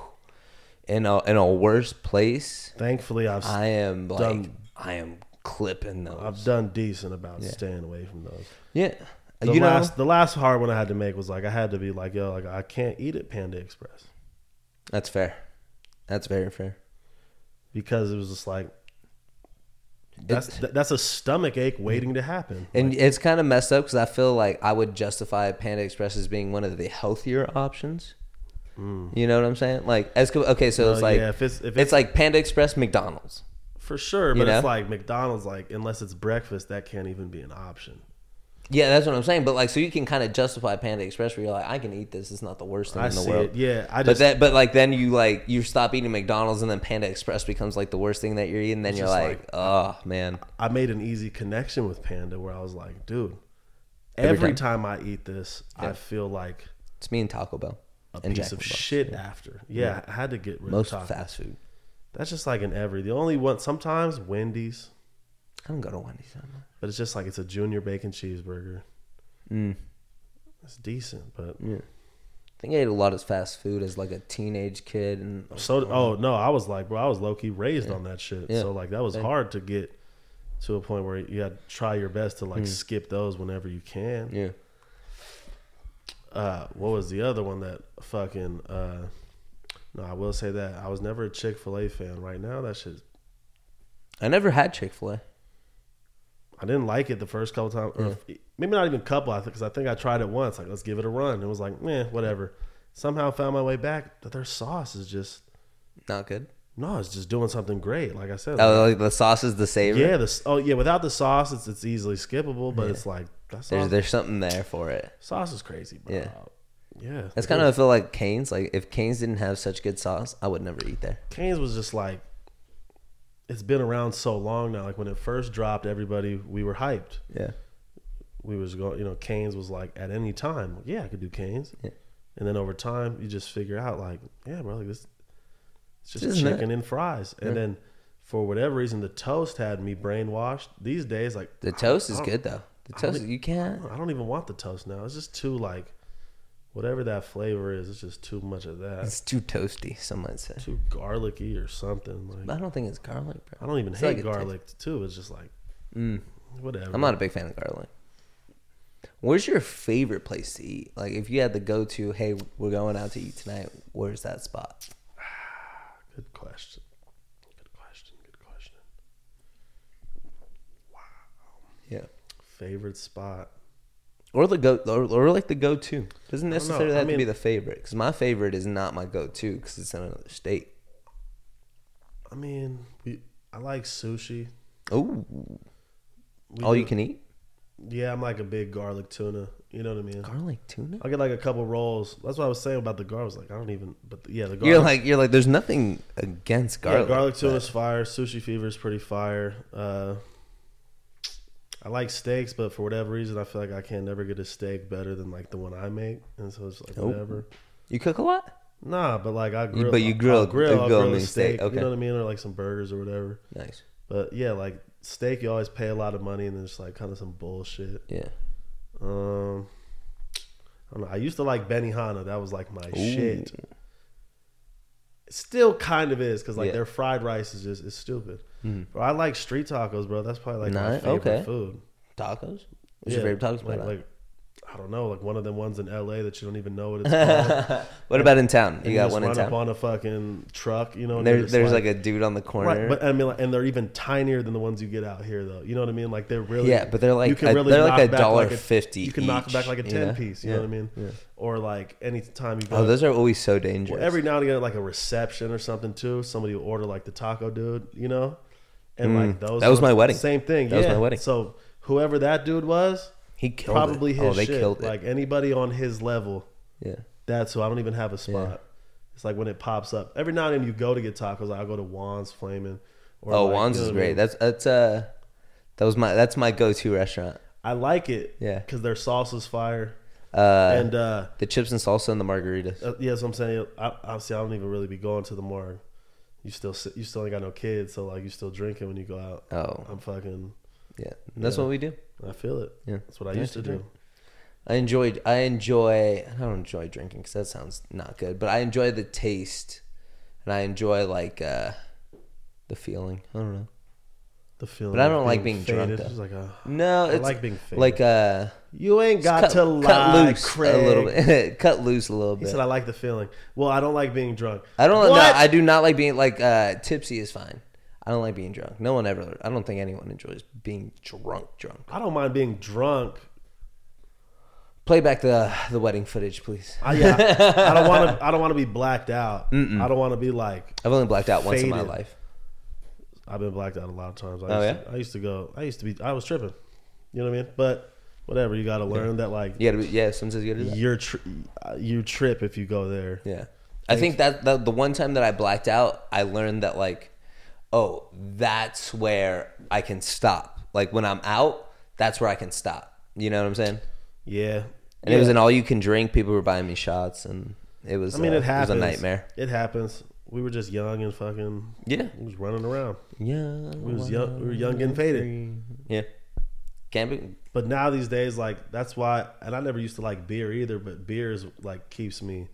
[SPEAKER 2] in a, in a worse place,
[SPEAKER 1] Thankfully, I've
[SPEAKER 2] I am like,
[SPEAKER 1] Done.
[SPEAKER 2] I am clipping those.
[SPEAKER 1] I've done decent about staying away from those.
[SPEAKER 2] yeah.
[SPEAKER 1] The
[SPEAKER 2] Uh, you know,
[SPEAKER 1] last the last hard one I had to make was like I had to be like yo like I can't eat at Panda Express
[SPEAKER 2] that's fair. That's very fair.
[SPEAKER 1] because it was just like that's th- that's a stomach ache waiting to happen.
[SPEAKER 2] And it's kind of messed up because I feel like I would justify Panda Express as being one of the healthier options. You know what I'm saying? Like, as co- okay, so it's
[SPEAKER 1] Mm. No,
[SPEAKER 2] like
[SPEAKER 1] Uh, yeah, if it's- if
[SPEAKER 2] it's,
[SPEAKER 1] it's-
[SPEAKER 2] like Panda Express, McDonald's.
[SPEAKER 1] for sure, but
[SPEAKER 2] You
[SPEAKER 1] it's
[SPEAKER 2] know?
[SPEAKER 1] like McDonald's like unless it's breakfast that can't even be an option.
[SPEAKER 2] Yeah, that's what I'm saying. But like, so you can kind of justify Panda Express where you're like, I can eat this. It's not the worst thing
[SPEAKER 1] I
[SPEAKER 2] in the
[SPEAKER 1] see
[SPEAKER 2] world.
[SPEAKER 1] it. Yeah, I
[SPEAKER 2] but
[SPEAKER 1] just
[SPEAKER 2] that, but like, then you like you stop eating McDonald's, and then Panda Express becomes like the worst thing that you're eating. Then you're
[SPEAKER 1] just
[SPEAKER 2] like, oh man,
[SPEAKER 1] I made an easy connection with Panda where I was like, dude,
[SPEAKER 2] Every
[SPEAKER 1] every, time. I eat this, I feel like
[SPEAKER 2] it's me and Taco Bell
[SPEAKER 1] a
[SPEAKER 2] and
[SPEAKER 1] piece
[SPEAKER 2] Jack in
[SPEAKER 1] of
[SPEAKER 2] the Box.
[SPEAKER 1] shit after. Yeah, I had to get rid
[SPEAKER 2] Most
[SPEAKER 1] of tacos.
[SPEAKER 2] fast food.
[SPEAKER 1] That's just like an every. The only one sometimes Wendy's,
[SPEAKER 2] I don't go to Wendy's. I don't know.
[SPEAKER 1] but it's just like it's a junior bacon cheeseburger.
[SPEAKER 2] Mm.
[SPEAKER 1] It's decent, but
[SPEAKER 2] I think I ate a lot of fast food as like a teenage kid, and
[SPEAKER 1] so oh no, I was like, bro, I was low key raised on that shit.
[SPEAKER 2] Yeah.
[SPEAKER 1] So like that was hard to get to a point where you got to try your best to like skip those whenever you can.
[SPEAKER 2] Mm. Yeah.
[SPEAKER 1] Uh, what was the other one that fucking? Uh, no, I will say that I was never a Chick Fil A fan. Right now, that shit,
[SPEAKER 2] I never had Chick Fil A.
[SPEAKER 1] I didn't like it the first couple times,
[SPEAKER 2] Mm.
[SPEAKER 1] or maybe not even couple. I think because I think I tried it once. Like, let's give it a run. It was like, meh, whatever. Somehow found my way back. But their sauce is just
[SPEAKER 2] Not good.
[SPEAKER 1] no, it's just doing something great. Like I said, like-
[SPEAKER 2] Oh, like the sauce is the savor.
[SPEAKER 1] Yeah, the oh yeah, without the sauce, it's it's easily skippable, but it's like that
[SPEAKER 2] There's
[SPEAKER 1] sauce,
[SPEAKER 2] there's something there for it.
[SPEAKER 1] sauce is crazy, bro. Yeah,
[SPEAKER 2] Yeah. That's kind
[SPEAKER 1] of
[SPEAKER 2] of I feel like Canes. Like if Canes didn't have such good sauce, I would never eat there.
[SPEAKER 1] Canes was just like it's been around so long now. Like when it first dropped, everybody we were hyped.
[SPEAKER 2] Yeah.
[SPEAKER 1] We was going, you know, Canes was like at any time, yeah, I could do Canes,
[SPEAKER 2] Yeah.
[SPEAKER 1] and then over time you just figure out like, yeah, bro, like this, it's just
[SPEAKER 2] Isn't
[SPEAKER 1] chicken and fries, and then. For whatever reason, the toast had me brainwashed. These days, like
[SPEAKER 2] The
[SPEAKER 1] I-
[SPEAKER 2] toast
[SPEAKER 1] I
[SPEAKER 2] is
[SPEAKER 1] don't-
[SPEAKER 2] good though. The
[SPEAKER 1] Oh. I don't
[SPEAKER 2] toast
[SPEAKER 1] e-
[SPEAKER 2] you can't.
[SPEAKER 1] I don't even want the toast now. It's just too like whatever that flavor is. It's just too much of that.
[SPEAKER 2] It's too toasty. Some might say.
[SPEAKER 1] Too garlicky or something.
[SPEAKER 2] But
[SPEAKER 1] Like
[SPEAKER 2] I don't think it's garlic, bro.
[SPEAKER 1] I don't even
[SPEAKER 2] It's
[SPEAKER 1] hate
[SPEAKER 2] like a
[SPEAKER 1] garlic too. It's just like
[SPEAKER 2] Mm.
[SPEAKER 1] whatever.
[SPEAKER 2] I'm not a big fan of garlic. Where's your favorite place to eat? Like, if you had to go to, hey, we're going out to eat tonight. Where's that spot?
[SPEAKER 1] Good question. Good question. Good question.
[SPEAKER 2] Yeah.
[SPEAKER 1] Favorite spot.
[SPEAKER 2] Or the go, or, or like the go-to. Doesn't
[SPEAKER 1] don't know.
[SPEAKER 2] necessarily
[SPEAKER 1] I
[SPEAKER 2] have to be
[SPEAKER 1] mean-
[SPEAKER 2] the favorite. Because my favorite is not my go-to because it's in another state.
[SPEAKER 1] I mean, we. I like sushi.
[SPEAKER 2] Oh,
[SPEAKER 1] We
[SPEAKER 2] all
[SPEAKER 1] do-
[SPEAKER 2] Oh, you can eat
[SPEAKER 1] Yeah, I'm like a big garlic tuna. You know what I mean?
[SPEAKER 2] garlic tuna.
[SPEAKER 1] I get like a couple rolls. That's what I was saying about the garlic. I was like, I don't even. But yeah, the garlic.
[SPEAKER 2] You're like you're like. There's nothing against garlic.
[SPEAKER 1] yeah, garlic tuna
[SPEAKER 2] but-
[SPEAKER 1] is fire. Sushi fever is pretty fire. Uh, I like steaks, but for whatever reason, I feel like I can never get a steak better than like the one I make, and so it's like
[SPEAKER 2] Nope.
[SPEAKER 1] whatever.
[SPEAKER 2] You cook a lot.
[SPEAKER 1] Nah, but like I grill,
[SPEAKER 2] but you
[SPEAKER 1] I'll
[SPEAKER 2] grill-
[SPEAKER 1] grill,
[SPEAKER 2] a
[SPEAKER 1] I'll
[SPEAKER 2] grill
[SPEAKER 1] grill a
[SPEAKER 2] means steak,
[SPEAKER 1] steak.
[SPEAKER 2] okay.
[SPEAKER 1] You know what I mean, or like some burgers or whatever.
[SPEAKER 2] Nice.
[SPEAKER 1] But yeah, like steak, you always pay a lot of money, and then it's like kind of some bullshit.
[SPEAKER 2] Yeah.
[SPEAKER 1] Um, I don't know. I used to like Benihana. That was like my shit. It still kind of is because like
[SPEAKER 2] Yeah.
[SPEAKER 1] their fried rice is just it's stupid. Bro, I like street tacos, bro. That's probably like my
[SPEAKER 2] Nice.
[SPEAKER 1] favorite
[SPEAKER 2] Okay.
[SPEAKER 1] food.
[SPEAKER 2] Tacos. What's your favorite tacos?
[SPEAKER 1] Like,
[SPEAKER 2] spot?
[SPEAKER 1] like I don't know, like one of them ones in L.A. that you don't even know what it's called.
[SPEAKER 2] what about in town?
[SPEAKER 1] And
[SPEAKER 2] You got
[SPEAKER 1] just
[SPEAKER 2] one in
[SPEAKER 1] run up
[SPEAKER 2] town.
[SPEAKER 1] on a fucking truck, you know. and you're
[SPEAKER 2] There,
[SPEAKER 1] just
[SPEAKER 2] there's like, a dude on the corner.
[SPEAKER 1] Right, but I mean, like, and they're even tinier than the ones you get out here, though. You know what I mean? Like they're really
[SPEAKER 2] Yeah, but they're like
[SPEAKER 1] you can
[SPEAKER 2] a-
[SPEAKER 1] really
[SPEAKER 2] they're like
[SPEAKER 1] knock
[SPEAKER 2] a
[SPEAKER 1] back
[SPEAKER 2] dollar
[SPEAKER 1] like a-
[SPEAKER 2] fifty
[SPEAKER 1] You can knock
[SPEAKER 2] each,
[SPEAKER 1] back like a
[SPEAKER 2] you
[SPEAKER 1] ten
[SPEAKER 2] know?
[SPEAKER 1] piece. You
[SPEAKER 2] Yeah,
[SPEAKER 1] know what I mean? Or like any time you go,
[SPEAKER 2] oh, those are always so dangerous.
[SPEAKER 1] well, every now and again, like a reception or something too. Somebody will order like the taco dude, you know, and like those.
[SPEAKER 2] Mm. That was my wedding.
[SPEAKER 1] Same thing.
[SPEAKER 2] That was
[SPEAKER 1] yeah.
[SPEAKER 2] my wedding.
[SPEAKER 1] So whoever that dude was,
[SPEAKER 2] he killed
[SPEAKER 1] probably
[SPEAKER 2] it.
[SPEAKER 1] his
[SPEAKER 2] oh, they
[SPEAKER 1] shit.
[SPEAKER 2] killed it.
[SPEAKER 1] Like anybody on his level,
[SPEAKER 2] yeah.
[SPEAKER 1] that's who. I don't even have a spot. It's like when it pops up. Every now and then you go to get tacos. I'll go to Juan's Flaming. Or
[SPEAKER 2] Oh,
[SPEAKER 1] like,
[SPEAKER 2] Juan's
[SPEAKER 1] you know
[SPEAKER 2] is
[SPEAKER 1] what I
[SPEAKER 2] great.
[SPEAKER 1] mean?
[SPEAKER 2] That's that's uh, that was my that's my go-to restaurant.
[SPEAKER 1] I like it.
[SPEAKER 2] Yeah.
[SPEAKER 1] Because their sauce is fire.
[SPEAKER 2] Uh,
[SPEAKER 1] and uh,
[SPEAKER 2] the chips and salsa and the margaritas.
[SPEAKER 1] uh, yeah, that's what I'm saying. I, obviously, I don't even really be going to the morgue. You still sit- you still ain't got no kids, so like you still drinking when you go out.
[SPEAKER 2] Oh.
[SPEAKER 1] I'm fucking.
[SPEAKER 2] yeah, that's
[SPEAKER 1] yeah.
[SPEAKER 2] what we do.
[SPEAKER 1] I feel it.
[SPEAKER 2] Yeah.
[SPEAKER 1] That's what I
[SPEAKER 2] Yeah,
[SPEAKER 1] used to
[SPEAKER 2] it's a
[SPEAKER 1] do.
[SPEAKER 2] I enjoyed. I enjoy. I don't enjoy drinking because that sounds not good. But I enjoy the taste, and I enjoy like uh, the feeling. I don't know.
[SPEAKER 1] The feeling.
[SPEAKER 2] But I
[SPEAKER 1] of
[SPEAKER 2] don't like being drunk,
[SPEAKER 1] faded.
[SPEAKER 2] though.
[SPEAKER 1] It's like a,
[SPEAKER 2] No,
[SPEAKER 1] I
[SPEAKER 2] it's
[SPEAKER 1] like being faded.
[SPEAKER 2] like uh,
[SPEAKER 1] you ain't got
[SPEAKER 2] cut,
[SPEAKER 1] to
[SPEAKER 2] cut
[SPEAKER 1] lie,
[SPEAKER 2] loose
[SPEAKER 1] Craig.
[SPEAKER 2] a little bit. cut loose a little
[SPEAKER 1] He
[SPEAKER 2] bit.
[SPEAKER 1] said, "I like the feeling." Well, I don't like being drunk.
[SPEAKER 2] I don't. No,
[SPEAKER 1] What?
[SPEAKER 2] I do not like being like uh, tipsy is fine. I don't like being drunk. No one ever. I don't think anyone enjoys being drunk. Drunk.
[SPEAKER 1] I don't mind being drunk.
[SPEAKER 2] Play back the the wedding footage, please.
[SPEAKER 1] I, yeah, I don't want to. I don't want to be blacked out. I don't want to be like
[SPEAKER 2] I've only blacked out once in my
[SPEAKER 1] Faded.
[SPEAKER 2] life.
[SPEAKER 1] I've been blacked out a lot of times. I
[SPEAKER 2] Oh,
[SPEAKER 1] used to, I used to go. I used to be. I was tripping. You know what I mean? But whatever. You got to learn that like
[SPEAKER 2] You gotta be, yeah. Sometimes you gotta do that.
[SPEAKER 1] you're tri- uh, you trip if you go there.
[SPEAKER 2] Yeah. I think that, that the one time that I blacked out, I learned that like, oh, that's where I can stop. Like when I'm out, that's where I can stop. You know what I'm saying?
[SPEAKER 1] Yeah.
[SPEAKER 2] And it was an all you can drink. People were buying me shots, and it was.
[SPEAKER 1] I mean,
[SPEAKER 2] uh,
[SPEAKER 1] it happens.
[SPEAKER 2] was a nightmare.
[SPEAKER 1] It happens. We were just young and fucking.
[SPEAKER 2] Yeah.
[SPEAKER 1] We was running around.
[SPEAKER 2] Yeah.
[SPEAKER 1] We was young. We were young and faded.
[SPEAKER 2] Yeah. Can't be.
[SPEAKER 1] But now these days, like that's why. And I never used to like beer either. But beer is like keeps me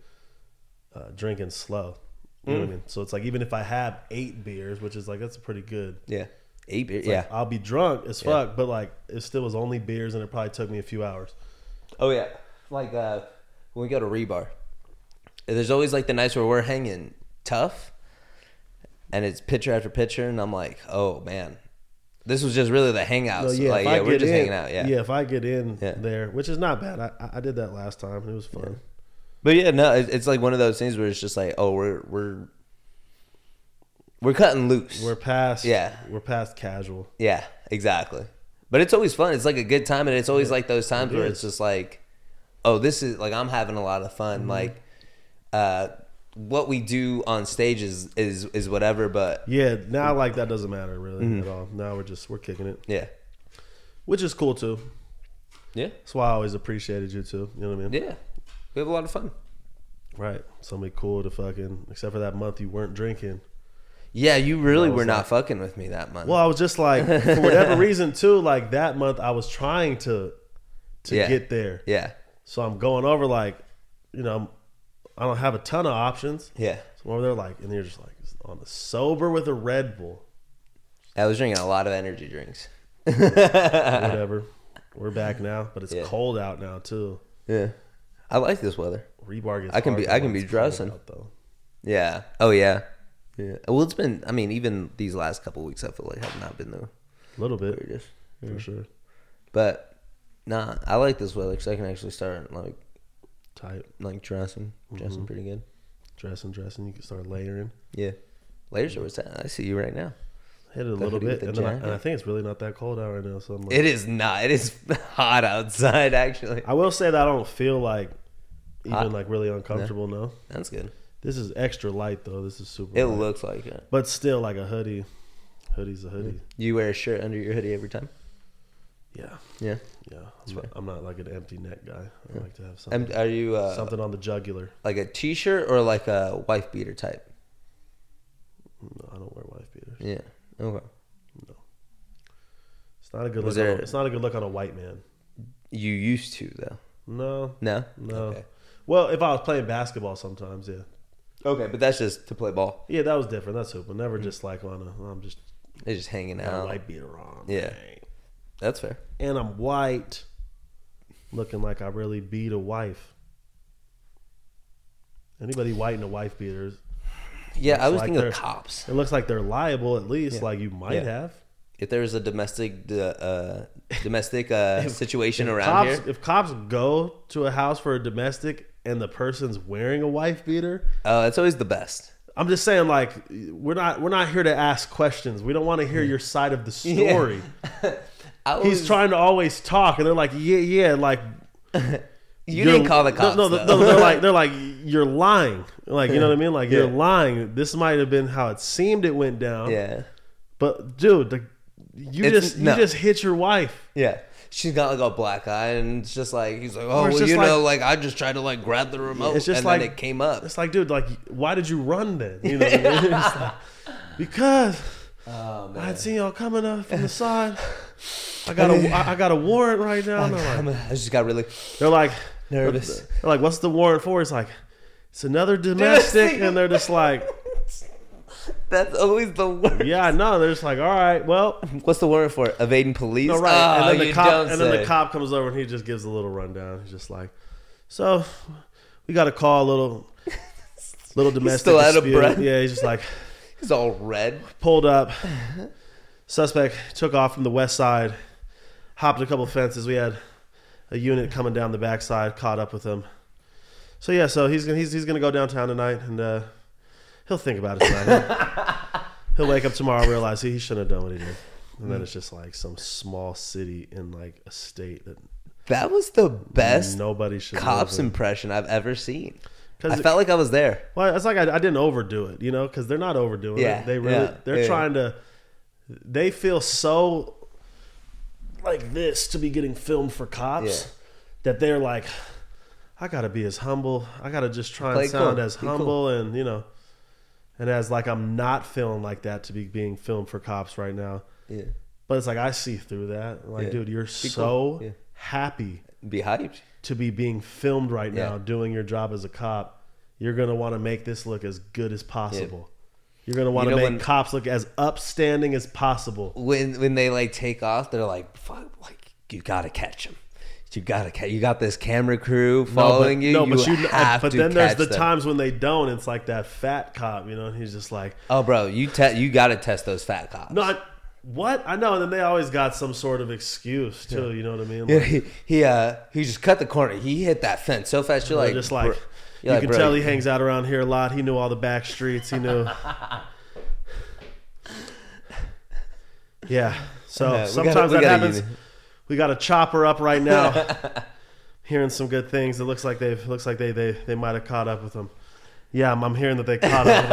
[SPEAKER 1] uh,
[SPEAKER 2] Mm.
[SPEAKER 1] drinking slow. You know what I mean? So it's like even if I have eight beers, which is like that's pretty good.
[SPEAKER 2] Yeah. Eight beers.
[SPEAKER 1] It's
[SPEAKER 2] Yeah.
[SPEAKER 1] like, I'll be drunk as fuck, but like it still was only beers, and it probably took me a few hours.
[SPEAKER 2] Oh yeah, like uh, when we go to Rebar, there's always like the nights where we're hanging tough, and it's picture after picture, and I'm like, oh man, this was just really the hangouts.
[SPEAKER 1] So
[SPEAKER 2] like yeah, we're just
[SPEAKER 1] in,
[SPEAKER 2] hanging out. Yeah.
[SPEAKER 1] if I get in
[SPEAKER 2] Yeah.
[SPEAKER 1] there, which is not bad. I, I- I did that last time, and it was fun.
[SPEAKER 2] But yeah, no, it- it's like one of those things where it's just like, oh, we're we're we're cutting loose.
[SPEAKER 1] We're past,
[SPEAKER 2] Yeah.
[SPEAKER 1] we're past casual.
[SPEAKER 2] yeah, exactly. But it's always fun. It's like a good time, and it's always like those times
[SPEAKER 1] It
[SPEAKER 2] where
[SPEAKER 1] is.
[SPEAKER 2] it's just like, oh, this is like I'm having a lot of fun.
[SPEAKER 1] Mm-hmm.
[SPEAKER 2] Like, uh, what we do on stage is is is whatever. But
[SPEAKER 1] Yeah, now like that doesn't matter really
[SPEAKER 2] Mm-hmm.
[SPEAKER 1] at all. Now we're just we're kicking it,
[SPEAKER 2] yeah,
[SPEAKER 1] which is cool too.
[SPEAKER 2] yeah,
[SPEAKER 1] That's why I always appreciated you too. You know what I mean?
[SPEAKER 2] yeah, we have a lot of fun.
[SPEAKER 1] Right. Somebody cool to fucking except for that month you weren't drinking.
[SPEAKER 2] Yeah, you really
[SPEAKER 1] What was
[SPEAKER 2] were not
[SPEAKER 1] that?
[SPEAKER 2] fucking with me that month.
[SPEAKER 1] Well, I was just like for whatever reason too, like that month I was trying to to
[SPEAKER 2] Yeah.
[SPEAKER 1] get there.
[SPEAKER 2] yeah,
[SPEAKER 1] So I'm going over like, you know, I'm, I don't have a ton of options.
[SPEAKER 2] yeah.
[SPEAKER 1] So I'm over there like and you're just like on the sober with a Red Bull.
[SPEAKER 2] I was drinking a lot of energy drinks.
[SPEAKER 1] Whatever. We're back now, but it's
[SPEAKER 2] Yeah.
[SPEAKER 1] cold out now too.
[SPEAKER 2] Yeah, I like this weather.
[SPEAKER 1] Rebar gets
[SPEAKER 2] I can be-
[SPEAKER 1] hard
[SPEAKER 2] I
[SPEAKER 1] when
[SPEAKER 2] can be
[SPEAKER 1] it's cold
[SPEAKER 2] dressing.
[SPEAKER 1] out, though.
[SPEAKER 2] Yeah. Oh yeah. Yeah. Well, it's been. I mean, even these last couple weeks, I feel like have not been the
[SPEAKER 1] A little bit.
[SPEAKER 2] weirdest.
[SPEAKER 1] For sure.
[SPEAKER 2] But nah, I like this weather because I can actually start like
[SPEAKER 1] Tight.
[SPEAKER 2] like dressing, dressing pretty good.
[SPEAKER 1] Dressing, dressing. You can start layering.
[SPEAKER 2] Yeah. Layers are what's that? I see you right now.
[SPEAKER 1] Hit it a little
[SPEAKER 2] hoodie
[SPEAKER 1] bit.
[SPEAKER 2] with the
[SPEAKER 1] and, then I,
[SPEAKER 2] jacket.
[SPEAKER 1] and I think it's really not that cold out right now. So I'm like,
[SPEAKER 2] It is not. It is hot outside. Actually,
[SPEAKER 1] I will say that I don't feel like even
[SPEAKER 2] Hot?
[SPEAKER 1] like really uncomfortable. No.
[SPEAKER 2] that's good.
[SPEAKER 1] This is extra light though. This is super.
[SPEAKER 2] It
[SPEAKER 1] light.
[SPEAKER 2] looks like it.
[SPEAKER 1] But still, like a hoodie. Hoodie's a
[SPEAKER 2] Mm.
[SPEAKER 1] hoodie.
[SPEAKER 2] You wear a shirt under your hoodie every time.
[SPEAKER 1] Yeah.
[SPEAKER 2] Yeah.
[SPEAKER 1] Yeah. I'm not, I'm not like an empty neck guy. I like to have something,
[SPEAKER 2] And are you uh,
[SPEAKER 1] something on the jugular.
[SPEAKER 2] like a t-shirt or like a wife beater type?
[SPEAKER 1] No, I don't wear wife beaters.
[SPEAKER 2] Yeah. Okay.
[SPEAKER 1] It's not a good look.
[SPEAKER 2] Was
[SPEAKER 1] on a-
[SPEAKER 2] there-
[SPEAKER 1] it's not a good look on a white man.
[SPEAKER 2] You used to though.
[SPEAKER 1] No.
[SPEAKER 2] No.
[SPEAKER 1] No.
[SPEAKER 2] Okay.
[SPEAKER 1] Well, if I was playing basketball, sometimes, yeah.
[SPEAKER 2] Okay, but that's just to play ball.
[SPEAKER 1] Yeah, that was different. That's hooping. Never
[SPEAKER 2] Mm.
[SPEAKER 1] just like on a. I'm just
[SPEAKER 2] They're just hanging
[SPEAKER 1] got a
[SPEAKER 2] out.
[SPEAKER 1] white beater on.
[SPEAKER 2] Oh. Yeah.
[SPEAKER 1] man.
[SPEAKER 2] That's fair.
[SPEAKER 1] and I'm white, looking like I really beat a wife. Anybody white in a wife beaters,
[SPEAKER 2] Yeah, I
[SPEAKER 1] Looks
[SPEAKER 2] was
[SPEAKER 1] like
[SPEAKER 2] thinking
[SPEAKER 1] they're-
[SPEAKER 2] of cops.
[SPEAKER 1] it looks like they're liable. At least,
[SPEAKER 2] Yeah.
[SPEAKER 1] like you might
[SPEAKER 2] Yeah.
[SPEAKER 1] have.
[SPEAKER 2] If there was a domestic d- uh, domestic uh, situation around
[SPEAKER 1] Cops,
[SPEAKER 2] here,
[SPEAKER 1] if cops go to a house for a domestic and the person's wearing a wife beater,
[SPEAKER 2] uh, it's always the best.
[SPEAKER 1] I'm just saying, like we're not we're not here to ask questions. We don't want to hear your side of the
[SPEAKER 2] Yeah.
[SPEAKER 1] story.
[SPEAKER 2] I was,
[SPEAKER 1] He's trying to always talk, and they're like, yeah, yeah, like
[SPEAKER 2] You
[SPEAKER 1] you're-
[SPEAKER 2] didn't call the cops.
[SPEAKER 1] No, no,
[SPEAKER 2] though.
[SPEAKER 1] no, they're like they're like you're lying. Like you know what I mean? Like you're lying. This might have been how it seemed it went down.
[SPEAKER 2] yeah,
[SPEAKER 1] But dude, the, you
[SPEAKER 2] It's-
[SPEAKER 1] just
[SPEAKER 2] no.
[SPEAKER 1] you just hit your wife.
[SPEAKER 2] yeah. She's got like a black eye, and it's just like he's like, oh,
[SPEAKER 1] it's
[SPEAKER 2] well,
[SPEAKER 1] just
[SPEAKER 2] you know, like I just tried to like grab the remote,
[SPEAKER 1] It's just
[SPEAKER 2] and
[SPEAKER 1] like
[SPEAKER 2] then it came up.
[SPEAKER 1] It's like, dude, like why did you run then? You know what I mean? It's like, because
[SPEAKER 2] Oh man,
[SPEAKER 1] I'd seen y'all coming up from the side. I got a I I got a warrant right now. And I'm
[SPEAKER 2] I'm-
[SPEAKER 1] like-
[SPEAKER 2] I just got really
[SPEAKER 1] they're like
[SPEAKER 2] Oh nervous.
[SPEAKER 1] They're like, what's the warrant for? It's like it's another domestic, and they're just like,
[SPEAKER 2] That's always the worst.
[SPEAKER 1] yeah, no. They're just like, all right, well.
[SPEAKER 2] What's the word for it? evading police?
[SPEAKER 1] No, right.
[SPEAKER 2] Oh,
[SPEAKER 1] uh, and then the
[SPEAKER 2] you
[SPEAKER 1] cop,
[SPEAKER 2] don't
[SPEAKER 1] and then the
[SPEAKER 2] say.
[SPEAKER 1] cop comes over and he just gives a little rundown. He's just like, "So, we got to call a little, little domestic
[SPEAKER 2] still out of
[SPEAKER 1] dispute."
[SPEAKER 2] breath.
[SPEAKER 1] Yeah, he's just like
[SPEAKER 2] He's all red.
[SPEAKER 1] pulled up. Suspect took off from the west side, hopped a couple fences. We had a unit coming down the backside, caught up with him. So yeah, so he's gonna he's, he's gonna go downtown tonight, and uh, he'll think about it tonight. he'll wake up tomorrow, and realize he, he shouldn't have done what he did, and then it's just like some small city in like a state that
[SPEAKER 2] That was the best
[SPEAKER 1] nobody should
[SPEAKER 2] cops
[SPEAKER 1] live in.
[SPEAKER 2] impression I've ever seen.
[SPEAKER 1] 'Cause
[SPEAKER 2] I
[SPEAKER 1] it-
[SPEAKER 2] felt like I was there.
[SPEAKER 1] Well, it's like I, I didn't overdo it, you know, because they're not overdoing
[SPEAKER 2] Yeah,
[SPEAKER 1] it. They really,
[SPEAKER 2] yeah,
[SPEAKER 1] they're
[SPEAKER 2] yeah.
[SPEAKER 1] trying to. They feel so like this to be getting filmed for cops
[SPEAKER 2] Yeah.
[SPEAKER 1] that they're like, I gotta be as humble. I gotta just try
[SPEAKER 2] Play
[SPEAKER 1] and sound
[SPEAKER 2] cool.
[SPEAKER 1] as
[SPEAKER 2] Be
[SPEAKER 1] humble
[SPEAKER 2] cool."
[SPEAKER 1] and you know, and as like I'm not feeling like that to be being filmed for cops right now.
[SPEAKER 2] Yeah.
[SPEAKER 1] But it's like I see through that. Like,
[SPEAKER 2] Yeah.
[SPEAKER 1] dude, you're so
[SPEAKER 2] cool. Yeah.
[SPEAKER 1] happy
[SPEAKER 2] Be hyped.
[SPEAKER 1] to be being filmed right
[SPEAKER 2] Yeah.
[SPEAKER 1] now doing your job as a cop, you're going to want to make this look as good as possible. You're gonna want to
[SPEAKER 2] You know
[SPEAKER 1] make
[SPEAKER 2] when-
[SPEAKER 1] cops look as upstanding as possible.
[SPEAKER 2] when when they like take off, they're like, "Fuck! Like you gotta catch them. You gotta catch. You got this camera crew following you. No, but you,
[SPEAKER 1] kn- uh,
[SPEAKER 2] have
[SPEAKER 1] but
[SPEAKER 2] to
[SPEAKER 1] then there's
[SPEAKER 2] catch
[SPEAKER 1] the
[SPEAKER 2] them.
[SPEAKER 1] times when they don't. It's like that fat cop, you know, and he's just like,
[SPEAKER 2] Oh, bro, you te- you gotta test those fat cops.
[SPEAKER 1] no, I, what? I know. And then they always got some sort of excuse too. You know what I mean?
[SPEAKER 2] Yeah,
[SPEAKER 1] Like,
[SPEAKER 2] he he, uh, he just cut the corner. He hit that fence so fast. You're like,
[SPEAKER 1] they're just like
[SPEAKER 2] bro-
[SPEAKER 1] you
[SPEAKER 2] you're like,
[SPEAKER 1] can
[SPEAKER 2] bro,
[SPEAKER 1] tell he hangs out around here a lot. He knew all the back streets. He knew. yeah. So
[SPEAKER 2] Yeah, we gotta-
[SPEAKER 1] sometimes
[SPEAKER 2] we
[SPEAKER 1] that
[SPEAKER 2] gotta
[SPEAKER 1] happens.
[SPEAKER 2] uni-
[SPEAKER 1] We got a chopper up right now. hearing some good things. It looks like they've looks like they they, they might have caught up with them. Yeah, I'm, I'm hearing that they caught up.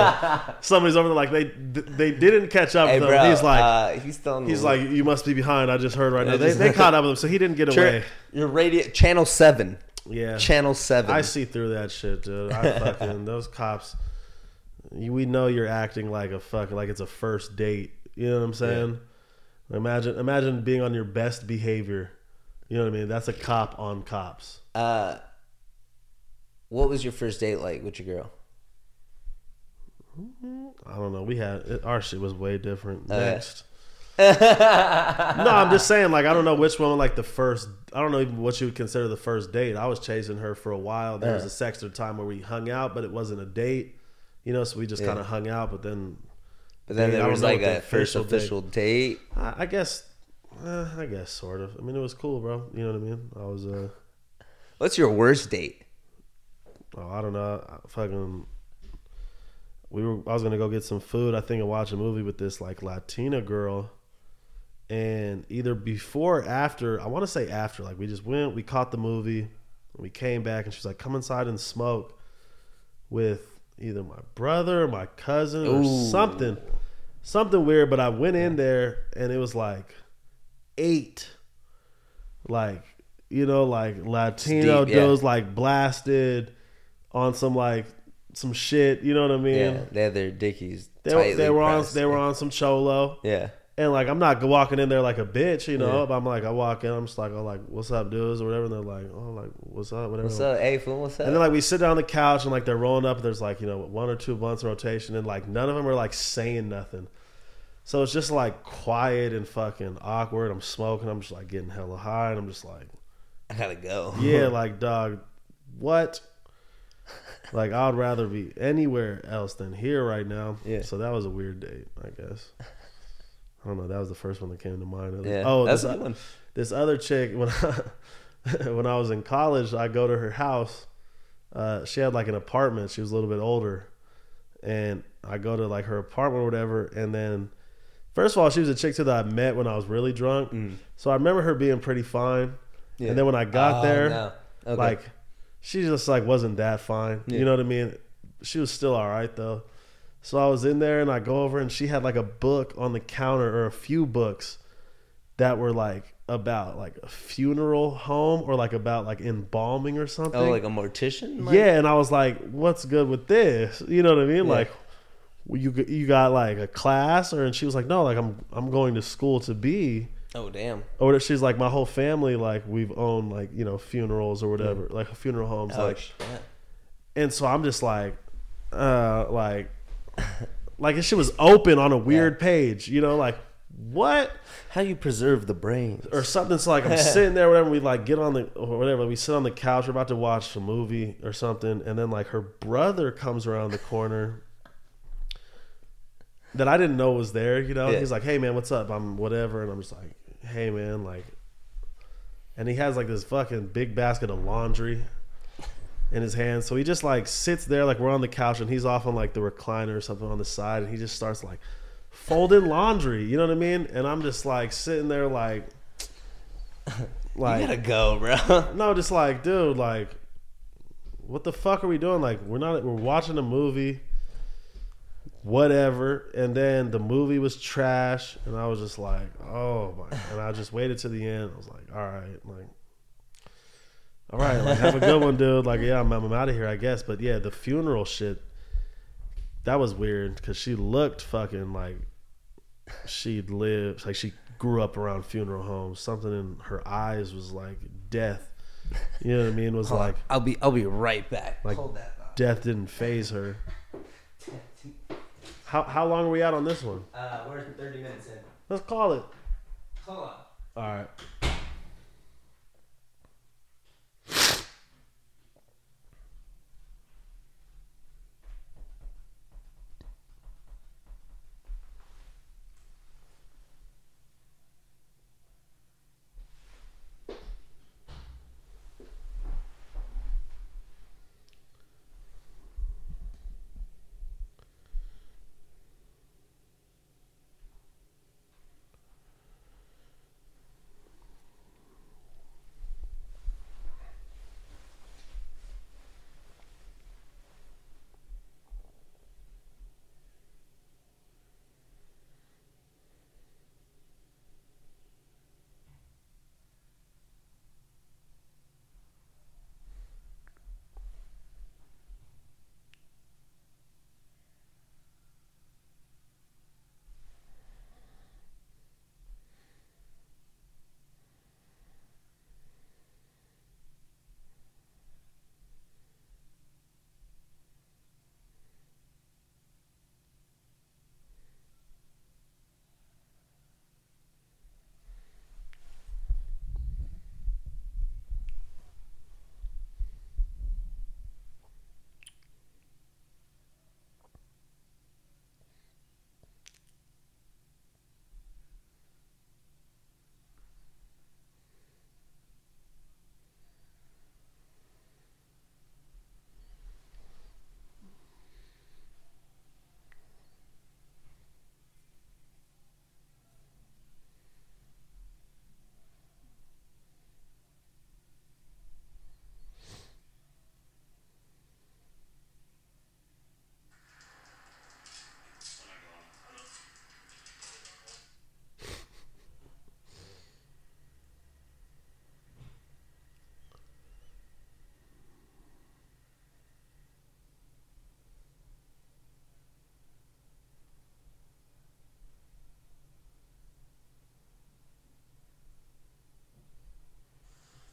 [SPEAKER 1] with them. Somebody's over there like they they didn't catch up
[SPEAKER 2] Hey,
[SPEAKER 1] with
[SPEAKER 2] bro.
[SPEAKER 1] them. He's like
[SPEAKER 2] uh, he's still on the
[SPEAKER 1] he's
[SPEAKER 2] loop.
[SPEAKER 1] like you must be behind. I just heard right now
[SPEAKER 2] Yeah,
[SPEAKER 1] they,
[SPEAKER 2] just-
[SPEAKER 1] they caught up with him, so he didn't get
[SPEAKER 2] Sure,
[SPEAKER 1] away.
[SPEAKER 2] your radio channel seven,
[SPEAKER 1] Yeah,
[SPEAKER 2] channel seven.
[SPEAKER 1] I see through that shit, dude. I fucking those cops. You, we know you're acting like a fucking like it's a first date. You know what I'm saying? Imagine imagine being on your best behavior. You know what I mean? That's a cop on cops.
[SPEAKER 2] Uh, what was your first date like with your girl?
[SPEAKER 1] I don't know. We had it, our shit was way different.
[SPEAKER 2] yeah.
[SPEAKER 1] Next. no, I'm just saying. Like, I don't know which one. Like the first, I don't know even what you would consider the first date. I was chasing her for a while. There was a sexter time where we hung out, but it wasn't a date. You know, so we just kind of hung out. But then,
[SPEAKER 2] But then
[SPEAKER 1] Dude, I
[SPEAKER 2] there
[SPEAKER 1] don't
[SPEAKER 2] was
[SPEAKER 1] know
[SPEAKER 2] like
[SPEAKER 1] what the
[SPEAKER 2] a first
[SPEAKER 1] official date-
[SPEAKER 2] official date.
[SPEAKER 1] I, I guess, uh, I guess sort of. I mean, it was cool, bro. You know what I mean? I was, uh,
[SPEAKER 2] What's your worst date?
[SPEAKER 1] oh, I don't know. I fucking, we were. I was gonna go get some food. I think and watch a movie with this like Latina girl. and either before or after i want to say after like we just went we caught the movie and we came back and she's like come inside and smoke with either my brother or my cousin or
[SPEAKER 2] Ooh.
[SPEAKER 1] something something weird but i went in there and it was like eight like you know like latino
[SPEAKER 2] deep, yeah.
[SPEAKER 1] dudes like blasted on some like some shit you know what i mean
[SPEAKER 2] Yeah, they had their dickies.
[SPEAKER 1] they,
[SPEAKER 2] tightly
[SPEAKER 1] were- they were on
[SPEAKER 2] pressed.
[SPEAKER 1] they were on some cholo
[SPEAKER 2] Yeah.
[SPEAKER 1] and like I'm not walking in there like a bitch, you know. But I'm like I walk in, I'm just like, oh, like what's up, dudes, or whatever. And they're like, oh, like what's up, whatever.
[SPEAKER 2] What's up? Hey, fool, what's up?
[SPEAKER 1] And then like we sit down on the couch and like they're rolling up. There's like you know one or two blunts in rotation, and like none of them are like saying nothing. So it's just like quiet and fucking awkward. I'm smoking. I'm just like getting hella high, and I'm just like,
[SPEAKER 2] I gotta go.
[SPEAKER 1] yeah, like dog, what? Like I'd rather be anywhere else than here right now.
[SPEAKER 2] Yeah.
[SPEAKER 1] So that was a weird date, I guess. I don't know. That was the first one that came to mind.
[SPEAKER 2] Yeah,
[SPEAKER 1] Oh,
[SPEAKER 2] that's
[SPEAKER 1] this,
[SPEAKER 2] a good one.
[SPEAKER 1] this other chick when I, when I was in college, I go to her house. Uh, she had like an apartment. She was a little bit older, and I go to like her apartment or whatever. And then, first of all, she was a chick too that I met when I was really drunk. So I remember her being pretty fine.
[SPEAKER 2] Mm. Yeah.
[SPEAKER 1] And then when I got
[SPEAKER 2] Oh,
[SPEAKER 1] there,
[SPEAKER 2] no. Okay.
[SPEAKER 1] like she just like wasn't that fine.
[SPEAKER 2] Yeah.
[SPEAKER 1] You know what I mean? She was still all right though. So I was in there and I go over and she had like a book on the counter or a few books that were like about like a funeral home or like about like embalming or something.
[SPEAKER 2] oh, like a mortician? Like,
[SPEAKER 1] yeah, and I was like, "What's good with this?" You know what I mean? Like, you you got like a class, or and she was like, "No, like I'm I'm going to school to be."
[SPEAKER 2] Oh, damn.
[SPEAKER 1] or whatever. she's like my whole family like we've owned like you know funerals or whatever like funeral homes
[SPEAKER 2] Oh,
[SPEAKER 1] like
[SPEAKER 2] shit.
[SPEAKER 1] and so i'm just like uh like like this shit was open on a weird page you know like what
[SPEAKER 2] How you preserve the brains?
[SPEAKER 1] or something so like i'm sitting there whatever we like get on the or whatever we sit on the couch we're about to watch a movie or something and then like her brother comes around the corner that i didn't know was there you know
[SPEAKER 2] Yeah.
[SPEAKER 1] he's like hey man what's up i'm whatever and i'm just like hey man like and he has like this fucking big basket of laundry in his hand. So he just like sits there, like we're on the couch, and he's off on like the recliner or something on the side, and he just starts like folding laundry. You know what I mean? And I'm just like sitting there, like,
[SPEAKER 2] You
[SPEAKER 1] like
[SPEAKER 2] gotta go, bro.
[SPEAKER 1] no, just like dude, like, what the fuck are we doing? Like, we're not, we're watching a movie. Whatever, and then the movie was trash, and I was just like, "Oh my!" And I just waited to the end. I was like, "All right, like, all right, like have a good one, dude. Like, yeah, I'm, I'm out of here, I guess. But yeah, the funeral shit, that was weird because she looked fucking like she'd lived, like she grew up around funeral homes. Something in her eyes was like death. You know what I mean? Was like
[SPEAKER 2] I'll be I'll be right back.
[SPEAKER 1] Like-
[SPEAKER 2] Hold that. thought.
[SPEAKER 1] death didn't phase her. How how long are we out on this one?
[SPEAKER 2] Uh, we're 30 minutes in.
[SPEAKER 1] Let's call it.
[SPEAKER 2] Hold on.
[SPEAKER 1] All right.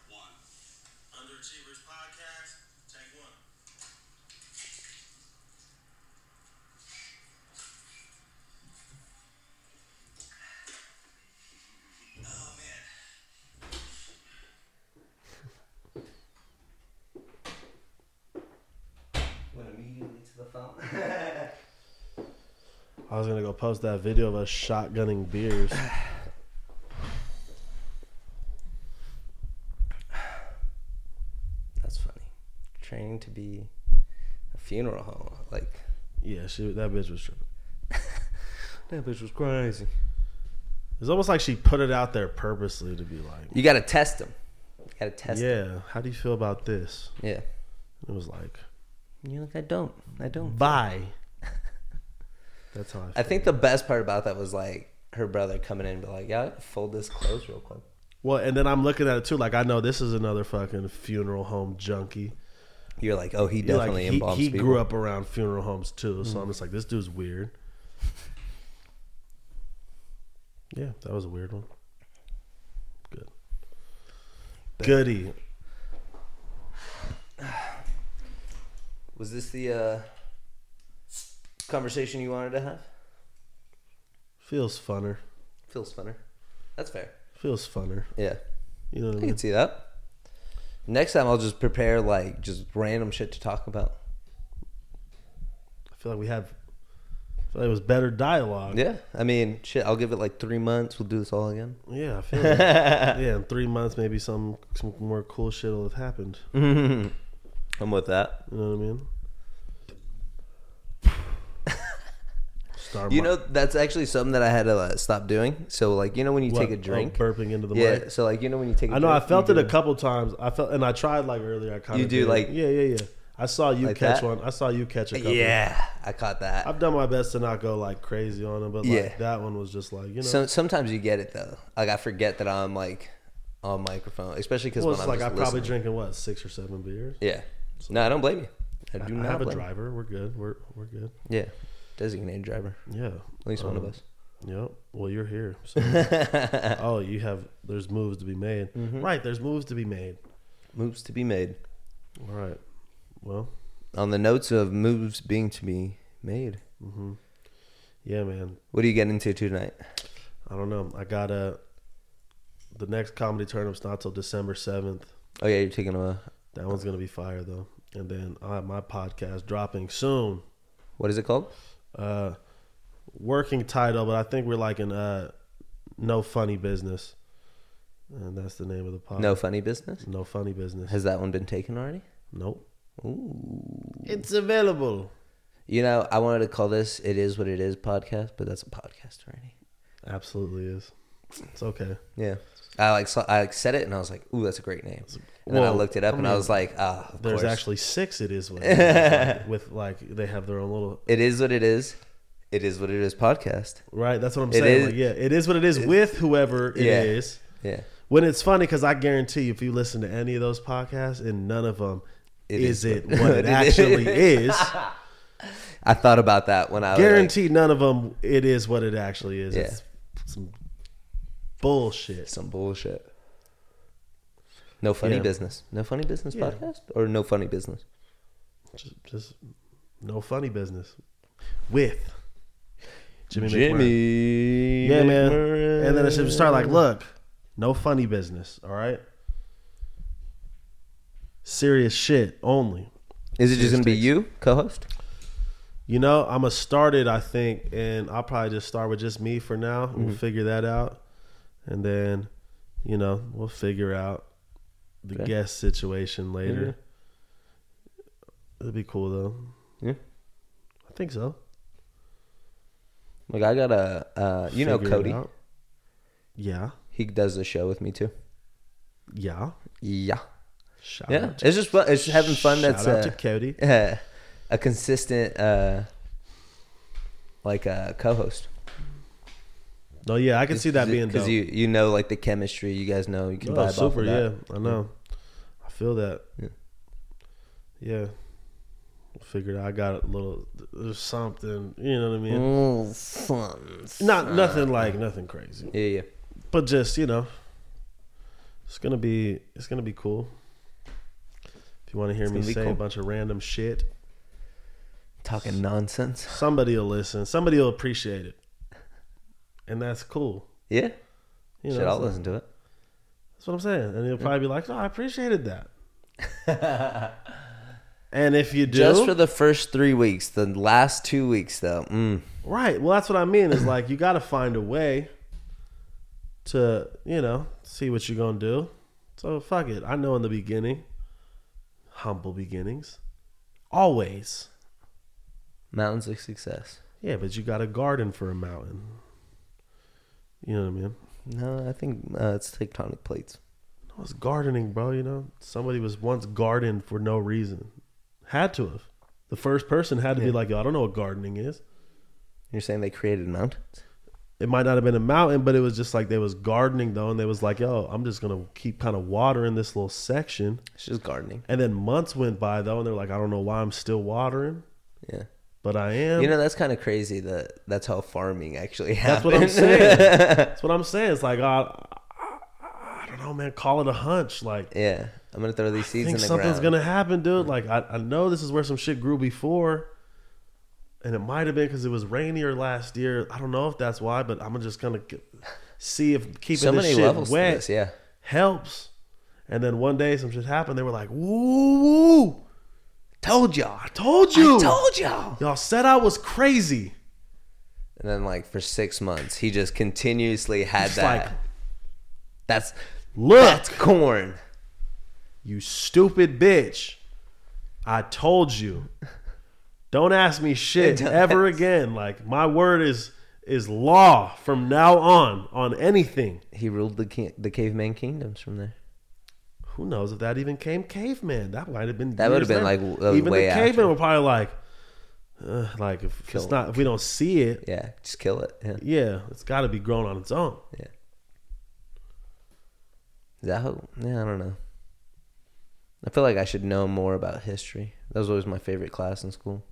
[SPEAKER 4] One. Underachievers Podcast, take one. Oh man.
[SPEAKER 2] Went immediately to the phone.
[SPEAKER 1] I was gonna go post that video of us shotgunning beers.
[SPEAKER 2] That's funny. Training to be a funeral home. Like,
[SPEAKER 1] Yeah, she that bitch was tripping.
[SPEAKER 2] that bitch was crazy.
[SPEAKER 1] It's almost like she put it out there purposely to be like,
[SPEAKER 2] You gotta test them. You gotta test yeah.
[SPEAKER 1] yeah, how do you feel about this?
[SPEAKER 2] Yeah.
[SPEAKER 1] It was like,
[SPEAKER 2] And You're like, I don't. I don't.
[SPEAKER 1] bye. That's how I.
[SPEAKER 2] I
[SPEAKER 1] Feel.
[SPEAKER 2] think the best part about that was like her brother coming in and be like, yeah, fold this clothes real quick.
[SPEAKER 1] Well, and then I'm looking at it too. Like I know this is another fucking funeral home junkie.
[SPEAKER 2] You're like, oh, he
[SPEAKER 1] You're like,
[SPEAKER 2] definitely
[SPEAKER 1] he-
[SPEAKER 2] embalms
[SPEAKER 1] he,
[SPEAKER 2] people. Mm.
[SPEAKER 1] grew up around funeral homes too, so I'm just like, this dude's weird. yeah, that was a weird one. Good. Goody.
[SPEAKER 2] Was this the uh, conversation you wanted to have?
[SPEAKER 1] Feels funner.
[SPEAKER 2] Feels funner. That's fair.
[SPEAKER 1] Feels funner.
[SPEAKER 2] Yeah.
[SPEAKER 1] You know what I
[SPEAKER 2] I
[SPEAKER 1] mean?
[SPEAKER 2] can see that. Next time I'll just prepare like just random shit to talk about.
[SPEAKER 1] I feel like we had. I feel like it was better dialogue.
[SPEAKER 2] Yeah. I mean, shit, I'll give it like three months. We'll do this all again.
[SPEAKER 1] Yeah, I feel like, yeah, in three months, maybe some some more cool shit will have happened.
[SPEAKER 2] I'm with that.
[SPEAKER 1] You know what I mean? Star
[SPEAKER 2] You
[SPEAKER 1] mi-
[SPEAKER 2] know, that's actually something that I had to uh, stop doing. So, like, you know, when you
[SPEAKER 1] what?
[SPEAKER 2] take a
[SPEAKER 1] Oh,
[SPEAKER 2] drink.
[SPEAKER 1] burping into the
[SPEAKER 2] yeah.
[SPEAKER 1] mic.
[SPEAKER 2] So, like, you know, when you take a
[SPEAKER 1] I know. I
[SPEAKER 2] drink,
[SPEAKER 1] felt
[SPEAKER 2] you
[SPEAKER 1] it a
[SPEAKER 2] do-
[SPEAKER 1] couple times. I felt, and I tried like earlier. I kind
[SPEAKER 2] You
[SPEAKER 1] of
[SPEAKER 2] do, like-
[SPEAKER 1] yeah, yeah, yeah. I saw you
[SPEAKER 2] Like
[SPEAKER 1] catch
[SPEAKER 2] that?
[SPEAKER 1] one. I saw you catch a couple.
[SPEAKER 2] Yeah. I caught that.
[SPEAKER 1] I've done my best to not go like crazy on them, but like
[SPEAKER 2] Yeah.
[SPEAKER 1] that one was just like you know.
[SPEAKER 2] So, sometimes you get it, though. Like, I forget that I'm like on microphone, especially because
[SPEAKER 1] well,
[SPEAKER 2] when
[SPEAKER 1] it's
[SPEAKER 2] I'm
[SPEAKER 1] like
[SPEAKER 2] just
[SPEAKER 1] I probably
[SPEAKER 2] listening.
[SPEAKER 1] drinking what six or seven beers.
[SPEAKER 2] Yeah. No, I don't blame you. I
[SPEAKER 1] I,
[SPEAKER 2] do
[SPEAKER 1] I
[SPEAKER 2] not
[SPEAKER 1] have a
[SPEAKER 2] blame
[SPEAKER 1] driver. We're good. We're we're good.
[SPEAKER 2] you. Yeah. Designated driver.
[SPEAKER 1] Yeah,
[SPEAKER 2] At least one of
[SPEAKER 1] Um,
[SPEAKER 2] us.
[SPEAKER 1] Yep. Well, you're here. So. oh, you have. There's moves to be made.
[SPEAKER 2] Mm-hmm.
[SPEAKER 1] Right. There's moves to be made.
[SPEAKER 2] Moves to be made.
[SPEAKER 1] All right. Well,
[SPEAKER 2] on the notes of moves being to be made.
[SPEAKER 1] Yeah, man.
[SPEAKER 2] What are you getting into tonight?
[SPEAKER 1] I don't know. I got a. The next comedy tournament's not till December seventh.
[SPEAKER 2] Oh yeah, you're taking a.
[SPEAKER 1] That one's gonna be fire though. And then I have my podcast dropping soon.
[SPEAKER 2] What is it called?
[SPEAKER 1] Uh, working title, but I think we're like in uh, no funny business, and that's the name of the podcast.
[SPEAKER 2] No funny business.
[SPEAKER 1] no funny business.
[SPEAKER 2] Has that one been taken already?
[SPEAKER 1] nope.
[SPEAKER 2] Ooh.
[SPEAKER 1] It's available.
[SPEAKER 2] You know, I wanted to call this "It Is What It Is" podcast, but that's a podcast already.
[SPEAKER 1] Absolutely is. It's okay.
[SPEAKER 2] Yeah. I like saw, I like said it and I was like, "Ooh, that's a great name." And then I
[SPEAKER 1] Well,
[SPEAKER 2] looked it up
[SPEAKER 1] I
[SPEAKER 2] and I
[SPEAKER 1] mean,
[SPEAKER 2] was like, "Ah, of
[SPEAKER 1] There's
[SPEAKER 2] course.
[SPEAKER 1] actually six. It is with like, with like they have their own little
[SPEAKER 2] it is what it is. It is what it is." Podcast.
[SPEAKER 1] right. That's what I'm
[SPEAKER 2] It
[SPEAKER 1] saying.
[SPEAKER 2] is-
[SPEAKER 1] like, yeah, it is what it is with whoever it is.
[SPEAKER 2] Yeah. Yeah.
[SPEAKER 1] When it's funny because I guarantee you, if you listen to any of those podcasts, and none of them
[SPEAKER 2] It
[SPEAKER 1] is
[SPEAKER 2] is
[SPEAKER 1] it
[SPEAKER 2] what-
[SPEAKER 1] what it
[SPEAKER 2] what it
[SPEAKER 1] actually is.
[SPEAKER 2] I thought about that when I was like,
[SPEAKER 1] Guaranteed, none of them it is what it actually is.
[SPEAKER 2] Yeah.
[SPEAKER 1] It's some bullshit.
[SPEAKER 2] some bullshit. No funny
[SPEAKER 1] Yeah.
[SPEAKER 2] business. No funny business
[SPEAKER 1] Yeah.
[SPEAKER 2] podcast or no funny business.
[SPEAKER 1] Just, just no funny business with Jimmy. McMurray.
[SPEAKER 2] Jimmy.
[SPEAKER 1] Yeah, man. And then I should start like, look, no funny business. All right. Serious shit only.
[SPEAKER 2] Is it just gonna be you, co-host?
[SPEAKER 1] You know, I'm gonna start it. I think, and I'll probably just start with just me for now.
[SPEAKER 2] Mm-hmm.
[SPEAKER 1] We'll figure that out, and then, you know, we'll figure out the
[SPEAKER 2] Okay.
[SPEAKER 1] guest situation later. It'd be cool though.
[SPEAKER 2] Yeah.
[SPEAKER 1] I think so.
[SPEAKER 2] Like I got a, uh, you know,
[SPEAKER 1] Figure it
[SPEAKER 2] Cody.
[SPEAKER 1] out. Yeah,
[SPEAKER 2] He does the show with me too.
[SPEAKER 1] yeah.
[SPEAKER 2] Yeah.
[SPEAKER 1] Shout
[SPEAKER 2] Yeah,
[SPEAKER 1] out. to-
[SPEAKER 2] it's just fun. It's just having fun. That's
[SPEAKER 1] Shout out
[SPEAKER 2] uh,
[SPEAKER 1] to Cody.
[SPEAKER 2] yeah, a consistent, uh, like a co-host.
[SPEAKER 1] No, yeah, I can see that being
[SPEAKER 2] because
[SPEAKER 1] dope.
[SPEAKER 2] you you know like the chemistry. You guys know you can
[SPEAKER 1] Oh,
[SPEAKER 2] vibe off
[SPEAKER 1] super.
[SPEAKER 2] of that.
[SPEAKER 1] Yeah, I know. I feel that.
[SPEAKER 2] Yeah.
[SPEAKER 1] Yeah. Figured I got a little there's something, you know what I mean?
[SPEAKER 2] Mm, fun.
[SPEAKER 1] Not nothing like nothing crazy,
[SPEAKER 2] Yeah, yeah.
[SPEAKER 1] but just you know, it's gonna be it's gonna be cool. If you want to hear me
[SPEAKER 2] gonna be
[SPEAKER 1] say
[SPEAKER 2] cool.
[SPEAKER 1] a bunch of random shit,
[SPEAKER 2] Talking nonsense.
[SPEAKER 1] somebody will listen. Somebody will appreciate it, and that's cool.
[SPEAKER 2] Yeah,
[SPEAKER 1] You know,
[SPEAKER 2] shit. I'll
[SPEAKER 1] so-
[SPEAKER 2] listen to it.
[SPEAKER 1] That's what I'm saying, and they'll probably be like, "Oh, I appreciated that." and if you do,
[SPEAKER 2] Just for the first three weeks. The last two weeks, though. Mm.
[SPEAKER 1] Right. Well, that's what I mean. Is like you got to find a way to you know see what you're gonna do. So fuck it. I know in the beginning, humble beginnings, always.
[SPEAKER 2] Mountains of success.
[SPEAKER 1] Yeah, but you got a garden for a mountain. You know what I mean?
[SPEAKER 2] No, I think uh, it's tectonic plates.
[SPEAKER 1] No, it's gardening, bro. You know, somebody was once gardened for no reason. Had to have. The first person had to be like, "Yo, I don't know what gardening is."
[SPEAKER 2] You're saying they created mountains?
[SPEAKER 1] it might not have been a mountain, but it was just like they was gardening though, and they was like, "Yo, I'm just gonna keep kind of watering this little section."
[SPEAKER 2] It's just gardening.
[SPEAKER 1] And then months went by though, and they were like, "I don't know why I'm still watering,
[SPEAKER 2] Yeah.
[SPEAKER 1] but I am."
[SPEAKER 2] You know, that's kind of crazy that that's how farming actually
[SPEAKER 1] that's
[SPEAKER 2] happens.
[SPEAKER 1] what I'm saying. that's what I'm saying. It's like, uh, I don't know, man. Call it a hunch. Like,
[SPEAKER 2] yeah. I'm going to throw these
[SPEAKER 1] I
[SPEAKER 2] seeds in
[SPEAKER 1] think
[SPEAKER 2] the
[SPEAKER 1] something's
[SPEAKER 2] ground.
[SPEAKER 1] gonna happen, dude. Like, I, I know this is where some shit grew before, and it might have been because it was rainier last year. I don't know if that's why, but I'm just gonna get, see if keeping
[SPEAKER 2] so
[SPEAKER 1] this
[SPEAKER 2] many
[SPEAKER 1] shit
[SPEAKER 2] levels
[SPEAKER 1] wet.
[SPEAKER 2] to this, yeah.
[SPEAKER 1] helps. And then one day some shit happened. They were like, woo, woo. Told y'all. I told you.
[SPEAKER 2] Told y'all.
[SPEAKER 1] y'all said I was crazy.
[SPEAKER 2] And then, like, for six months, he just continuously had
[SPEAKER 1] It's
[SPEAKER 2] that.
[SPEAKER 1] like,
[SPEAKER 2] that's
[SPEAKER 1] look,
[SPEAKER 2] that's corn.
[SPEAKER 1] you stupid bitch. I told you. Don't ask me shit
[SPEAKER 2] Don't
[SPEAKER 1] ever
[SPEAKER 2] ask.
[SPEAKER 1] again. Like my word is is law from now on on anything.
[SPEAKER 2] He ruled the ki- the caveman kingdoms from there.
[SPEAKER 1] Who knows if that even came caveman? That might have been
[SPEAKER 2] That would have
[SPEAKER 1] years
[SPEAKER 2] been,
[SPEAKER 1] later.
[SPEAKER 2] like, w-
[SPEAKER 1] even
[SPEAKER 2] way
[SPEAKER 1] the
[SPEAKER 2] after.
[SPEAKER 1] cavemen were probably like, "Ugh," like if
[SPEAKER 2] Kill
[SPEAKER 1] it's not if we don't see it,
[SPEAKER 2] Yeah, just kill it. Yeah. Is
[SPEAKER 1] Yeah, it's got to be grown on its own.
[SPEAKER 2] that how? Yeah, I don't know. I feel like I should know more about history. That was always my favorite class in school.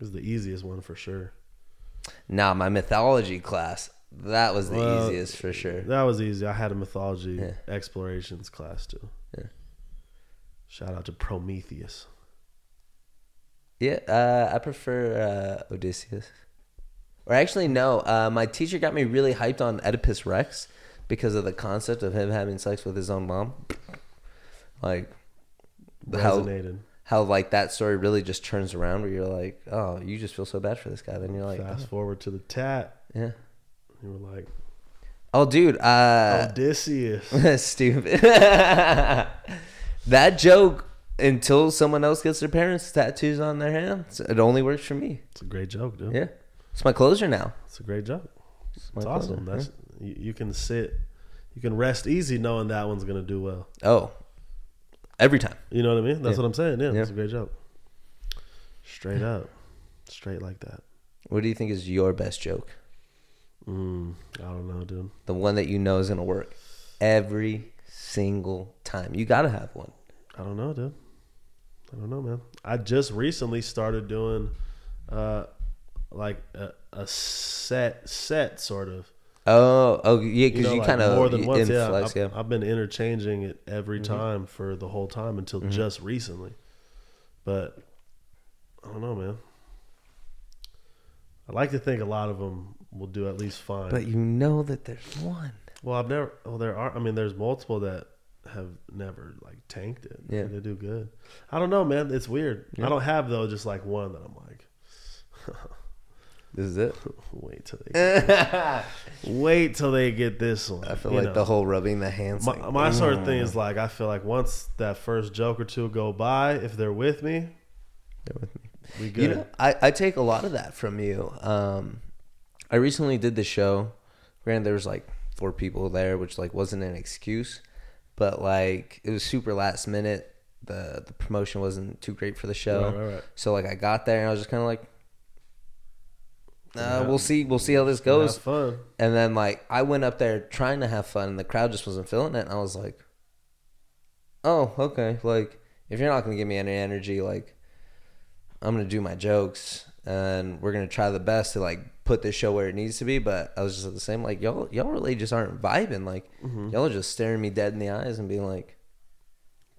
[SPEAKER 1] It's the easiest one for sure.
[SPEAKER 2] Nah, my mythology class. That was the
[SPEAKER 1] Well,
[SPEAKER 2] easiest for sure.
[SPEAKER 1] That was easy. I had a mythology
[SPEAKER 2] Yeah.
[SPEAKER 1] explorations class too.
[SPEAKER 2] Yeah.
[SPEAKER 1] Shout out to Prometheus.
[SPEAKER 2] Yeah, uh, I prefer uh, Odysseus. Or actually, no. Uh, my teacher got me really hyped on Oedipus Rex because of the concept of him having sex with his own mom. Like, how,
[SPEAKER 1] Resonated.
[SPEAKER 2] how like that story really just turns around where you're like, oh, you just feel so bad for this guy. Then you're like, uh-huh.
[SPEAKER 1] Fast forward to the tat.
[SPEAKER 2] oh, yeah.
[SPEAKER 1] You were like
[SPEAKER 2] Oh, dude. Uh,
[SPEAKER 1] Odysseus.
[SPEAKER 2] Stupid. that joke, until someone else gets their parents' tattoos on their hands, it only works for me.
[SPEAKER 1] It's a great joke, dude.
[SPEAKER 2] Yeah. It's my closer now.
[SPEAKER 1] It's a great joke.
[SPEAKER 2] my
[SPEAKER 1] It's awesome. That's
[SPEAKER 2] pleasure.
[SPEAKER 1] you, you can sit, you can rest easy knowing that one's gonna do well.
[SPEAKER 2] Oh. Every time.
[SPEAKER 1] You know what I mean? That's
[SPEAKER 2] Yeah.
[SPEAKER 1] what I'm saying. Yeah,
[SPEAKER 2] Yeah.
[SPEAKER 1] it's a great joke. Straight up, straight like that.
[SPEAKER 2] What do you think is your best joke?
[SPEAKER 1] Mm, I don't know, dude.
[SPEAKER 2] The one that you know is going to work every single time. You got to have one.
[SPEAKER 1] I don't know, dude. I don't know, man. I just recently started doing, uh, like a, a set set sort of.
[SPEAKER 2] Oh, oh yeah, because you,
[SPEAKER 1] know, like
[SPEAKER 2] kind of
[SPEAKER 1] more than once. Yeah,
[SPEAKER 2] influx,
[SPEAKER 1] I've,
[SPEAKER 2] yeah. Mm-hmm.
[SPEAKER 1] I've been interchanging it every time for the whole time until just recently. But I don't know, man. I like to think a lot of them will do at least fine.
[SPEAKER 2] But you know that there's one.
[SPEAKER 1] well, I've never. Well, there are. I mean, there's multiple that have never like tanked it.
[SPEAKER 2] Yeah.
[SPEAKER 1] they do good. I don't know, man. It's weird. I don't have though. Just like one that I'm like,
[SPEAKER 2] This is it.
[SPEAKER 1] wait till they wait till they get this one.
[SPEAKER 2] I feel
[SPEAKER 1] you
[SPEAKER 2] like
[SPEAKER 1] know?
[SPEAKER 2] the whole rubbing the hands.
[SPEAKER 1] My,
[SPEAKER 2] thing. Mm.
[SPEAKER 1] my sort of thing is like I feel like once that first joke or two go by, if they're with me,
[SPEAKER 2] Bear with me.
[SPEAKER 1] we good.
[SPEAKER 2] You know, I, I take a lot of that from you. Um, I recently did the show. Granted, there was like four people there, which like wasn't an excuse, but like it was super last minute. the The promotion wasn't too great for the show,
[SPEAKER 1] Right, right, right.
[SPEAKER 2] so like I got there and I was just kind of like, uh,
[SPEAKER 1] Yeah.
[SPEAKER 2] "We'll see, we'll see how this
[SPEAKER 1] Have
[SPEAKER 2] goes."
[SPEAKER 1] fun.
[SPEAKER 2] And then like I went up there trying to have fun, and the crowd just wasn't feeling it. And I was like, "Oh, okay. Like if you're not gonna give me any energy, like I'm gonna do my jokes, and we're gonna try the best to like put this show where it needs to be." But I was just at the same like y'all y'all really just aren't vibing. Like
[SPEAKER 1] Mm-hmm.
[SPEAKER 2] y'all are just staring me dead in the eyes and being like,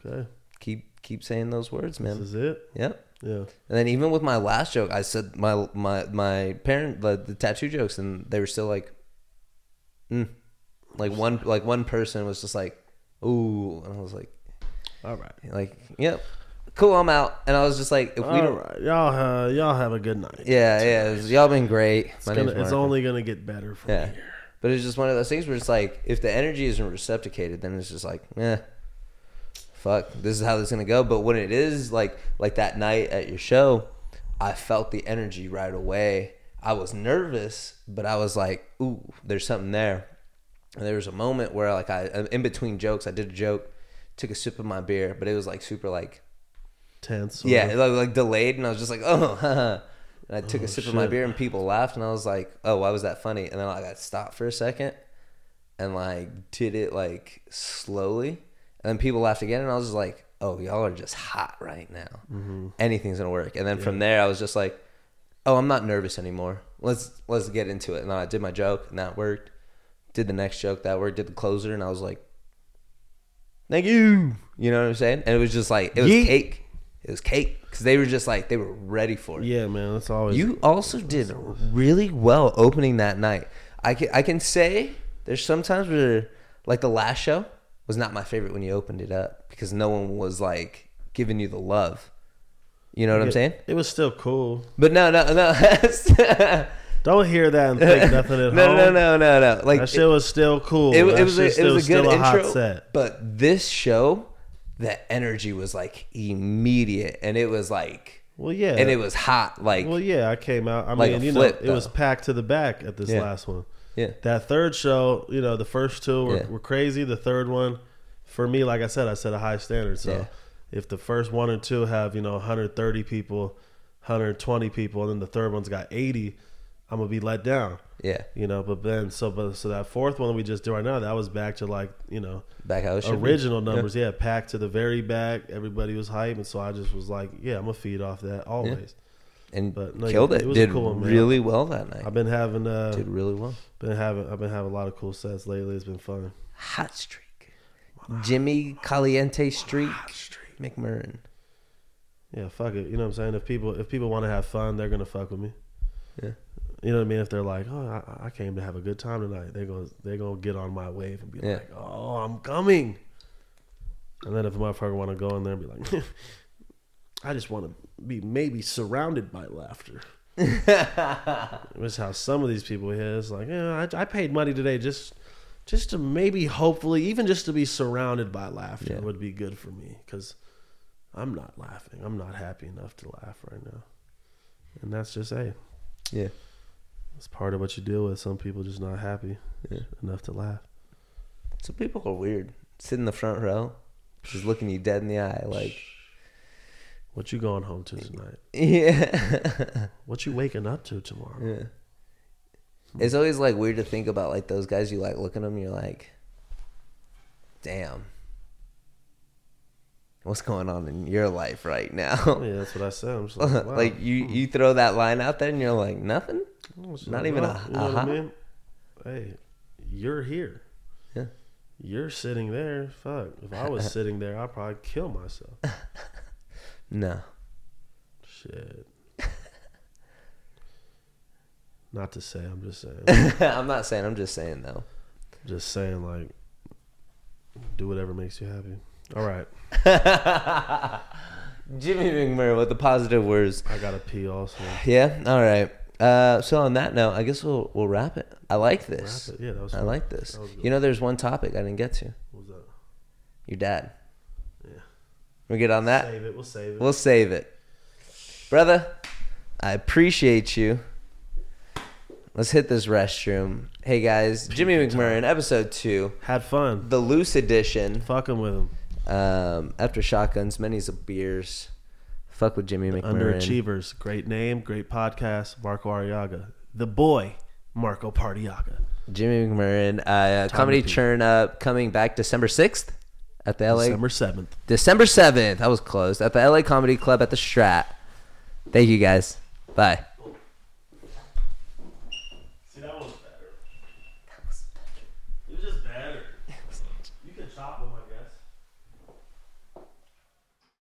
[SPEAKER 1] Okay,
[SPEAKER 2] "Keep keep saying those words, man."
[SPEAKER 1] this is it.
[SPEAKER 2] yep.
[SPEAKER 1] Yeah,
[SPEAKER 2] And then even with my last joke, I said my my my parent the, the tattoo jokes, and they were still like, mm. like one like one person was just like, ooh, and I was like,
[SPEAKER 1] all right,
[SPEAKER 2] like yep, cool, I'm out. And I was just like, if we
[SPEAKER 1] all
[SPEAKER 2] don't,
[SPEAKER 1] right. Y'all, ha- y'all have a good night.
[SPEAKER 2] yeah, yeah, it was- y'all been great.
[SPEAKER 1] it's,
[SPEAKER 2] My
[SPEAKER 1] gonna,
[SPEAKER 2] name's
[SPEAKER 1] it's
[SPEAKER 2] Marco.
[SPEAKER 1] only gonna get better from
[SPEAKER 2] yeah,
[SPEAKER 1] here.
[SPEAKER 2] but it's just one of those things where it's like, if the energy isn't reciprocated, then it's just like, eh. Fuck, this is how this is gonna go. But when it is like like that night at your show, I felt the energy right away. I was nervous, but I was like, ooh, there's something there. And there was a moment where like I in between jokes, I did a joke, took a sip of my beer, but it was like super like
[SPEAKER 1] Tense. sort
[SPEAKER 2] yeah,
[SPEAKER 1] of.
[SPEAKER 2] it, like, like delayed, and I was just like, oh, haha. and I took a sip of my
[SPEAKER 1] Oh, shit.
[SPEAKER 2] beer, and people laughed, and I was like, oh, why was that funny? And then like, I got stopped for a second, and like did it like slowly, and then people laughed again, and I was just like, oh, y'all are just hot right now.
[SPEAKER 1] Mm-hmm.
[SPEAKER 2] Anything's gonna work. And then from there, I was just like, oh, I'm not nervous anymore. Let's let's get into it. And then I did my joke, and that worked. Did the next joke that worked. Did the closer, and I was like, thank you. You know what I'm saying? And it was just like it was
[SPEAKER 1] Yeet.
[SPEAKER 2] cake. It was cake because they were just like they were ready for it.
[SPEAKER 1] yeah, man. That's always
[SPEAKER 2] You also did really well opening that night. I can I can say there's sometimes where like the last show was not my favorite when you opened it up because no one was like giving you the love. You know what I'm
[SPEAKER 1] It-
[SPEAKER 2] saying?
[SPEAKER 1] It was still cool.
[SPEAKER 2] But no, no, no.
[SPEAKER 1] Don't hear that and think nothing at
[SPEAKER 2] no,
[SPEAKER 1] home.
[SPEAKER 2] no, no, no, no. Like
[SPEAKER 1] That shit was still cool.
[SPEAKER 2] it,
[SPEAKER 1] That
[SPEAKER 2] it was a,
[SPEAKER 1] shit
[SPEAKER 2] it
[SPEAKER 1] still-
[SPEAKER 2] was a good
[SPEAKER 1] still hot
[SPEAKER 2] intro,
[SPEAKER 1] set.
[SPEAKER 2] but this show, the energy was like immediate, and it was like,
[SPEAKER 1] Well, yeah.
[SPEAKER 2] and it was hot, like
[SPEAKER 1] Well, yeah, I came out. I
[SPEAKER 2] Like a
[SPEAKER 1] mean, you
[SPEAKER 2] flip,
[SPEAKER 1] know, it was
[SPEAKER 2] though.
[SPEAKER 1] packed to the back at this
[SPEAKER 2] Yeah.
[SPEAKER 1] last one.
[SPEAKER 2] Yeah.
[SPEAKER 1] That third show, you know, the first two were,
[SPEAKER 2] Yeah.
[SPEAKER 1] were crazy. The third one, for me, like I said, I set a high standard. So
[SPEAKER 2] Yeah.
[SPEAKER 1] if the first one or two have, you know, 130 people, 120 people, and then the third one's got 80, I'm going to be let down.
[SPEAKER 2] yeah,
[SPEAKER 1] You know, but then, so, but, so that fourth one we just did right now, that was back to like, you know,
[SPEAKER 2] back how it should be.
[SPEAKER 1] original numbers, yeah. packed to the very back. Everybody was hype, and so I just was like, "Yeah, I'm gonna feed off that always."
[SPEAKER 2] and
[SPEAKER 1] but no,
[SPEAKER 2] killed
[SPEAKER 1] it
[SPEAKER 2] it.
[SPEAKER 1] was a
[SPEAKER 2] Did
[SPEAKER 1] cool one, man.
[SPEAKER 2] really well that night.
[SPEAKER 1] I've been having uh,
[SPEAKER 2] Did really well.
[SPEAKER 1] been having I've been having a lot of cool sets lately. It's been fun.
[SPEAKER 2] Hot streak, Jimmy Caliente streak, McMurrin.
[SPEAKER 1] Yeah, fuck it. You know what I'm saying? If people if people want to have fun, they're gonna fuck with me.
[SPEAKER 2] Yeah.
[SPEAKER 1] You know what I mean? If they're like, oh, I, I came to have a good time tonight, they go they gonna get on my wave and be
[SPEAKER 2] Yeah.
[SPEAKER 1] like, oh, I'm coming. And then if a motherfucker want to go in there and be like, I just want to be maybe surrounded by laughter. That's how some of these people here is like, yeah, I, I paid money today just just to maybe hopefully even just to be surrounded by laughter
[SPEAKER 2] Yeah.
[SPEAKER 1] would be good for me because I'm not laughing. I'm not happy enough to laugh right now. And that's just hey,
[SPEAKER 2] Yeah.
[SPEAKER 1] it's part of what you deal with. Some people just not happy
[SPEAKER 2] Yeah.
[SPEAKER 1] enough to laugh.
[SPEAKER 2] Some people are weird. Sit in the front row, just looking you dead in the eye, like
[SPEAKER 1] What you going home to tonight?
[SPEAKER 2] yeah.
[SPEAKER 1] What you waking up to tomorrow?
[SPEAKER 2] yeah. It's always like weird to think about like those guys you like look at them, you're like, damn. What's going on in your life right now?
[SPEAKER 1] Yeah, that's what I said. I'm just like, wow. Hmm.
[SPEAKER 2] like you, you throw that line out there and you're like, nothing?
[SPEAKER 1] Oh, it's
[SPEAKER 2] Not
[SPEAKER 1] like,
[SPEAKER 2] even
[SPEAKER 1] well,
[SPEAKER 2] a-
[SPEAKER 1] you know what
[SPEAKER 2] uh-huh.
[SPEAKER 1] I mean? Hey, you're here.
[SPEAKER 2] Yeah.
[SPEAKER 1] You're sitting there. Fuck. If I was sitting there, I'd probably kill myself.
[SPEAKER 2] No.
[SPEAKER 1] Shit. Not to say, I'm just saying.
[SPEAKER 2] I'm not saying, I'm just saying though.
[SPEAKER 1] just saying, like, do whatever makes you happy. All right.
[SPEAKER 2] Jimmy McMurray with the positive words.
[SPEAKER 1] I got to pee also.
[SPEAKER 2] Yeah. All right. Uh, so on that note, I guess we'll we'll wrap it. I like this.
[SPEAKER 1] Wrap it. Yeah, that was
[SPEAKER 2] I
[SPEAKER 1] fun.
[SPEAKER 2] like this.
[SPEAKER 1] That was good.
[SPEAKER 2] You know, there's one topic I didn't get to.
[SPEAKER 1] What was that?
[SPEAKER 2] Your dad.
[SPEAKER 1] Yeah.
[SPEAKER 2] We get on that.
[SPEAKER 1] Save it. We'll save it.
[SPEAKER 2] We'll save it, brother. I appreciate you. Let's hit this restroom. Hey guys, Jimmy McMurray, episode two,
[SPEAKER 1] Had fun.
[SPEAKER 2] the loose edition.
[SPEAKER 1] Fucking with him.
[SPEAKER 2] Um, after shotguns, many's of beers. Fuck with Jimmy McMurray.
[SPEAKER 1] Underachievers. Great name. Great podcast. Marco Ariaga. The boy, Marco Partiaga.
[SPEAKER 2] Jimmy McMurrin, uh, comedy
[SPEAKER 1] repeat.
[SPEAKER 2] churn up coming back December sixth at the LA
[SPEAKER 1] December 7th.
[SPEAKER 2] December seventh. I was close at the LA Comedy Club at the Strat. Thank you guys. Bye.
[SPEAKER 1] See, that one's better. That was better. It was just better. you can chop them, I guess.